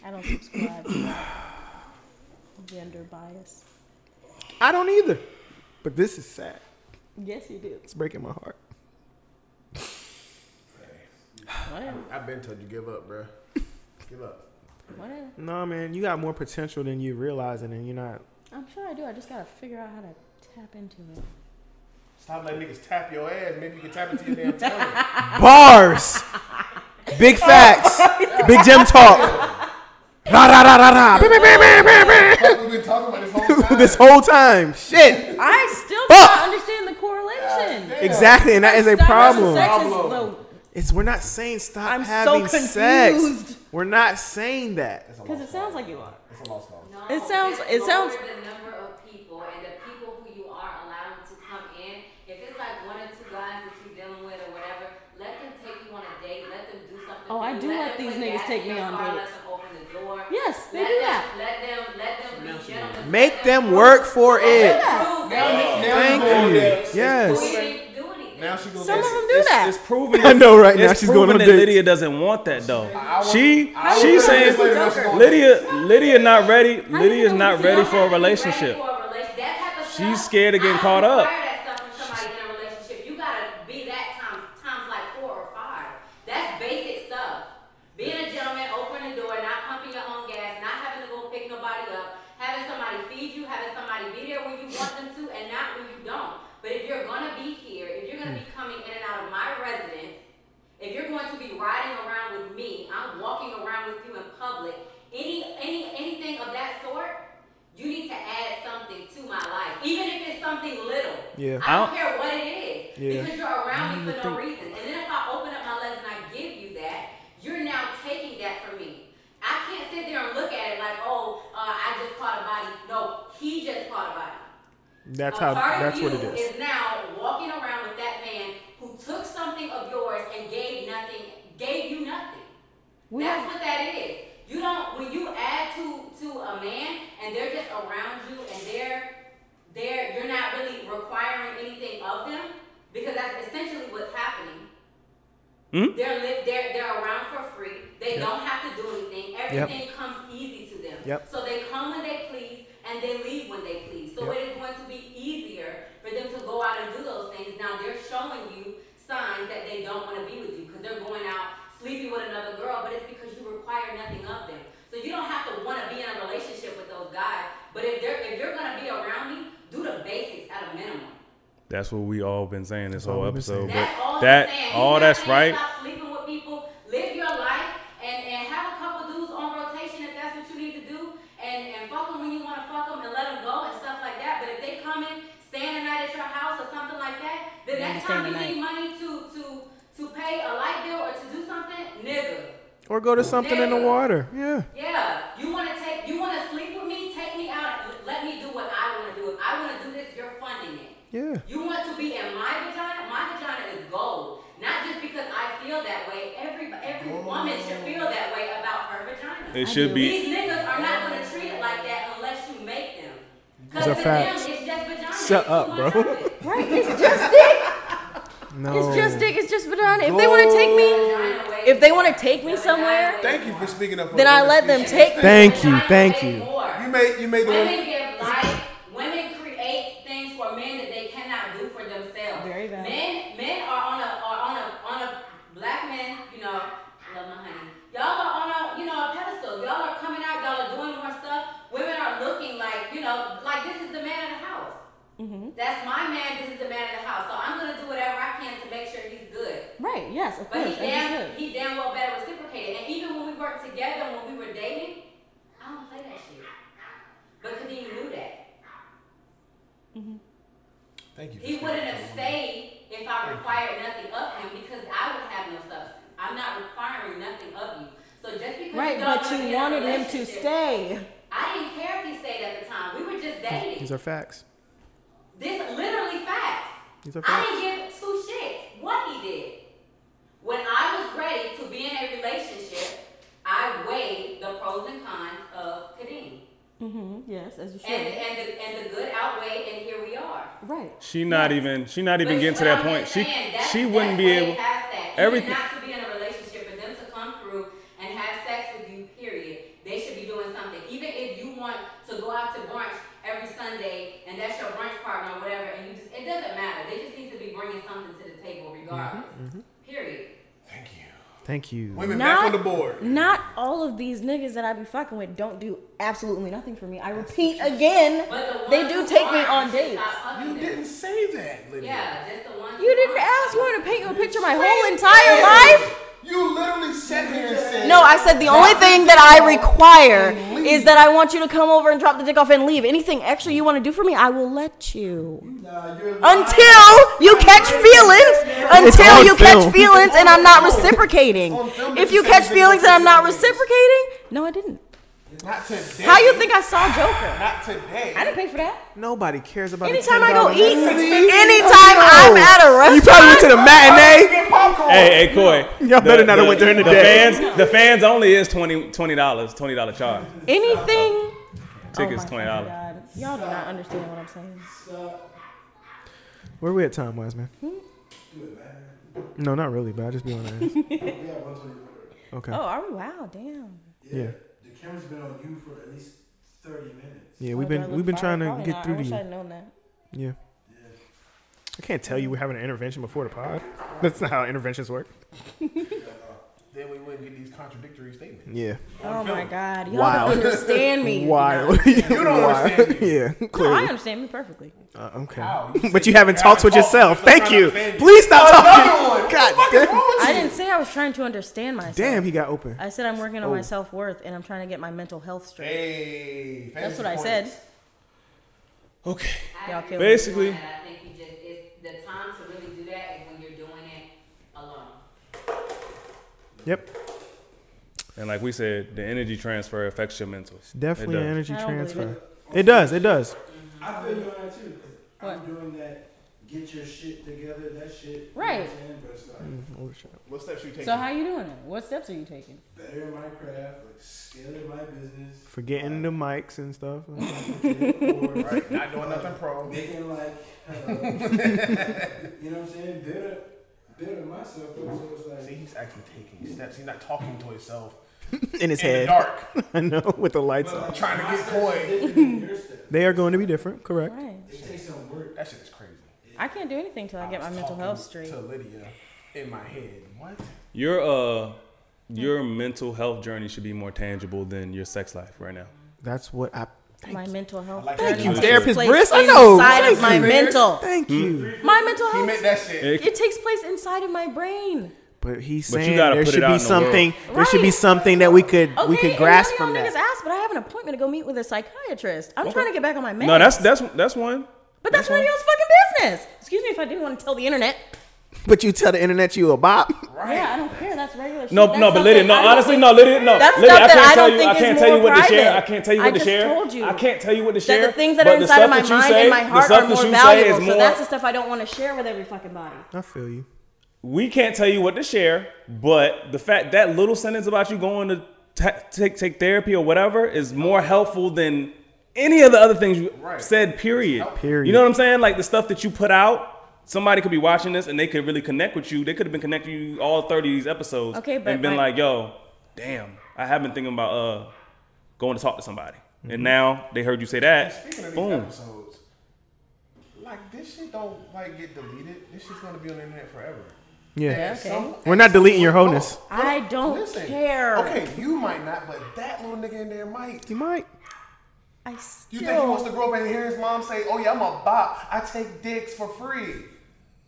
I don't subscribe to gender bias.
I don't either. But this is sad.
Yes, you do.
It's breaking my heart.
Whatever.
I've been told you give up, bruh. Give up.
Whatever.
No, man, you got more potential than you realizing, and you're not.
I'm sure I do. I just gotta figure out how to tap into it.
Stop letting niggas tap your ass. Maybe you can tap into your damn tummy.
Bars! Big facts! Big Jim talk! Ra ra ra ra ra! Beep, beep, beep, beep, beep,
Fuck, We've been talking about this whole
beep.
time.
This whole time. Shit!
I still
Fuck!
don't understand the correlation.
Damn.
Exactly, and that is a
Stop having
problem.
Sex is
Problem.
the
It's we're not saying stop
I'm so
having sex.
confused.
We're not saying that.
It's a
Because
lost
it sounds
cause.
like you are.
It's a lost cause.
No,
It sounds-
just
it sounds-
lower The number of people and the people who you are allowing to come in. If it's like one or two guys that you're dealing with or whatever, let them take you on a date. Let them do something.
Oh,
for
I
you.
do
Let
let
them
these
put
niggas
gas
take
in your
me on
car, Let
dates.
them open the door.
Yes, they do
let them,
that.
Let them. Let them be gentlemen.
Make
Let
them work for it.
prove that
Now
Thank
you going there.
you.
It's
Yes.
we
proving-
didn't do anything.
Now she goes.
Some of
it's-
them do that.
It's proven.
I know right now
it's
she's going
proven
on
that
dates.
Lydia doesn't want that though.
I
she
would- I would-
she
I would- I would- I
saying
would-
Lydia Lydia not ready.
you
Lydia's
know
not
she's
ready
You don't
for a
have to be ready
relationship.
for a relation- that type of
She's
stuff,
scared of getting
I don't
caught up.
require that stuff from somebody in a relationship. You gotta be that times times like four or five. That's basic stuff. Being a gentleman, opening the door, not pumping your own gas, not having to go pick nobody up, having somebody feed you, having somebody be there when you want them to, and not when you don't. But if you're gonna be here, if you're gonna be coming in and out of my residence, if you're going to be riding around with me, I'm walking around with you in public, any any anything of that sort, you need to add something to my life. Even if it's something little.
Yeah.
I don't
I'll-
care what it is.
Yeah. Mm,
Because you're around me for no reason. And then if I open up my legs and I give you that, you're now taking that from me. I can't sit there and look at it like, oh, uh, I just caught a body. No, he just caught a body.
That's
A
how.
part of
That's what
you
it is.
now walking around with that man who took something of yours and gave nothing, gave you nothing.
We-
That's what that is. You don't when you add to to a man and they're just around you and they're they're you're not really requiring anything of them because that's essentially what's happening.
Mm-hmm.
Hmm?
They're li- they're they're around for free. They don't have to do anything. Everything comes easy to them.
Yep.
So they come when they please and they leave when they please. So
Yep.
it is going to be easier for them to go out and do those things. Now they're showing you signs that they don't want to be with you because they're going out sleeping with another girl, but it's because you require nothing of them. So you don't have to want to be in a relationship with those guys. But if they're if you're gonna be around me, do the basics at a minimum.
That's what we all been saying this whole
we've been saying.
episode. But
That's all
that
I'm saying.
all
He's not
that's
saying
right.
Stop sleeping with people. Live your life and, and have a couple dudes on rotation if that's what you need to do. And and fuck them when you want to fuck them and let them go and stuff like that. But if they come in, staying the night at your house or something like that, the
Yeah,
next
stay
time
the
you
night.
need money to to to pay a light bill or to do something, nigga.
Or go to something in the water. Yeah.
Yeah, you want to take, you want to sleep with me, take me out, and let me do what I want to do. If I want to do this, you're funding it.
Yeah.
You want to be in my vagina? My vagina is gold. Not just because I feel that way. Every every
Oh.
woman should feel that way about her vagina.
It should
do.
be.
These niggas are not gonna treat it like that unless you make them. Cause
These are
to
facts.
them, it's just vagina.
Shut
It's
up,
too much
bro.
of it.
Right, it's just dick.
No.
It's just dick. It's just vagina. If they want to take me,
Vagina weighs
if they
more.
want to take me
Vagina
somewhere,
weighs
Thank you
more.
for speaking up. for
Then I
women.
let them
Speak-
take-
Thank you.
Vagina
Thank
weighs
you.
more.
You made you made the
Women give life. Women create things for men that they cannot do for themselves.
Very valid.
Men, men are on a are on a on a black men. You know, I love my honey. Y'all are on a you know a pedestal. Y'all are coming out. Y'all are doing more stuff. Women are looking like you know like this is the man of the house.
Mm-hmm.
That's my man. This is the man of the house. So I'm gonna do whatever I can to make sure he's good.
right? Yes, of
But
course. I
he damn,
just did.
he damn well better reciprocated. And even when we worked together, when we were dating, I don't play that shit. But Kadeem knew that.
Thank you. for
He
speaking
wouldn't
up for
have
women.
stayed if I required nothing of him because I would have no substance. I'm not requiring nothing of you. So just because
Right,
you don't
but
wanna be in
you
a
wanted him to
relationship-
stay.
I didn't care if he stayed at the time. We were just dating.
These are facts.
This literally facts.
These are
I didn't give two shits what he did. When I was ready to be in a relationship, I weighed the pros and cons of Kadeem.
Mm-hmm. Yes, as you should.
And, and, the, and the good outweighed, and here we are.
right.
She not even. She not even
But
getting to
what
that
I'm
point. She
saying, that's-
she
that's
wouldn't be
way
able.
Past that.
everything-
Everything. Not to be in a relationship for them to come through and have sex with you. Period. They should be doing something. Even if you want to go out to brunch every Sunday and that's your brunch partner or whatever, and you just it doesn't matter. They just need to be bringing something to the table regardless.
Mm-hmm,
Period.
Thank you.
Thank you.
Women
Not-
back on the board.
Not all of these niggas that I be fucking with don't do absolutely nothing for me. I repeat again,
But the ones
they do
who
take me
aren't,
on
you should
dates.
stop fucking
You
them.
didn't say that, Lydia.
Yeah, just the ones.
You
who
didn't
aren't.
ask you to paint your picture my whole entire life.
You literally sat here and said.
No, I said the only thing that I require is that I want you to come over and drop the dick off and leave. Anything extra you want to do for me, I will let you.
Nah, you're lying.
Until you catch feelings
It's
until
on
you
film.
catch feelings and I'm not reciprocating.
It's on film that
If
you
you
said
catch
you didn't
feelings
like
and I'm not
it.
reciprocating, no, I didn't.
Not today.
How you think I saw Joker?
Not today.
I didn't pay for that.
Nobody cares about. a
Anytime I go
$10
eat,
movie.
anytime I'm at a
Oh, You probably went to
restaurant,
the matinee.
Get popcorn.
Hey, hey, Coy.
Y'all better not have went during the day.
Fans, the fans only is 20 dollars, twenty dollar charge.
anything.
Tickets
Oh my
twenty dollars.
God. Y'all do not understand what I'm saying.
Where we at time wise, man? No, not really, but I just be on that. Okay.
Oh, are we? Wow, damn.
Yeah.
The camera's been on you for at least 30 minutes.
Yeah,
Oh,
we've
do I
been
look
we've been
fine?
trying to
Probably
get
not.
through
I
to
wish
you.
I'd known that.
Yeah. I can't tell you we're having an intervention before the pod. That's not how interventions work.
Then we wouldn't get these contradictory statements.
Yeah.
Oh my god, y'all
Wow.
don't understand me.
Wild. You don't
understand
Yeah,
No, I
clearly.
understand me perfectly.
Uh,
Wow,
okay.
you
But
said
you
you
haven't
gotta
talked with
talk.
yourself.
You're
Thank
trying
you.
to offend you.
Please stop
one.
talking.
What
God damn.
I didn't say I was trying to understand myself.
Damn, Oh. he got open.
I said I'm working on my self worth and I'm trying to get my mental health straight.
Hey,
That's
fantasy
what I
points.
said.
Okay.
Y'all killed me.
Basically,
And I think you just, it's, the time to really do that is when you're doing it alone.
Yep.
and like we said, the energy transfer affects your mental.
Definitely
It
an
does.
energy
I don't believe
transfer. It does. It does.
I feel you on that too. 'cause
Mm-hmm. What?
I'm doing that. Get your shit together. That shit. you know
Right.
what I'm saying? But it's like
Mm.
What steps you taking?
So how you doing it? What steps are you taking?
better in my craft, like scaling my business,
Forgetting the mics and stuff.
or
right, not doing nothing pro.
making like, uh, you know what I'm saying? Better, better myself. So it's like,
See, he's actually taking steps. He's not talking to himself
In his
in the
head.
dark.
I know, with the lights on.
like,
trying to
my
get
steps
coin.
is different than your steps.
They are going to be different, correct?
Right.
It takes some work.
That shit is crazy.
I can't do anything till I get my
was
mental
talking
health straight.
To Lydia, in my head, what?
Your
Hmm.
uh, your mental health journey should be more tangible than your sex life right now.
That's what I.
My mental health.
like
journey
that. Thank you,
takes
therapist
place
Briss. I know.
Inside
Thank
of my
you.
mental.
Thank you.
Hmm?
My mental
He
health.
meant that shit.
It takes place inside of my brain.
But he's
But you
saying
gotta
there
put it
should
out
be
in the
something.
world.
There should be
Right.
something that we could
Okay,
we could
and
grasp
none
from
of y'all niggas
that.
asked, but I have an appointment to go meet with a psychiatrist. I'm trying to get back on my meds.
No, that's that's that's one.
but that's none of y'all's fucking business. Excuse me if I didn't want to tell the internet.
But you tell the internet you a bop.
Right.
Yeah, I don't care. That's regular. shit.
No,
That's
no, but Lydia,
something
no,
I don't
honestly,
think-
no, Lydia, no.
That's
Lydia,
stuff that I
tell
don't
you,
think
I can't
is
tell you
more
what to share. I
private.
can't tell you
I
what to
just
share.
told you
I can't tell you what to share.
That the things that
but
are
the
inside
stuff
of my
that you
mind
say-
and my
the
heart
stuff
are
that
more
you say is
valuable. So
more-
that's the stuff I don't want to share with every fucking body.
I feel you.
we can't tell you what to share, but the fact that little sentence about you going to ta take take therapy or whatever is more helpful than any of the other things you
Right.
said. Period.
Period.
You know what I'm saying? Like the stuff that you put out. Somebody could be watching this and they could really connect with you. They could have been connecting you all 30 of these episodes
Okay, but
and been
my-
like, "Yo, damn, I have been thinking about uh going to talk to somebody." And now they heard you say
Speaking
that.
of these
Boom.
episodes, like this shit don't like get deleted. This shit's gonna be on the internet forever.
Yeah.
Yeah.
At
okay. Oh,
We're not
at some
deleting your
point-
wholeness.
No, no,
I don't care.
Okay, you might not, but that little nigga in there might.
You might.
I
You
still.
think he wants to grow up and hear his mom say, "Oh yeah, I'm a bop. I take dicks for free."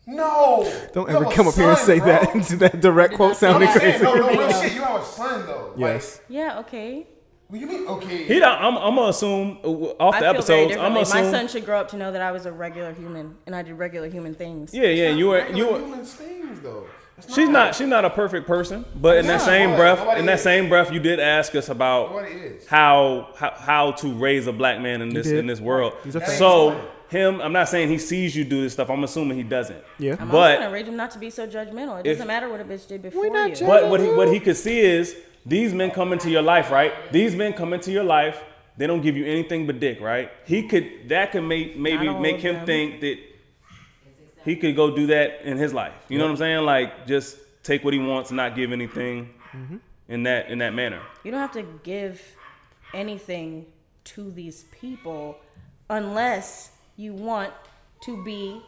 No.
Don't
You
ever
have a
come up here and
son,
say
bro.
that. that direct quote
I'm
sounded
just saying,
crazy.
no, no, real shit. You have a son though. Like,
Yes.
yeah. Okay.
what you mean? Okay.
He, don't- I'm, I'm gonna assume uh, off the
I feel very
episodes. I'm
differently.
gonna
My
assume.
son should grow up to know that I was a regular human and I did regular human things.
yeah, yeah. You were you
Regular
were.
human things though. It's
She's not. She's not a perfect person. But in that
No,
same
nobody-
breath,
nobody
in that
is.
same breath, you did ask us about
Nobody is.
how how, how to raise a black man in this
did.
in this world.
He's a fact.
So him, I'm not saying he sees you do this stuff. I'm assuming he doesn't.
Yeah.
I'm
But-
also gonna rage him not to be so judgmental. It
If-
doesn't matter what a bitch did before
not
you.
judge-
But what he what he could see is these men come into your life, right? These men come into your life. They don't give you anything but dick, right? He could that could make maybe
all
make
of
him
them.
think that he could go do that in his life. You know what I'm saying? Like just take what he wants, not give anything in that in that manner.
You don't have to give anything to these people unless you want to be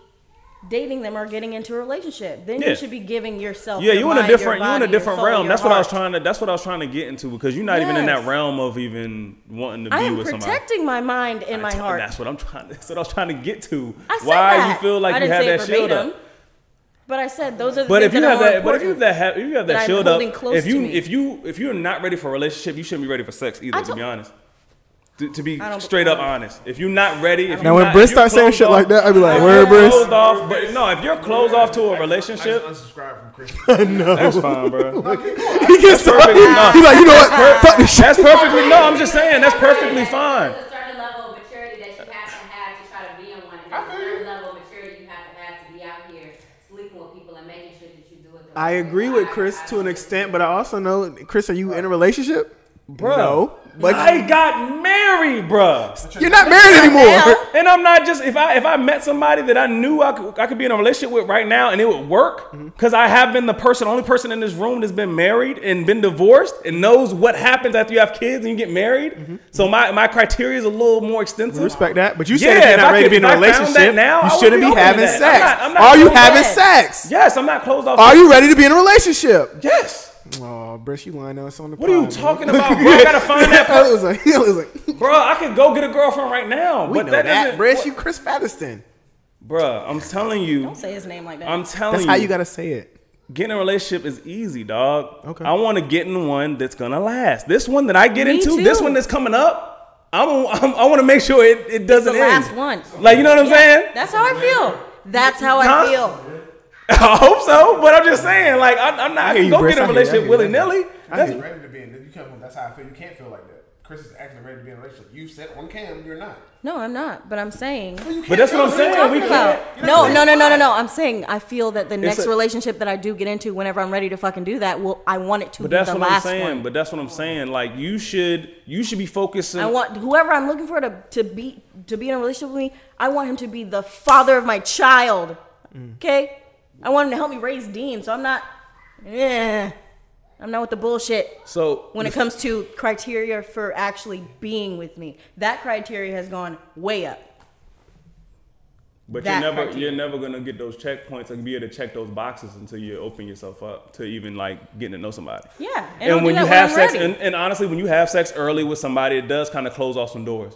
dating them or getting into a relationship. Then
Yeah.
you should be giving yourself.
Yeah,
your
you in a
mind, your
different you in
body,
a
your
different
soul,
realm.
your
That's what I was
heart.
trying to that's what I was trying to get into because you're not even in that
Yes.
realm of even wanting to be
I am
with somebody.
protecting my mind and my
That's-
heart.
That's what I'm trying. That's what I was trying to get to.
I said
Why
that.
you feel like
I
you
didn't
have
say
that shield up?
verbatim, But I said those are the
But if
things
you
that
have
are more
that, but if you have
important.
that, ha- if you have that
that I'm
shield up,
holding close
if
to
you
me.
if you if you're not ready for a relationship, you shouldn't be ready for sex either.
I
to
told-
be honest, To, to be
I don't-
straight up honest, if you're not ready, if
Now,
you're
Now when
not-
Britt
if you're
starts saying
closed
shit
off-
like that, I'd be like,
if
"Word,
you're
Britt."
Closed off, but no, if you're closed off to a relationship,
I just unsubscribed from Chris.
that's fine, bro.
He gets so
perfectly not.
He's like, you know what? Fuck this shit.
That's perfectly no. I'm just saying that's perfectly fine.
There's a certain level of maturity that you have to have to try to be in one. And there's a certain level of maturity you have to have to be out here sleeping with people and making sure that you do it. The
I
right
agree
way.
with Chris
I-
to an extent, but I also know, Chris, are you in a relationship? Bro. No.
But
But
I got married, bruh.
You're not married anymore.
And I'm not just if I if I met somebody that I knew I could I could be in a relationship with right now and it would work
Mm-hmm.
because I have been the person only person in this room that's been married and been divorced and knows what happens after you have kids and you get married. So my my criteria is a little more extensive.
Mm-hmm. respect that. But you
Yeah,
said if
if
you're
I
not ready
could-
to be in
if
a
I found that
relationship,
now, I
you
would
shouldn't
be
be
open to
having
that.
sex.
I'm not- I'm not
are you
open to
having
that.
sex?
Yes, I'm not closed off.
Are you ready to be in a relationship?
Yes.
Oh, Britt, you lying on us on the
What are you
pod, man.
talking about, bro? I gotta find that
I was like, I was like,
Bro, I could go get a girlfriend right now.
We
but
know
that,
that,
doesn't-
Britt. You Chris Featherston.
Bro, I'm telling you.
Don't say his name like that.
I'm telling
That's
you.
how you gotta say it.
getting a relationship is easy, dog.
Okay.
I want to get in one that's gonna last. This one that I get
Me
into, this
too.
one that's coming up, I'm, I'm I want to make sure it, it doesn't
the
end.
last one.
Like you know what I'm
Yeah,
saying?
That's how I feel. That's how
Huh?
I feel.
I hope so, but I'm just saying, like I, I'm not. I,
I hear
can
you,
go
Briss.
get
I hear you, I
a
hear
relationship
you, I hear
willy
you.
nilly.
I
That's
hear
ready to be in. You can't. That's how I feel. You can't feel like that. Chris is actually ready to be in a relationship. You said on cam, you're not.
No, I'm not. But I'm saying. What
but that's what I'm
are you
saying. We
talking
can't.
about? No, no, no, no, no, no. I'm saying I feel that the next
a-
relationship that I do get into, whenever I'm ready to fucking do that, will I want it to
But
be
that's
the
what I'm
last
saying.
one.
But that's what I'm saying. Like you should you should be focusing.
I want whoever I'm looking for to, to be to be in a relationship with me. I want him to be the father of my child.
Mm.
Okay, I want him to help me raise Dean. So I'm not, yeah, I'm not with the bullshit.
so
when it comes to criteria for actually being with me, that criteria has gone way up.
But you're
that
never
criteria.
you're never gonna get those checkpoints and be able to check those boxes until you open yourself up to even like getting to know somebody.
Yeah,
And,
I'll do
when
that
you have
I'm
sex,
ready.
and, and honestly, when you have sex early with somebody, it does kind of close off some doors.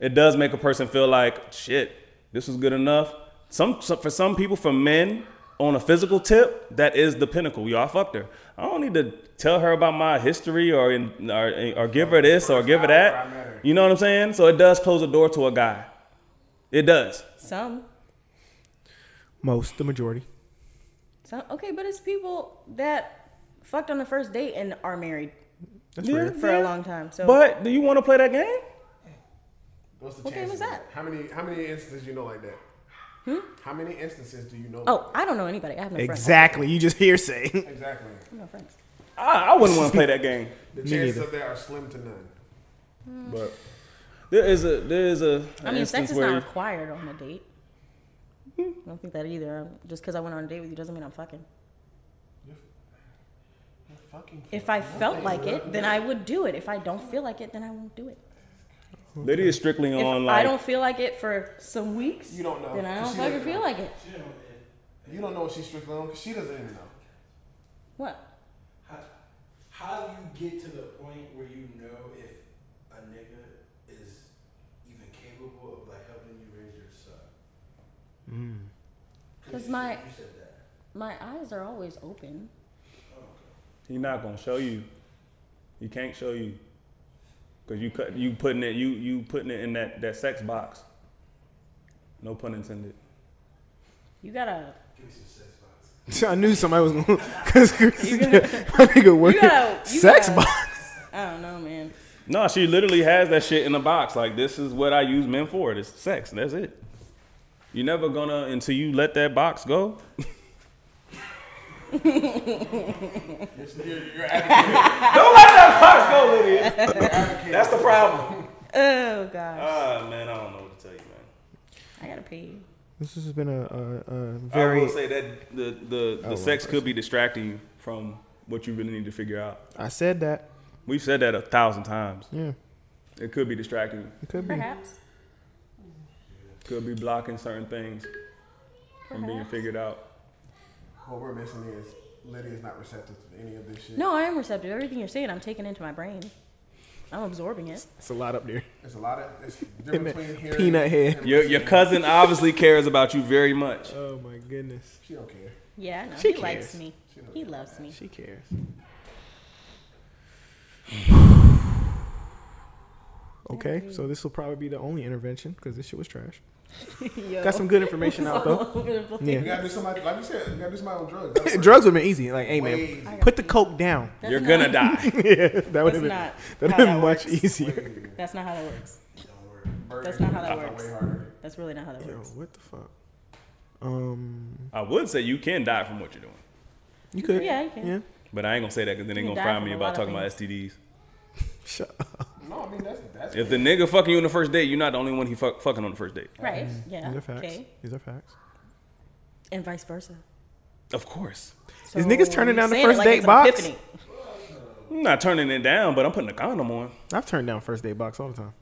It does make a person feel like shit. This was good enough. Some, some for some people, for men, on a physical tip, that is the pinnacle. Y'all fucked her. I don't need to tell her about my history or in, or, or give her this or give her that. You know what I'm saying? So it does close a door to a guy. It does.
some,
Most, the majority.
some, okay, but it's people that fucked on the first date and are married
That's
Yeah.
weird.
for a long time. So
But do you want to play that game?
What's the
What game
chances?
was
of
that? Hmm?
How many? How many instances you know like that? How many instances do you know?
oh, I don't know anybody. I have no
Exactly. You just hearsay.
Exactly.
friends. I have no friends.
I, I wouldn't want to play that game.
The
Me
chances
neither.
of that are slim to none.
But there is a there is a.
I mean, sex is not
where
required on a date. I don't think that either. Just because I went on a date with you doesn't mean I'm fucking.
Fucking.
If I felt like it, then I would do it. If I don't feel like it, then I won't do it.
that is strictly
If
on
I
like
don't feel like it for some weeks,
You don't know,
Then I
'cause
don't
she
fucking
doesn't
feel
know.
like it.
You don't know what she's strictly on because she doesn't even know.
What?
How, how do you get to the point where you know if a nigga is even capable of like helping you raise your son?
Because
you
my
said- you said that.
my eyes are always open.
he's not gonna show you. He can't show you because you cut you putting it you you putting it in that that sex box. No pun intended.
You gotta
Give me some sex vibes.
I knew somebody was going. Because my nigga
you
working.
gotta you
Sex
gotta-
box.
I don't know, man.
No, she literally has that shit in a box. Like this is what I use men for. It's sex. That's it. You're never gonna until you let that box go.
You're, you're advocating.
Don't let that box go, Lydia. That's the problem.
Oh gosh,
Ah, man, I don't know what to tell you, man.
I gotta pee. you.
This has been a, a, a
I
very.
will say that the the, the
well,
sex could be distracting you from what you really need to figure out.
I said that.
We've said that a thousand times.
Yeah.
It could be distracting you.
It could be.
Perhaps.
Could be blocking certain things from being figured out.
what we're missing is Lydia's not receptive to any of this shit.
No, I am receptive. Everything you're saying, I'm taking into my brain. I'm absorbing it.
It's a lot up there.
It's a lot of it's
Amen.
different between here.
Peanut head.
and
Your your cousin obviously cares about you very much.
Oh my goodness.
She don't care.
Yeah, I know.
She
he likes
cares.
me. He loves me.
She cares. Okay, so this will probably be the only intervention because this shit was trash.
Yo.
Got some good information out though.
All over the place.
Yeah.
You gotta do somebody, like you said, you gotta do somebody on drugs. That's right.
Drugs would have been easy. Like, hey
Way easy.
man, put the coke down.
That's
You're
not-
gonna die.
yeah, that would
That's
have been
not
that would have
how
been
that
much
works.
easier.
That's not how that works.
Burger
That's not how that
King
works.
Way harder.
That's really not how that
Yo,
works.
what the fuck? Um,
I would say you can die from what you're doing,
you could.
Yeah, you can.
Yeah.
but I ain't gonna say that because then they
You can
gonna
die
fry
from
me
a
about
lot
talking
of
about STDs.
Shut
Uh,
up.
No, I mean that's that's.
If the nigga fucking you on the first date, you're not the only one he fuck, fucking on the first date.
Right. Yeah.
Mm. These are facts.
Okay.
These are facts.
And vice versa.
Of course.
Is niggas turning
you
down the
saying it
first
like it's
date
an
box?
epiphany.
I'm not turning it down, but I'm putting a condom on.
I've turned down first date box all the time.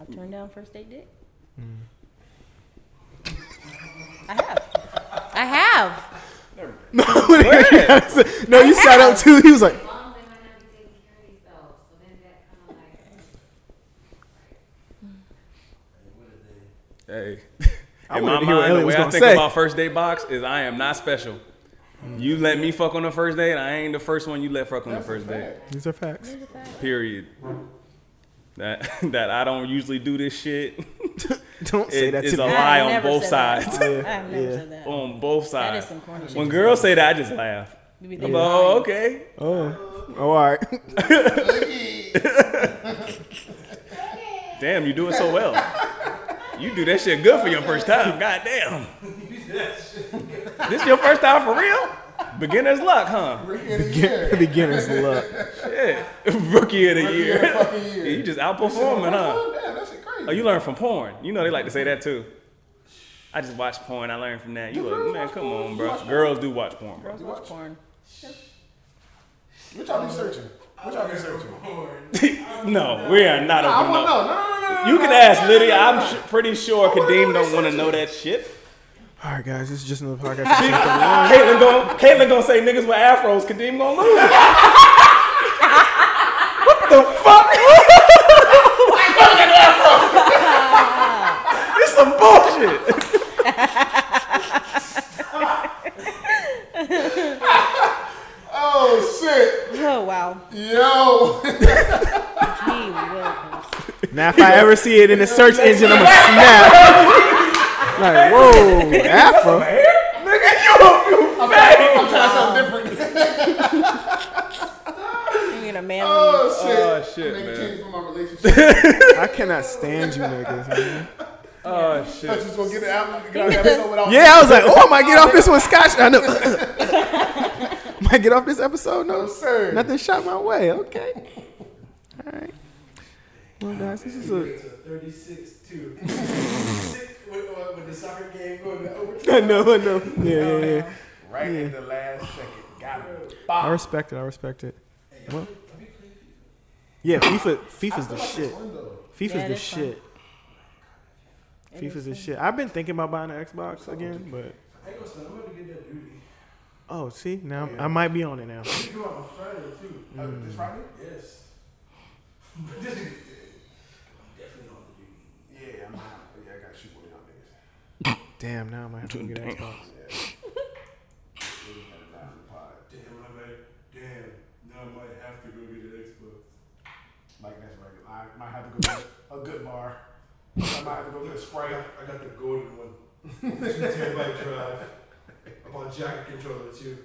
I've turned down first date dick.
Mm.
I have. I have.
no, you sat up too. He was like,
Moms, they might not be taking care of themselves, so then that kind of like.
Hey.
I
In
wanted
my
to hear what
mind, the
Elliot
way
was
I
gonna
think
say.
about first date box is I am not special. You let me fuck on the first date, I ain't the first one you let fuck on the first date.
these are facts.
Period. That that I don't usually do this shit.
Don't say
It-
that
it's
to
a
me.
lie.
I've
on
never
both
said that.
sides.
I've never
Yeah.
said that.
on both
That
sides.
is some corny shit.
When girls say that, I just laugh.
You be
I'm
thinking,
like, oh, okay.
Oh, oh, all right.
Damn, you do it so well. You do that shit good for your first time. God damn. this your first time for real? Beginner's luck, huh?
Beginner's luck.
Yeah. Rookie of the year.
of the fucking year.
you just outperforming, huh?
Oh, damn, that shit crazy.
Oh, you learn from porn. You know they like to say that too. I just watch porn. I learned from that. You like, man, come on, bro. Girls do watch porn, bro.
Girls watch porn.
What y'all be searching? What y'all be searching?
no, we are not
I
open
want to
up.
know. No, no, no, no, no.
You can ask Lydia. I'm sh- pretty sure Kadeem don't want to know that shit.
All right, guys, this is just another podcast.
Caitlyn gonna Caitlyn gonna say niggas with afros. Kadeem gonna lose. what the fuck? It's some bullshit.
Oh
Oh wow.
shit, yo.
Gee willikers.
now, if I ever see it in the search engine, I'm gonna snap. like, whoa, Afro.
I'm trying something different.
You mean a man?
Oh shit.
Oh, shit,
Nigga
man.
changed from my relationship.
I cannot stand you niggas. Man.
Oh
I
shit.
just gonna get it out. Get out of episode without.
Yeah, I was like, oh, I might get off this one, Scotch. I know. might get off this episode. No,
No, sir.
Nothing shot my way. Okay. All right. Well, guys, this is a.
It's a 36 2. with, uh, with the soccer game going to overtime.
I know, I know. Yeah, yeah, yeah.
Right at the last second. Got it.
I
Ah.
Bop.
respect it. I respect it. Well, yeah, FIFA. FIFA's the shit. FIFA's
Yeah, it
the
is fun.
shit. FIFA's the shit. I've been thinking about buying an Xbox again, but
I ain't gonna say, I'm gonna get that duty.
oh, see now I might be on it now.
We go out on Friday too.
Uh, This Friday?
Yes. But this is I'm definitely on the duty.
Yeah, I'm out. Yeah, I gotta shoot one of y'all niggas.
Damn, now I might have to get an Xbox.
Damn, I might, damn, now I might have to go get an Xbox.
Like that's regular. I might have to go get a good bar. I might have to go get a
I
spray.
got, I got the golden one. Two terabyte drive. I'm on jacket controller too.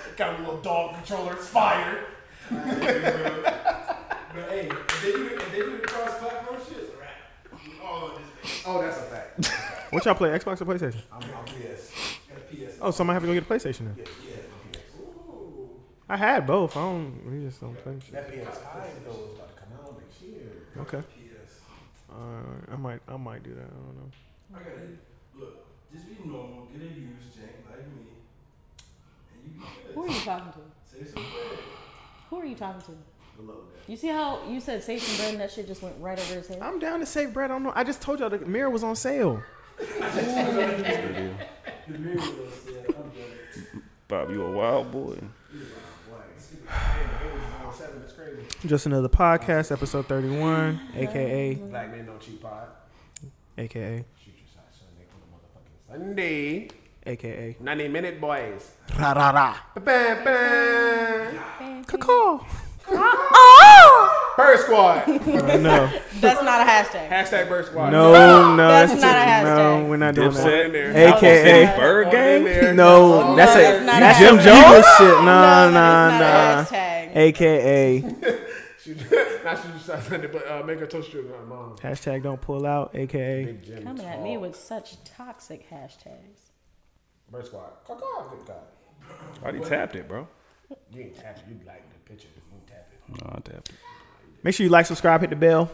Got a little dog controller. It's fire.
but hey, if they do, if they do the cross platform shit, it's a wrap. All of this thing.
Oh, that's a fact.
What y'all play? Xbox or PlayStation?
I'm, I'm
PS. Got a PS.
Oh, so I might have to go get a PlayStation then.
Yeah, PS. Ooh.
I had both. I don't. We just don't play shit.
That PS5 though is about to come out next year.
Okay.
PS.
Uh, I might. I might do that. I don't know.
I gotta look, just be normal, get a used jank like me. And you be
Who
good.
are you talking to?
Save some bread.
Who are you talking to? You see how you said safe and bread and that shit just went right over his head?
I'm down to save bread. I don't know. I just told y'all the mirror was on sale.
The mirror was, yeah, I'm good.
Bob, you a wild boy.
Seven is crazy.
Just another podcast, episode 31, aka,
Black men don't cheat pod.
aka,
Shoot your shot Sunday on the motherfucking Sunday.
aka.
90 minute boys.
Ra ra ra.
Ba-bam, ba-bam.
Caw. Oh.
Bird Squad.
No,
That's not a hashtag.
Hashtag Bird Squad.
no, no.
That's
that's
not a hashtag.
No, we're not doing
Dipset
that.
in there.
AKA
Bird Gang.
No, that's a
that's not
that's
a-
some
Jim
evil shit.
No,
Nah,
that
nah, nah.
is not a hashtag.
AKA
She, not she just signed it, but uh, make her toast sugar. My mom.
hashtag don't pull out. AKA
Coming at me with such toxic hashtags.
Bird Squad. Caw-caw, good God.
Already tapped it, bro.
You ain't tap it. You like the picture. You ain't tap it.
No, Oh, I tapped it.
Make sure you like, subscribe, hit the bell.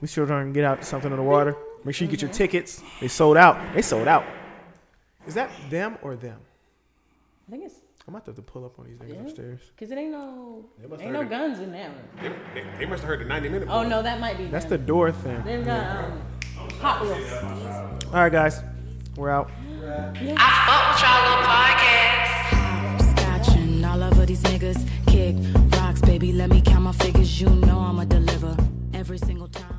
We still trying to get out something in the water. Make sure you get your tickets. They sold out. They sold out. Is that them or them?
I think it's
I'm about to have to pull up on these niggas
Yeah.
upstairs.
because it ain't no
must
ain't no
heard it.
guns in that one.
They, they, they must have heard the 90 minute.
Oh no, that might be.
That's the
them.
door thing.
They're not um, Hot Wheels.
All right, guys, we're out.
Scotching all over these niggas. Kick rocks, baby. Let me count my figures. You know I'ma deliver every single time.